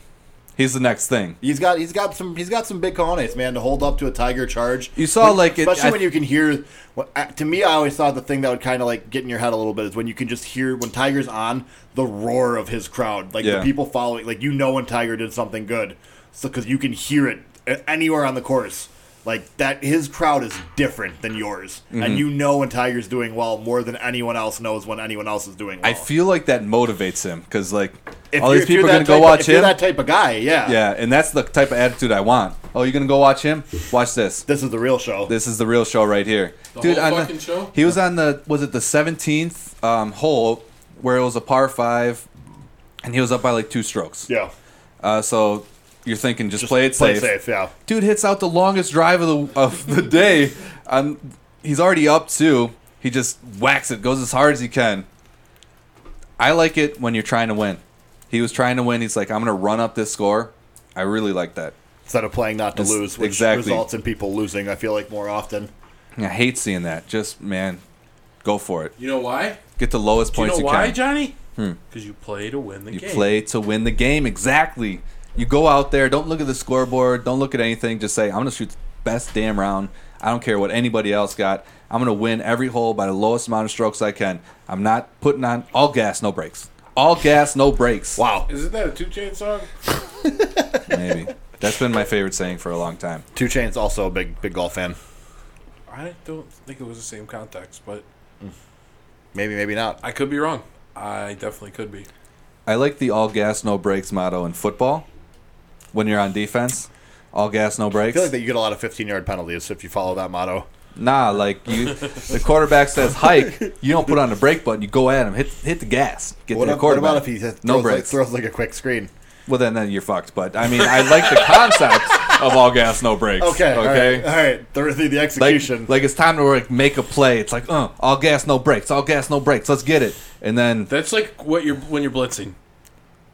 [SPEAKER 2] He's the next thing.
[SPEAKER 1] He's got he's got some he's got some big cojones, man, to hold up to a tiger charge.
[SPEAKER 2] You saw,
[SPEAKER 1] When-
[SPEAKER 2] like, it-
[SPEAKER 1] especially
[SPEAKER 2] I-
[SPEAKER 1] when you can hear. what- uh, To me, I always thought the thing that would kind of like get in your head a little bit is when you can just hear when Tiger's on the roar of his crowd, like
[SPEAKER 2] Yeah.
[SPEAKER 1] the people following, like you know when Tiger did something good, so because you can hear it a- anywhere on the course. Like that, his crowd is different than yours,
[SPEAKER 2] Mm-hmm.
[SPEAKER 1] and you know when Tiger's doing well more than anyone else knows when anyone else is doing well.
[SPEAKER 2] I feel like that motivates him because like
[SPEAKER 1] If
[SPEAKER 2] all
[SPEAKER 1] you're-
[SPEAKER 2] these
[SPEAKER 1] if you're
[SPEAKER 2] people are
[SPEAKER 1] that
[SPEAKER 2] gonna go
[SPEAKER 1] type of-
[SPEAKER 2] watch
[SPEAKER 1] if you're
[SPEAKER 2] him.
[SPEAKER 1] that type of guy, yeah,
[SPEAKER 2] yeah, and that's the type of attitude I want. Oh, you're gonna go watch him? Watch this.
[SPEAKER 1] This is the real show.
[SPEAKER 2] This is the real show right here,
[SPEAKER 3] The
[SPEAKER 2] dude.
[SPEAKER 3] whole
[SPEAKER 2] on the-
[SPEAKER 3] fucking show?
[SPEAKER 2] He was on the was it the seventeenth um, hole where it was a par five, and he was up by like two strokes.
[SPEAKER 1] yeah,
[SPEAKER 2] Uh, so you're thinking just, play it
[SPEAKER 1] play
[SPEAKER 2] safe.
[SPEAKER 1] safe, yeah.
[SPEAKER 2] Dude hits out the longest drive of the of the day. Um, he's already up two. He just whacks it, goes as hard as he can. I like it when you're trying to win. He was trying to win. He's like, I'm gonna run up this score. I really like that.
[SPEAKER 1] instead of playing not to
[SPEAKER 2] It's-
[SPEAKER 1] lose, which
[SPEAKER 2] exactly.
[SPEAKER 1] results in people losing. I feel like more often.
[SPEAKER 2] I hate seeing that. Just man, go for it.
[SPEAKER 3] You know why?
[SPEAKER 2] Get the lowest
[SPEAKER 3] Do you
[SPEAKER 2] points
[SPEAKER 3] know
[SPEAKER 2] you,
[SPEAKER 3] why,
[SPEAKER 2] can.
[SPEAKER 3] Johnny? Because you play to win the
[SPEAKER 2] You
[SPEAKER 3] game.
[SPEAKER 2] play to win the game. Exactly. You go out there. Don't look at the scoreboard. Don't look at anything. Just say, I'm going to shoot the best damn round. I don't care what anybody else got. I'm going to win every hole by the lowest amount of strokes I can. I'm not putting on all gas, no brakes. All gas, no brakes.
[SPEAKER 1] Wow,
[SPEAKER 3] Isn't that a two chain song?
[SPEAKER 2] Maybe. That's been my favorite saying for a long time.
[SPEAKER 1] Two Chain's also a big big golf fan.
[SPEAKER 3] I don't think it was the same context, but
[SPEAKER 1] Maybe maybe not.
[SPEAKER 3] I could be wrong. I definitely could be.
[SPEAKER 2] I like the all gas, no brakes motto in football when you're on defense. All gas, no
[SPEAKER 1] I
[SPEAKER 2] brakes.
[SPEAKER 1] feel like that you get a lot of 15 yard penalties if you follow that motto.
[SPEAKER 2] Nah, like you, the quarterback says hike. You don't put on the brake button. You go at him. Hit hit the gas. Get
[SPEAKER 1] What,
[SPEAKER 2] to
[SPEAKER 1] ab-
[SPEAKER 2] the
[SPEAKER 1] what
[SPEAKER 2] quarterback.
[SPEAKER 1] about if he hit- throws,
[SPEAKER 2] no
[SPEAKER 1] like,
[SPEAKER 2] brakes?
[SPEAKER 1] throws like a quick screen?
[SPEAKER 2] well, then then you're fucked. But I mean, I like the concept of all gas, no brakes.
[SPEAKER 1] Okay, okay, all
[SPEAKER 2] okay.
[SPEAKER 1] right. Uh, All right. The, the, the execution.
[SPEAKER 2] Like, like it's time to like make a play. It's like, uh, all gas, no brakes. All gas, no brakes. Let's get it. And then
[SPEAKER 3] That's like what you're when you're blitzing.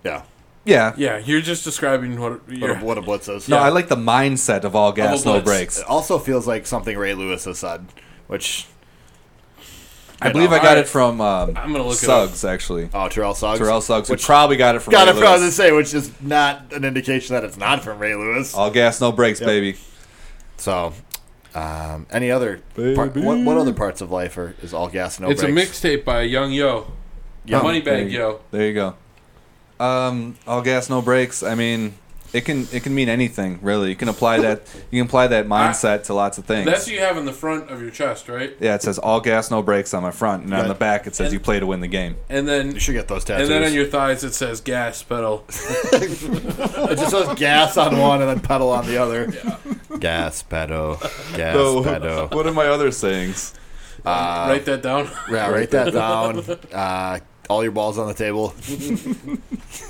[SPEAKER 1] yeah.
[SPEAKER 2] yeah,
[SPEAKER 3] Yeah, you're just describing what
[SPEAKER 1] What
[SPEAKER 3] you're.
[SPEAKER 1] a, what a blitz is.
[SPEAKER 2] no, I like the mindset of all gas, no
[SPEAKER 3] blitz.
[SPEAKER 2] brakes.
[SPEAKER 1] It also feels like something Ray Lewis has said, which
[SPEAKER 2] I believe
[SPEAKER 3] know.
[SPEAKER 2] I got
[SPEAKER 3] All
[SPEAKER 2] it from um,
[SPEAKER 3] I'm gonna look it up.
[SPEAKER 2] Suggs actually.
[SPEAKER 1] oh Terrell Suggs.
[SPEAKER 2] Terrell Suggs, who
[SPEAKER 1] Which
[SPEAKER 2] probably got it from.
[SPEAKER 1] got
[SPEAKER 2] Ray
[SPEAKER 1] it from I was gonna
[SPEAKER 2] Lewis.
[SPEAKER 1] say, which is not an indication that it's not from Ray Lewis.
[SPEAKER 2] All gas, no brakes, baby.
[SPEAKER 1] So, um, any other par-
[SPEAKER 2] Baby.
[SPEAKER 1] what, what other parts of life are is all gas no
[SPEAKER 3] it's a
[SPEAKER 1] brakes?
[SPEAKER 3] mixtape by Young Yo,
[SPEAKER 1] Yeah.
[SPEAKER 2] There
[SPEAKER 3] Moneybag
[SPEAKER 2] you-
[SPEAKER 3] Yo.
[SPEAKER 2] There you go. Um, all gas, no brakes. I mean, it can it can mean anything really. You can apply that you can apply that mindset to lots of things.
[SPEAKER 3] That's what you have in the front of your chest, right?
[SPEAKER 2] yeah, it says all gas, no brakes on my front, and on
[SPEAKER 1] Right.
[SPEAKER 2] the back it says
[SPEAKER 3] And-
[SPEAKER 2] you play to win the game.
[SPEAKER 3] And then
[SPEAKER 1] You should get those tattoos.
[SPEAKER 3] and then on your thighs it says gas pedal.
[SPEAKER 1] it just says gas on one and then pedal on the other. Gas pedal, gas pedal.
[SPEAKER 2] what are my other sayings? Uh,
[SPEAKER 3] Write that down.
[SPEAKER 1] Yeah, write that down. Uh, all your balls on the table.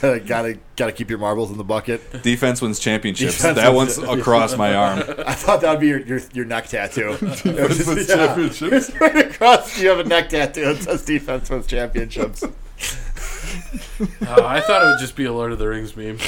[SPEAKER 1] gotta, gotta gotta keep your marbles in the bucket.
[SPEAKER 2] Defense wins championships.
[SPEAKER 1] Defense
[SPEAKER 2] that
[SPEAKER 1] wins-
[SPEAKER 2] one's across my arm.
[SPEAKER 1] I thought that'd be your your, your neck tattoo. Yeah. right across, you have a neck tattoo that says defense wins championships.
[SPEAKER 3] Uh, I thought it would just be a Lord of the Rings meme.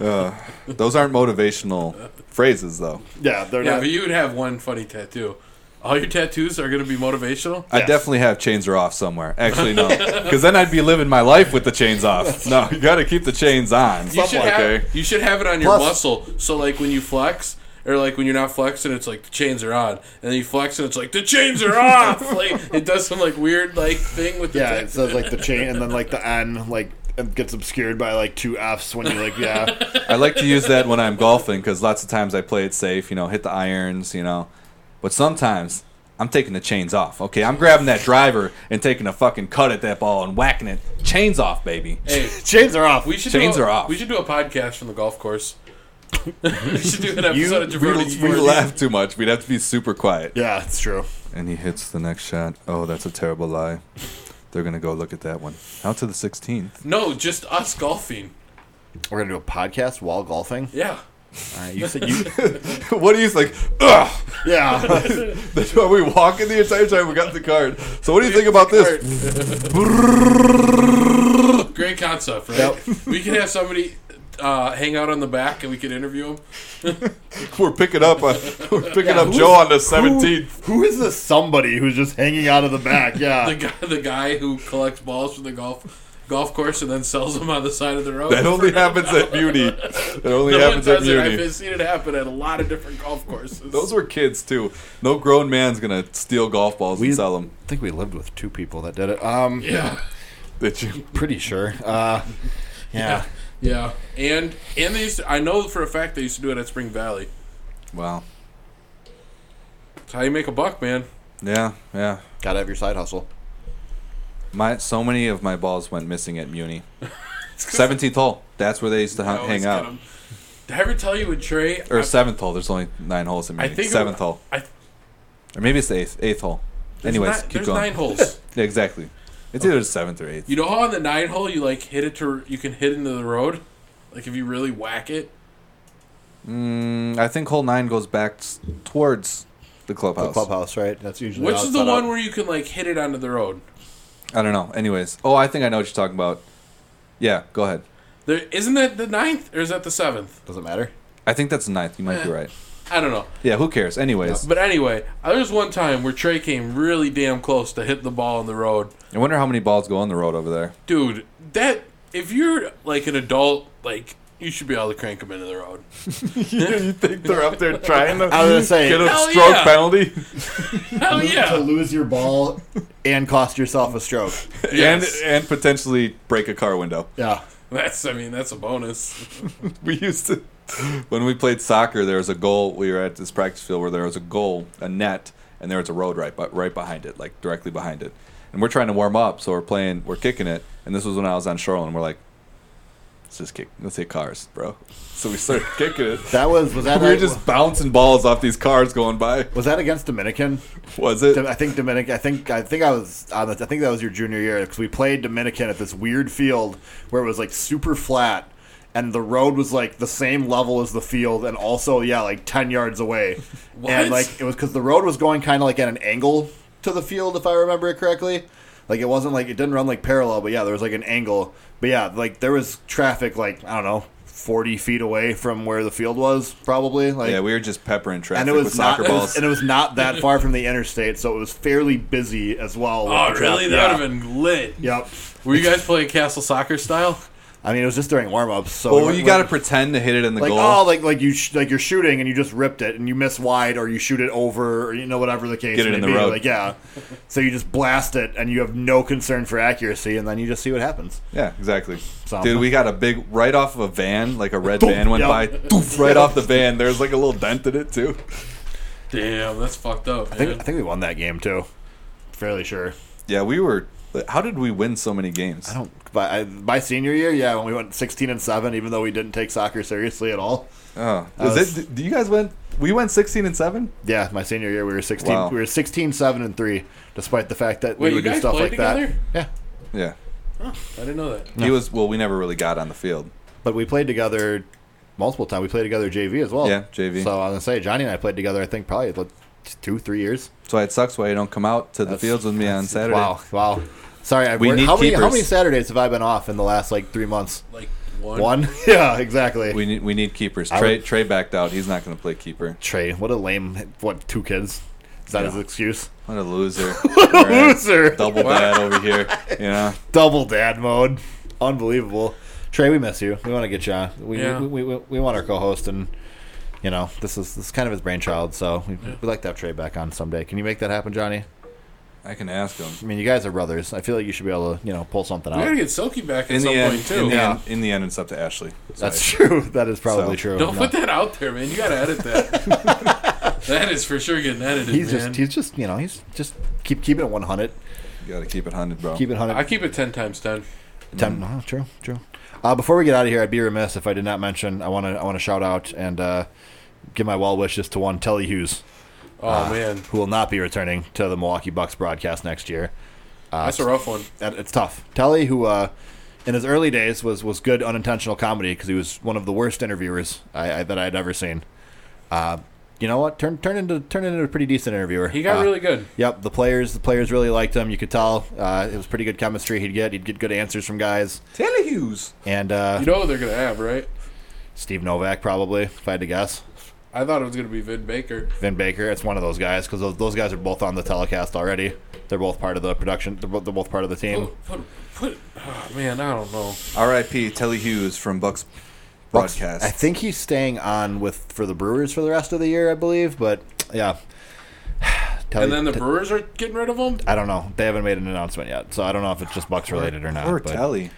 [SPEAKER 2] Uh, those aren't motivational phrases though.
[SPEAKER 1] Yeah, they're
[SPEAKER 3] Yeah,
[SPEAKER 1] not.
[SPEAKER 3] but you would have one funny tattoo. All your tattoos are going to be motivational.
[SPEAKER 2] I
[SPEAKER 1] Yes.
[SPEAKER 2] definitely have chains are off somewhere. Actually, no, because then I'd be living my life with the chains off. No, you got to keep the chains on.
[SPEAKER 3] You should, have,
[SPEAKER 2] okay?
[SPEAKER 3] you should have it on your
[SPEAKER 1] Plus-
[SPEAKER 3] muscle. So, like, when you flex, or like when you're not flexing, it's like the chains are on. And then you flex and it's like the chains are off. like, it does some like weird like thing with the
[SPEAKER 1] Yeah,
[SPEAKER 3] tattoo.
[SPEAKER 1] it says like the chain, and then like the N, like it gets obscured by like two Fs when you like yeah.
[SPEAKER 2] I like to use that when I'm golfing because lots of times I play it safe, you know, hit the irons, you know. But sometimes I'm taking the chains off. Okay, I'm grabbing that driver and taking a fucking cut at that ball and whacking it. Chains off, baby.
[SPEAKER 3] Hey,
[SPEAKER 1] Chains are off.
[SPEAKER 3] we should
[SPEAKER 2] Chains
[SPEAKER 3] do a,
[SPEAKER 2] are off.
[SPEAKER 3] We should do a podcast from the golf course. we should do an episode
[SPEAKER 1] You-
[SPEAKER 3] of Jabroni
[SPEAKER 2] We
[SPEAKER 3] Sports.
[SPEAKER 2] laugh too much. We'd have to be super quiet.
[SPEAKER 1] yeah, it's true.
[SPEAKER 2] And he hits the next shot. Oh, that's a terrible lie. They're gonna go look at that one. Out to the 16th.
[SPEAKER 3] No, just us golfing.
[SPEAKER 1] We're gonna do a podcast while golfing.
[SPEAKER 3] Yeah.
[SPEAKER 1] All right, you said you.
[SPEAKER 2] what do you think? Ugh.
[SPEAKER 1] yeah,
[SPEAKER 2] Are we walking the entire time? We got the card. So what do you think about this?
[SPEAKER 3] Great concept, right?
[SPEAKER 1] Yep.
[SPEAKER 3] We could have somebody uh, hang out on the back and we could interview him.
[SPEAKER 2] We're picking up. On, we're picking
[SPEAKER 1] Yeah,
[SPEAKER 2] up
[SPEAKER 1] who's-
[SPEAKER 2] Joe on the
[SPEAKER 1] who,
[SPEAKER 2] 17th.
[SPEAKER 1] who is this somebody who's just hanging out of the back?
[SPEAKER 3] The
[SPEAKER 1] Yeah,
[SPEAKER 3] guy, the guy who collects balls from the golf golf course and then sells them on the side of the road.
[SPEAKER 2] That only
[SPEAKER 3] for-
[SPEAKER 2] happens at Muni. That only
[SPEAKER 3] No one
[SPEAKER 2] happens at
[SPEAKER 3] does it.
[SPEAKER 2] Muni.
[SPEAKER 3] I've seen it happen at a lot of different golf courses.
[SPEAKER 2] Those were kids too. No grown man's gonna steal golf balls
[SPEAKER 1] We-
[SPEAKER 2] and sell them.
[SPEAKER 1] I think we lived with two people that did it. Um,
[SPEAKER 3] yeah,
[SPEAKER 2] That you
[SPEAKER 1] pretty sure. Uh, yeah.
[SPEAKER 3] yeah, and and they used to, I know for a fact they used to do it at Spring Valley.
[SPEAKER 2] wow.
[SPEAKER 3] That's how you make a buck, man.
[SPEAKER 2] Yeah, yeah.
[SPEAKER 1] gotta have your side hustle.
[SPEAKER 2] My so many of my balls went missing at Muni. Seventeenth hole. That's where they used to
[SPEAKER 3] I
[SPEAKER 2] ha-
[SPEAKER 3] always
[SPEAKER 2] hang
[SPEAKER 3] get
[SPEAKER 2] out.
[SPEAKER 3] 'em. Did I ever tell you with Trey?
[SPEAKER 2] Or
[SPEAKER 3] I-
[SPEAKER 2] seventh hole. There's only nine holes in
[SPEAKER 3] I
[SPEAKER 2] Muni.
[SPEAKER 3] think it-
[SPEAKER 2] seventh hole,
[SPEAKER 3] I,
[SPEAKER 2] or maybe it's the eighth. Eighth hole.
[SPEAKER 3] there's
[SPEAKER 2] Anyways,
[SPEAKER 3] ni-
[SPEAKER 2] keep
[SPEAKER 3] there's
[SPEAKER 2] going.
[SPEAKER 3] nine holes.
[SPEAKER 2] Yeah, exactly. It's either the seventh or eighth.
[SPEAKER 3] You know how on the nine hole you like hit it to you can hit into the road, like if you really whack it.
[SPEAKER 2] Mm, I think hole nine goes back s- towards the clubhouse.
[SPEAKER 1] The clubhouse, right? That's usually
[SPEAKER 3] Which
[SPEAKER 1] how
[SPEAKER 3] is
[SPEAKER 1] it's
[SPEAKER 3] the
[SPEAKER 1] set
[SPEAKER 3] one
[SPEAKER 1] up.
[SPEAKER 3] where you can like hit it onto the road?
[SPEAKER 2] I don't know. Anyways, oh, I think I know what you're talking about. Yeah, go ahead.
[SPEAKER 3] There isn't that the ninth or is that the seventh?
[SPEAKER 1] doesn't matter.
[SPEAKER 2] I think that's the ninth. You might be
[SPEAKER 3] Eh.
[SPEAKER 2] right.
[SPEAKER 3] I don't know.
[SPEAKER 2] Yeah, who cares? Anyways,
[SPEAKER 3] But anyway, there was one time where Trey came really damn close to hitting the ball on the road.
[SPEAKER 2] I wonder how many balls go on the road over there.
[SPEAKER 3] Dude, that if you're like an adult, like you should be able to crank them into the road.
[SPEAKER 2] you think they're up there trying to
[SPEAKER 1] I was gonna say
[SPEAKER 2] get a
[SPEAKER 3] Hell
[SPEAKER 2] stroke
[SPEAKER 3] yeah.
[SPEAKER 2] penalty?
[SPEAKER 3] Hell
[SPEAKER 1] to
[SPEAKER 3] yeah!
[SPEAKER 1] lose your ball and cost yourself a stroke.
[SPEAKER 3] Yes.
[SPEAKER 2] and and potentially break a car window.
[SPEAKER 1] Yeah.
[SPEAKER 3] That's I mean that's a bonus.
[SPEAKER 1] Oh,
[SPEAKER 2] We used to when we played soccer. There was a goal. We were at this practice field where there was a goal, a net, and there was a road right, but right behind it, like directly behind it. And we're trying to warm up, so we're playing, we're kicking it. And this was when I was on Shoreland. We're like, let's just kick, let's hit cars, bro. So we started kicking it.
[SPEAKER 1] That was was that
[SPEAKER 2] we were
[SPEAKER 1] like-
[SPEAKER 2] just bouncing balls off these cars going by.
[SPEAKER 1] was that against Dominican?
[SPEAKER 2] Was it?
[SPEAKER 1] I think Dominic. I think I think I was. on the I think that was your junior year because we played Dominican at this weird field where it was like super flat, and the road was like the same level as the field, and also yeah, like ten yards away.
[SPEAKER 3] What?
[SPEAKER 1] And like it was because the road was going kind of like at an angle to the field, if I remember it correctly. Like it wasn't like it didn't run like parallel, but yeah, there was like an angle. But yeah, like there was traffic like I don't know. 40 feet away from where the field was probably like
[SPEAKER 2] yeah, we were just peppering traffic
[SPEAKER 1] and it was
[SPEAKER 2] with
[SPEAKER 1] not,
[SPEAKER 2] soccer
[SPEAKER 1] it was-
[SPEAKER 2] balls.
[SPEAKER 1] and it was not that far from the interstate, so it was fairly busy as well. with
[SPEAKER 3] Oh
[SPEAKER 1] the
[SPEAKER 3] really?
[SPEAKER 1] traffic.
[SPEAKER 3] That
[SPEAKER 1] yeah.
[SPEAKER 3] would have been lit.
[SPEAKER 1] Yep.
[SPEAKER 3] Were you guys playing castle soccer style?
[SPEAKER 1] I mean, it was just during warm-ups, so we
[SPEAKER 2] well,
[SPEAKER 1] weren't-
[SPEAKER 2] you got to pretend to hit it in the
[SPEAKER 1] like
[SPEAKER 2] goal.
[SPEAKER 1] oh, like like you sh- like you're shooting and you just ripped it and you miss wide or you shoot it over or you know whatever the case
[SPEAKER 2] Get it
[SPEAKER 1] may
[SPEAKER 2] in the
[SPEAKER 1] be.
[SPEAKER 2] road.
[SPEAKER 1] Like yeah, so you just blast it and you have no concern for accuracy, and then you just see what happens.
[SPEAKER 2] Yeah, exactly.
[SPEAKER 1] So-
[SPEAKER 2] Dude, we got a big right off of a van, like a red
[SPEAKER 1] Doof,
[SPEAKER 2] van went
[SPEAKER 1] yeah.
[SPEAKER 2] by, doof, right off the van. There's like a little dent in it too.
[SPEAKER 3] Damn, that's fucked up. Man.
[SPEAKER 1] I think I think we won that game too. Fairly sure.
[SPEAKER 2] Yeah, we were. How did we win so many games?
[SPEAKER 1] I don't. By, I, my senior year, yeah, when we went 16 and seven, even though we didn't take soccer seriously at all.
[SPEAKER 2] Oh,
[SPEAKER 1] I
[SPEAKER 2] is
[SPEAKER 1] was-
[SPEAKER 2] it? Do you guys went? We went sixteen and seven.
[SPEAKER 1] Yeah, my senior year we were 16
[SPEAKER 2] Wow.
[SPEAKER 1] we were 16 7 and 3 despite the fact that
[SPEAKER 3] Wait,
[SPEAKER 1] we
[SPEAKER 3] you
[SPEAKER 1] would do
[SPEAKER 3] guys
[SPEAKER 1] stuff
[SPEAKER 3] played
[SPEAKER 1] like
[SPEAKER 3] together?
[SPEAKER 1] that.
[SPEAKER 2] Yeah,
[SPEAKER 3] I didn't know that.
[SPEAKER 2] he was. Well, we never really got on the field.
[SPEAKER 1] Yeah. But we played together multiple times. We played together JV as well.
[SPEAKER 2] Yeah, JV.
[SPEAKER 1] So I was going to say Johnny and I played together I think probably like 2 3 years.
[SPEAKER 2] So it sucks why you don't come out to the
[SPEAKER 1] That's-
[SPEAKER 2] fields with me on Saturday.
[SPEAKER 1] Wow. Wow. Sorry, I've
[SPEAKER 2] We
[SPEAKER 1] worked-
[SPEAKER 2] need
[SPEAKER 1] how many how
[SPEAKER 2] keepers.
[SPEAKER 1] many Saturdays have I been off in the last like 3 months?
[SPEAKER 3] Like one.
[SPEAKER 1] One? yeah, exactly.
[SPEAKER 2] We need we need keepers.
[SPEAKER 1] I
[SPEAKER 2] Trey
[SPEAKER 1] would-
[SPEAKER 2] Trey backed out. He's not going to play keeper.
[SPEAKER 1] Trey, what a lame what two kids. Is that
[SPEAKER 2] Yeah.
[SPEAKER 1] his excuse?
[SPEAKER 2] What a loser! All right.
[SPEAKER 1] Loser.
[SPEAKER 2] Double bad over here. Yeah.
[SPEAKER 1] Double dad mode. Unbelievable. Trey, we miss you. We want to get you on. We,
[SPEAKER 3] Yeah.
[SPEAKER 1] we, we, we want our co-host, and you know this is this is kind of his brainchild. So we, we'd like to have Trey back on someday. Can you make that happen, Johnny?
[SPEAKER 2] I can ask him.
[SPEAKER 1] I mean, you guys are brothers. I feel like you should be able to you know pull something
[SPEAKER 3] We gotta
[SPEAKER 1] out.
[SPEAKER 3] get Silky back at
[SPEAKER 2] In the
[SPEAKER 3] some
[SPEAKER 2] end,
[SPEAKER 3] point too.
[SPEAKER 2] in the
[SPEAKER 1] Yeah.
[SPEAKER 2] end, in the end, it's up to Ashley. Sorry.
[SPEAKER 1] That's true. That is probably
[SPEAKER 2] So-
[SPEAKER 1] true.
[SPEAKER 3] Don't
[SPEAKER 1] No.
[SPEAKER 3] put that out there, man. You gotta edit that. that is for sure getting edited,
[SPEAKER 1] He's
[SPEAKER 3] man.
[SPEAKER 1] just he's just you know he's just keep keeping it one hundred.
[SPEAKER 2] You gotta keep it hunted, bro.
[SPEAKER 1] Keep it hundred.
[SPEAKER 3] I keep it ten times ten.
[SPEAKER 1] Ten. Oh, true, true. Uh, before we get out of here, I'd be remiss if I did not mention. I want to. I want to shout out and uh, give my well wishes to one Telly Hughes,
[SPEAKER 3] Oh
[SPEAKER 1] Ah,
[SPEAKER 3] man,
[SPEAKER 1] who will not be returning to the Milwaukee Bucks broadcast next year. ah.
[SPEAKER 3] that's a rough one.
[SPEAKER 1] that- it's tough. Telly, who uh, in his early days was was good unintentional comedy because he was one of the worst interviewers I, I, that I'd ever seen. Uh, you know what? Turn turn into turn into a pretty decent interviewer.
[SPEAKER 3] He got
[SPEAKER 1] Uh,
[SPEAKER 3] really good.
[SPEAKER 1] Yep, the players the players really liked him. You could tell uh, it was pretty good chemistry. He'd get he'd get good answers from guys.
[SPEAKER 2] Telehughes.
[SPEAKER 1] And uh,
[SPEAKER 3] You know what they're gonna have, right?
[SPEAKER 1] Steve Novak probably, if I had to guess.
[SPEAKER 3] I thought it was gonna be Vin Baker.
[SPEAKER 1] Vin Baker. It's one of those guys because those, those guys are both on the telecast already. They're both part of the production. They're, bo- they're both part of the team.
[SPEAKER 3] Put, put, put oh, man, I don't know.
[SPEAKER 2] R.I.P. Telly Hughes from Bucks
[SPEAKER 1] Bucks-
[SPEAKER 2] broadcast.
[SPEAKER 1] I think he's staying on with for the Brewers for the rest of the year, I believe. But yeah, Tell
[SPEAKER 3] And
[SPEAKER 1] you-
[SPEAKER 3] then the
[SPEAKER 1] t-
[SPEAKER 3] Brewers are getting rid of him.
[SPEAKER 1] I don't know. They haven't made an announcement yet, so I don't know if it's just Bucks related or not.
[SPEAKER 2] Poor
[SPEAKER 1] but
[SPEAKER 2] Telly.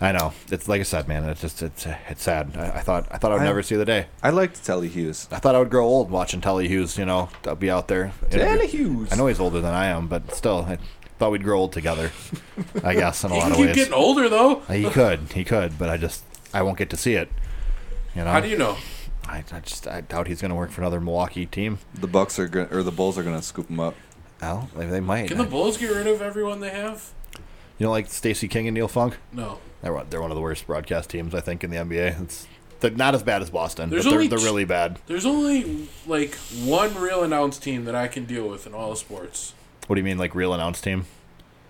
[SPEAKER 1] I know it's like I said, man. It's just it's it's sad. I, I thought I thought I would
[SPEAKER 2] I-
[SPEAKER 1] never see the day.
[SPEAKER 2] I liked Telly Hughes.
[SPEAKER 1] I thought I would grow old watching Telly Hughes. You know, I'll be out there.
[SPEAKER 2] Telly Hughes.
[SPEAKER 1] I know he's older than I am, but still, I thought we'd grow old together. I guess in a
[SPEAKER 3] He
[SPEAKER 1] lot
[SPEAKER 3] can
[SPEAKER 1] of
[SPEAKER 3] keep
[SPEAKER 1] ways.
[SPEAKER 3] getting older though.
[SPEAKER 1] He could, he could, but I just I won't get to see it. You know,
[SPEAKER 3] How do you know?
[SPEAKER 1] I, I just I doubt he's going to work for another Milwaukee team.
[SPEAKER 2] The Bucks are gonna, or the Bulls are gonna scoop him up.
[SPEAKER 1] Well, they, they might.
[SPEAKER 3] Can the Bulls get rid of everyone they have?
[SPEAKER 1] you know, like Stacey King and Neil Funk,
[SPEAKER 3] No.
[SPEAKER 1] they're one, they're one of the worst broadcast teams I think in the NBA. It's they're not as bad as Boston,
[SPEAKER 3] There's
[SPEAKER 1] but they're,
[SPEAKER 3] only
[SPEAKER 1] they're
[SPEAKER 3] t-
[SPEAKER 1] really bad.
[SPEAKER 3] There's only like one real announced team that I can deal with in all of sports.
[SPEAKER 1] What do you mean, like real announced team?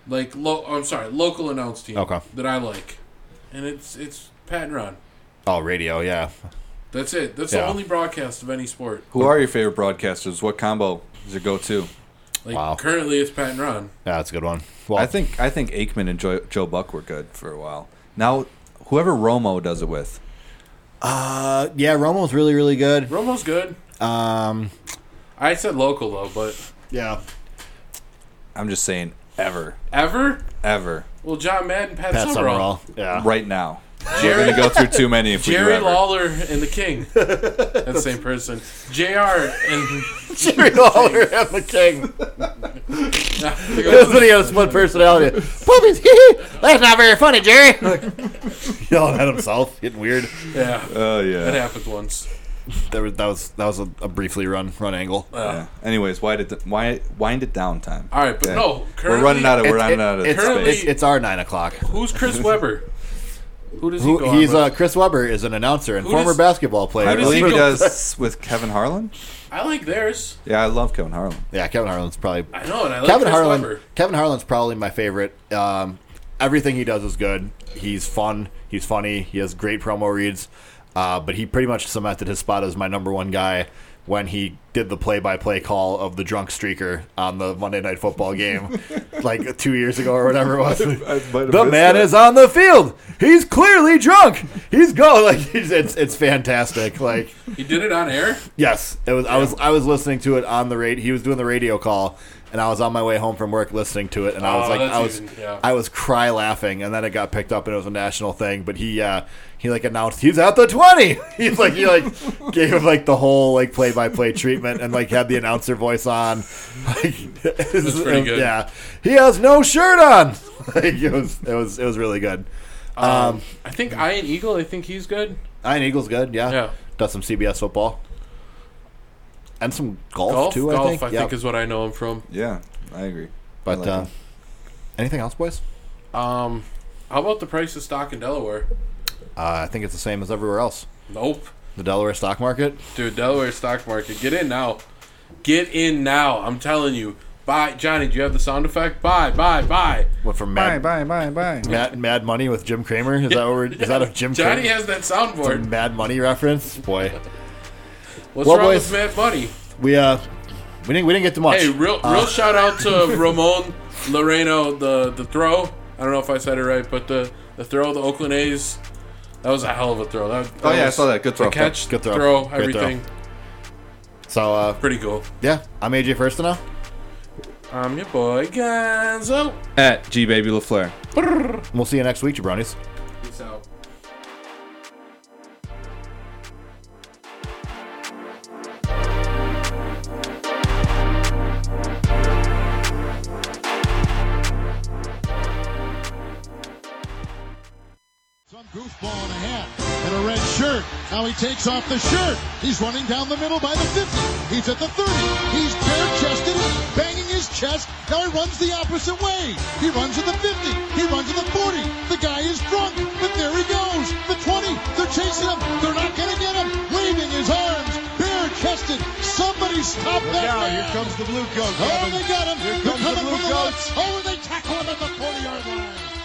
[SPEAKER 3] Like, lo- I'm sorry, local announced team
[SPEAKER 1] Okay.
[SPEAKER 3] that I like, and it's it's Pat and Ron.
[SPEAKER 1] Oh, radio, yeah.
[SPEAKER 3] That's it. That's the
[SPEAKER 1] Yeah.
[SPEAKER 3] only broadcast of any sport.
[SPEAKER 2] Who are your favorite broadcasters? What combo is your go-to?
[SPEAKER 3] Like
[SPEAKER 1] Wow.
[SPEAKER 3] currently, it's Pat and Ron.
[SPEAKER 1] Yeah, that's a good one. Well,
[SPEAKER 2] I think I think Aikman and Joe, Joe Buck were good for a while. Now, whoever Romo does it with,
[SPEAKER 1] uh, yeah, Romo's really, really good.
[SPEAKER 3] Romo's good.
[SPEAKER 1] Um,
[SPEAKER 3] I said local though, but
[SPEAKER 1] yeah,
[SPEAKER 2] I'm just saying, ever,
[SPEAKER 3] ever?
[SPEAKER 2] ever,
[SPEAKER 3] Well, John Madden, Pat,
[SPEAKER 1] Pat
[SPEAKER 3] Summerall,
[SPEAKER 1] Summerall. Yeah,
[SPEAKER 2] right now. We're
[SPEAKER 3] Jerry,
[SPEAKER 2] gonna go through too many if we do
[SPEAKER 3] Jerry
[SPEAKER 2] ever.
[SPEAKER 3] Lawler, and the King. That's the same person. Jr. and
[SPEAKER 1] Jerry Lawler and the King. That's
[SPEAKER 3] Nah,
[SPEAKER 1] when he had a split personality. Puppies, hee That's not very funny, Jerry. Yelling at himself, getting weird.
[SPEAKER 3] yeah,
[SPEAKER 2] Oh
[SPEAKER 3] that
[SPEAKER 2] yeah.
[SPEAKER 3] happened once.
[SPEAKER 1] That was that was that was a, a briefly run run angle.
[SPEAKER 2] yeah. Anyways, wind it why wind it down time.
[SPEAKER 3] Oh. All right, but
[SPEAKER 2] Yeah.
[SPEAKER 3] no, currently,
[SPEAKER 2] We're running out of we're
[SPEAKER 1] It-
[SPEAKER 2] running
[SPEAKER 1] it-
[SPEAKER 2] out of
[SPEAKER 1] it's,
[SPEAKER 2] space.
[SPEAKER 1] it's, it's our nine o'clock.
[SPEAKER 3] Who's Chris Webber? Who does he
[SPEAKER 1] Who,
[SPEAKER 3] go
[SPEAKER 1] he's
[SPEAKER 3] on
[SPEAKER 1] uh,
[SPEAKER 3] with?
[SPEAKER 1] Chris Webber is an announcer and
[SPEAKER 3] Who
[SPEAKER 1] former
[SPEAKER 3] does-
[SPEAKER 1] basketball player.
[SPEAKER 2] I
[SPEAKER 3] does he
[SPEAKER 2] believe he
[SPEAKER 3] go-
[SPEAKER 2] does with Kevin Harlan.
[SPEAKER 3] I like theirs.
[SPEAKER 2] Yeah, I love Kevin Harlan.
[SPEAKER 1] yeah, Kevin Harlan's probably
[SPEAKER 3] I know, and I like
[SPEAKER 1] Kevin
[SPEAKER 3] Chris
[SPEAKER 1] Harlan.
[SPEAKER 3] Webber.
[SPEAKER 1] Kevin Harlan's probably my favorite. Um, everything he does is good. He's fun. He's funny. He has great promo reads. Uh, but he pretty much cemented his spot as my number one guy when he did the play-by-play call of the drunk streaker on the Monday Night Football game, like two years ago or whatever it was. The man
[SPEAKER 2] is.
[SPEAKER 1] is on the field. He's clearly drunk. He's going like he's, it's it's fantastic. Like
[SPEAKER 3] He did it on air.
[SPEAKER 1] Yes, it was. I was I was listening to it on the radio. He was doing the radio call, and I was on my way home from work listening to it, and I was
[SPEAKER 3] Oh,
[SPEAKER 1] like,
[SPEAKER 3] that's
[SPEAKER 1] I was,
[SPEAKER 3] even- yeah.
[SPEAKER 1] I was cry laughing, and then it got picked up, and it was a national thing. But he, uh, he like announced he's at the twenty. He's like he like gave him like the whole like play by play treatment, and like had the announcer voice on. Like, that's
[SPEAKER 3] pretty good.
[SPEAKER 1] Yeah, he has no shirt on. Like it was, it was, it was really good.
[SPEAKER 3] Um, I think Ian Eagle. I think he's good.
[SPEAKER 1] Iron Eagle's good, yeah.
[SPEAKER 3] Yeah.
[SPEAKER 1] Does some CBS football. And some golf,
[SPEAKER 3] Golf,
[SPEAKER 1] too,
[SPEAKER 3] golf.
[SPEAKER 1] I think. Yep.
[SPEAKER 3] is what I know him from.
[SPEAKER 2] Yeah, I agree. I
[SPEAKER 1] but
[SPEAKER 2] like
[SPEAKER 1] uh,
[SPEAKER 2] him.
[SPEAKER 1] anything else, boys?
[SPEAKER 3] Um, how about the price of stock in Delaware?
[SPEAKER 1] Uh, I think it's the same as everywhere else.
[SPEAKER 3] Nope,
[SPEAKER 1] The Delaware stock market.
[SPEAKER 3] dude. Delaware stock market. Get in now. Get in now. I'm telling you. Buy, Johnny. Do you have the sound effect? Buy, buy, buy.
[SPEAKER 1] What from Mad,
[SPEAKER 2] bye, bye, bye.
[SPEAKER 1] Mad Mad Money with Jim Kramer? Is that what we're, is that a Jim
[SPEAKER 3] Johnny
[SPEAKER 1] Kramer?
[SPEAKER 3] has that soundboard.
[SPEAKER 1] Mad Money reference? Boy,
[SPEAKER 3] What's
[SPEAKER 1] Well,
[SPEAKER 3] wrong
[SPEAKER 1] boys.
[SPEAKER 3] with Matt Buddy?
[SPEAKER 1] we uh, we didn't we didn't get to much.
[SPEAKER 3] Hey, real
[SPEAKER 2] Uh,
[SPEAKER 3] real shout out to Ramon Moreno, the the throw. I don't know if I said it right, but the the throw, the Oakland A's. That was a hell of a throw. That,
[SPEAKER 2] Oh yeah, I
[SPEAKER 3] was-
[SPEAKER 2] saw that. Good throw.
[SPEAKER 3] The catch,
[SPEAKER 1] Good
[SPEAKER 3] good
[SPEAKER 1] throw.
[SPEAKER 3] throw,
[SPEAKER 1] Great throw.
[SPEAKER 3] everything.
[SPEAKER 1] So uh,
[SPEAKER 3] Pretty cool.
[SPEAKER 1] yeah, I'm AJ First now.
[SPEAKER 3] I'm your boy, Gonzo.
[SPEAKER 2] At G Baby LaFleur.
[SPEAKER 1] We'll see you next week, jabronis.
[SPEAKER 3] Peace out.
[SPEAKER 4] Some goofball in a hat and a red shirt. Now he takes off the shirt. He's running down the middle by the 50. He's at the 30. He's bare chested, banging his chest. Now he runs the opposite way. He runs to the 50. He runs to the 40. The guy is drunk, but there he goes. The 20. They're chasing him. They're not going to get him. Waving his arms, bare chested. Somebody stop that
[SPEAKER 5] Now,
[SPEAKER 4] man.
[SPEAKER 5] here comes the blue goat.
[SPEAKER 4] Oh, they got him.
[SPEAKER 5] Here
[SPEAKER 4] They're
[SPEAKER 5] comes the
[SPEAKER 4] coming
[SPEAKER 5] blue
[SPEAKER 4] from the
[SPEAKER 5] goats.
[SPEAKER 4] left. Oh, and they tackle him at the 40 yard line.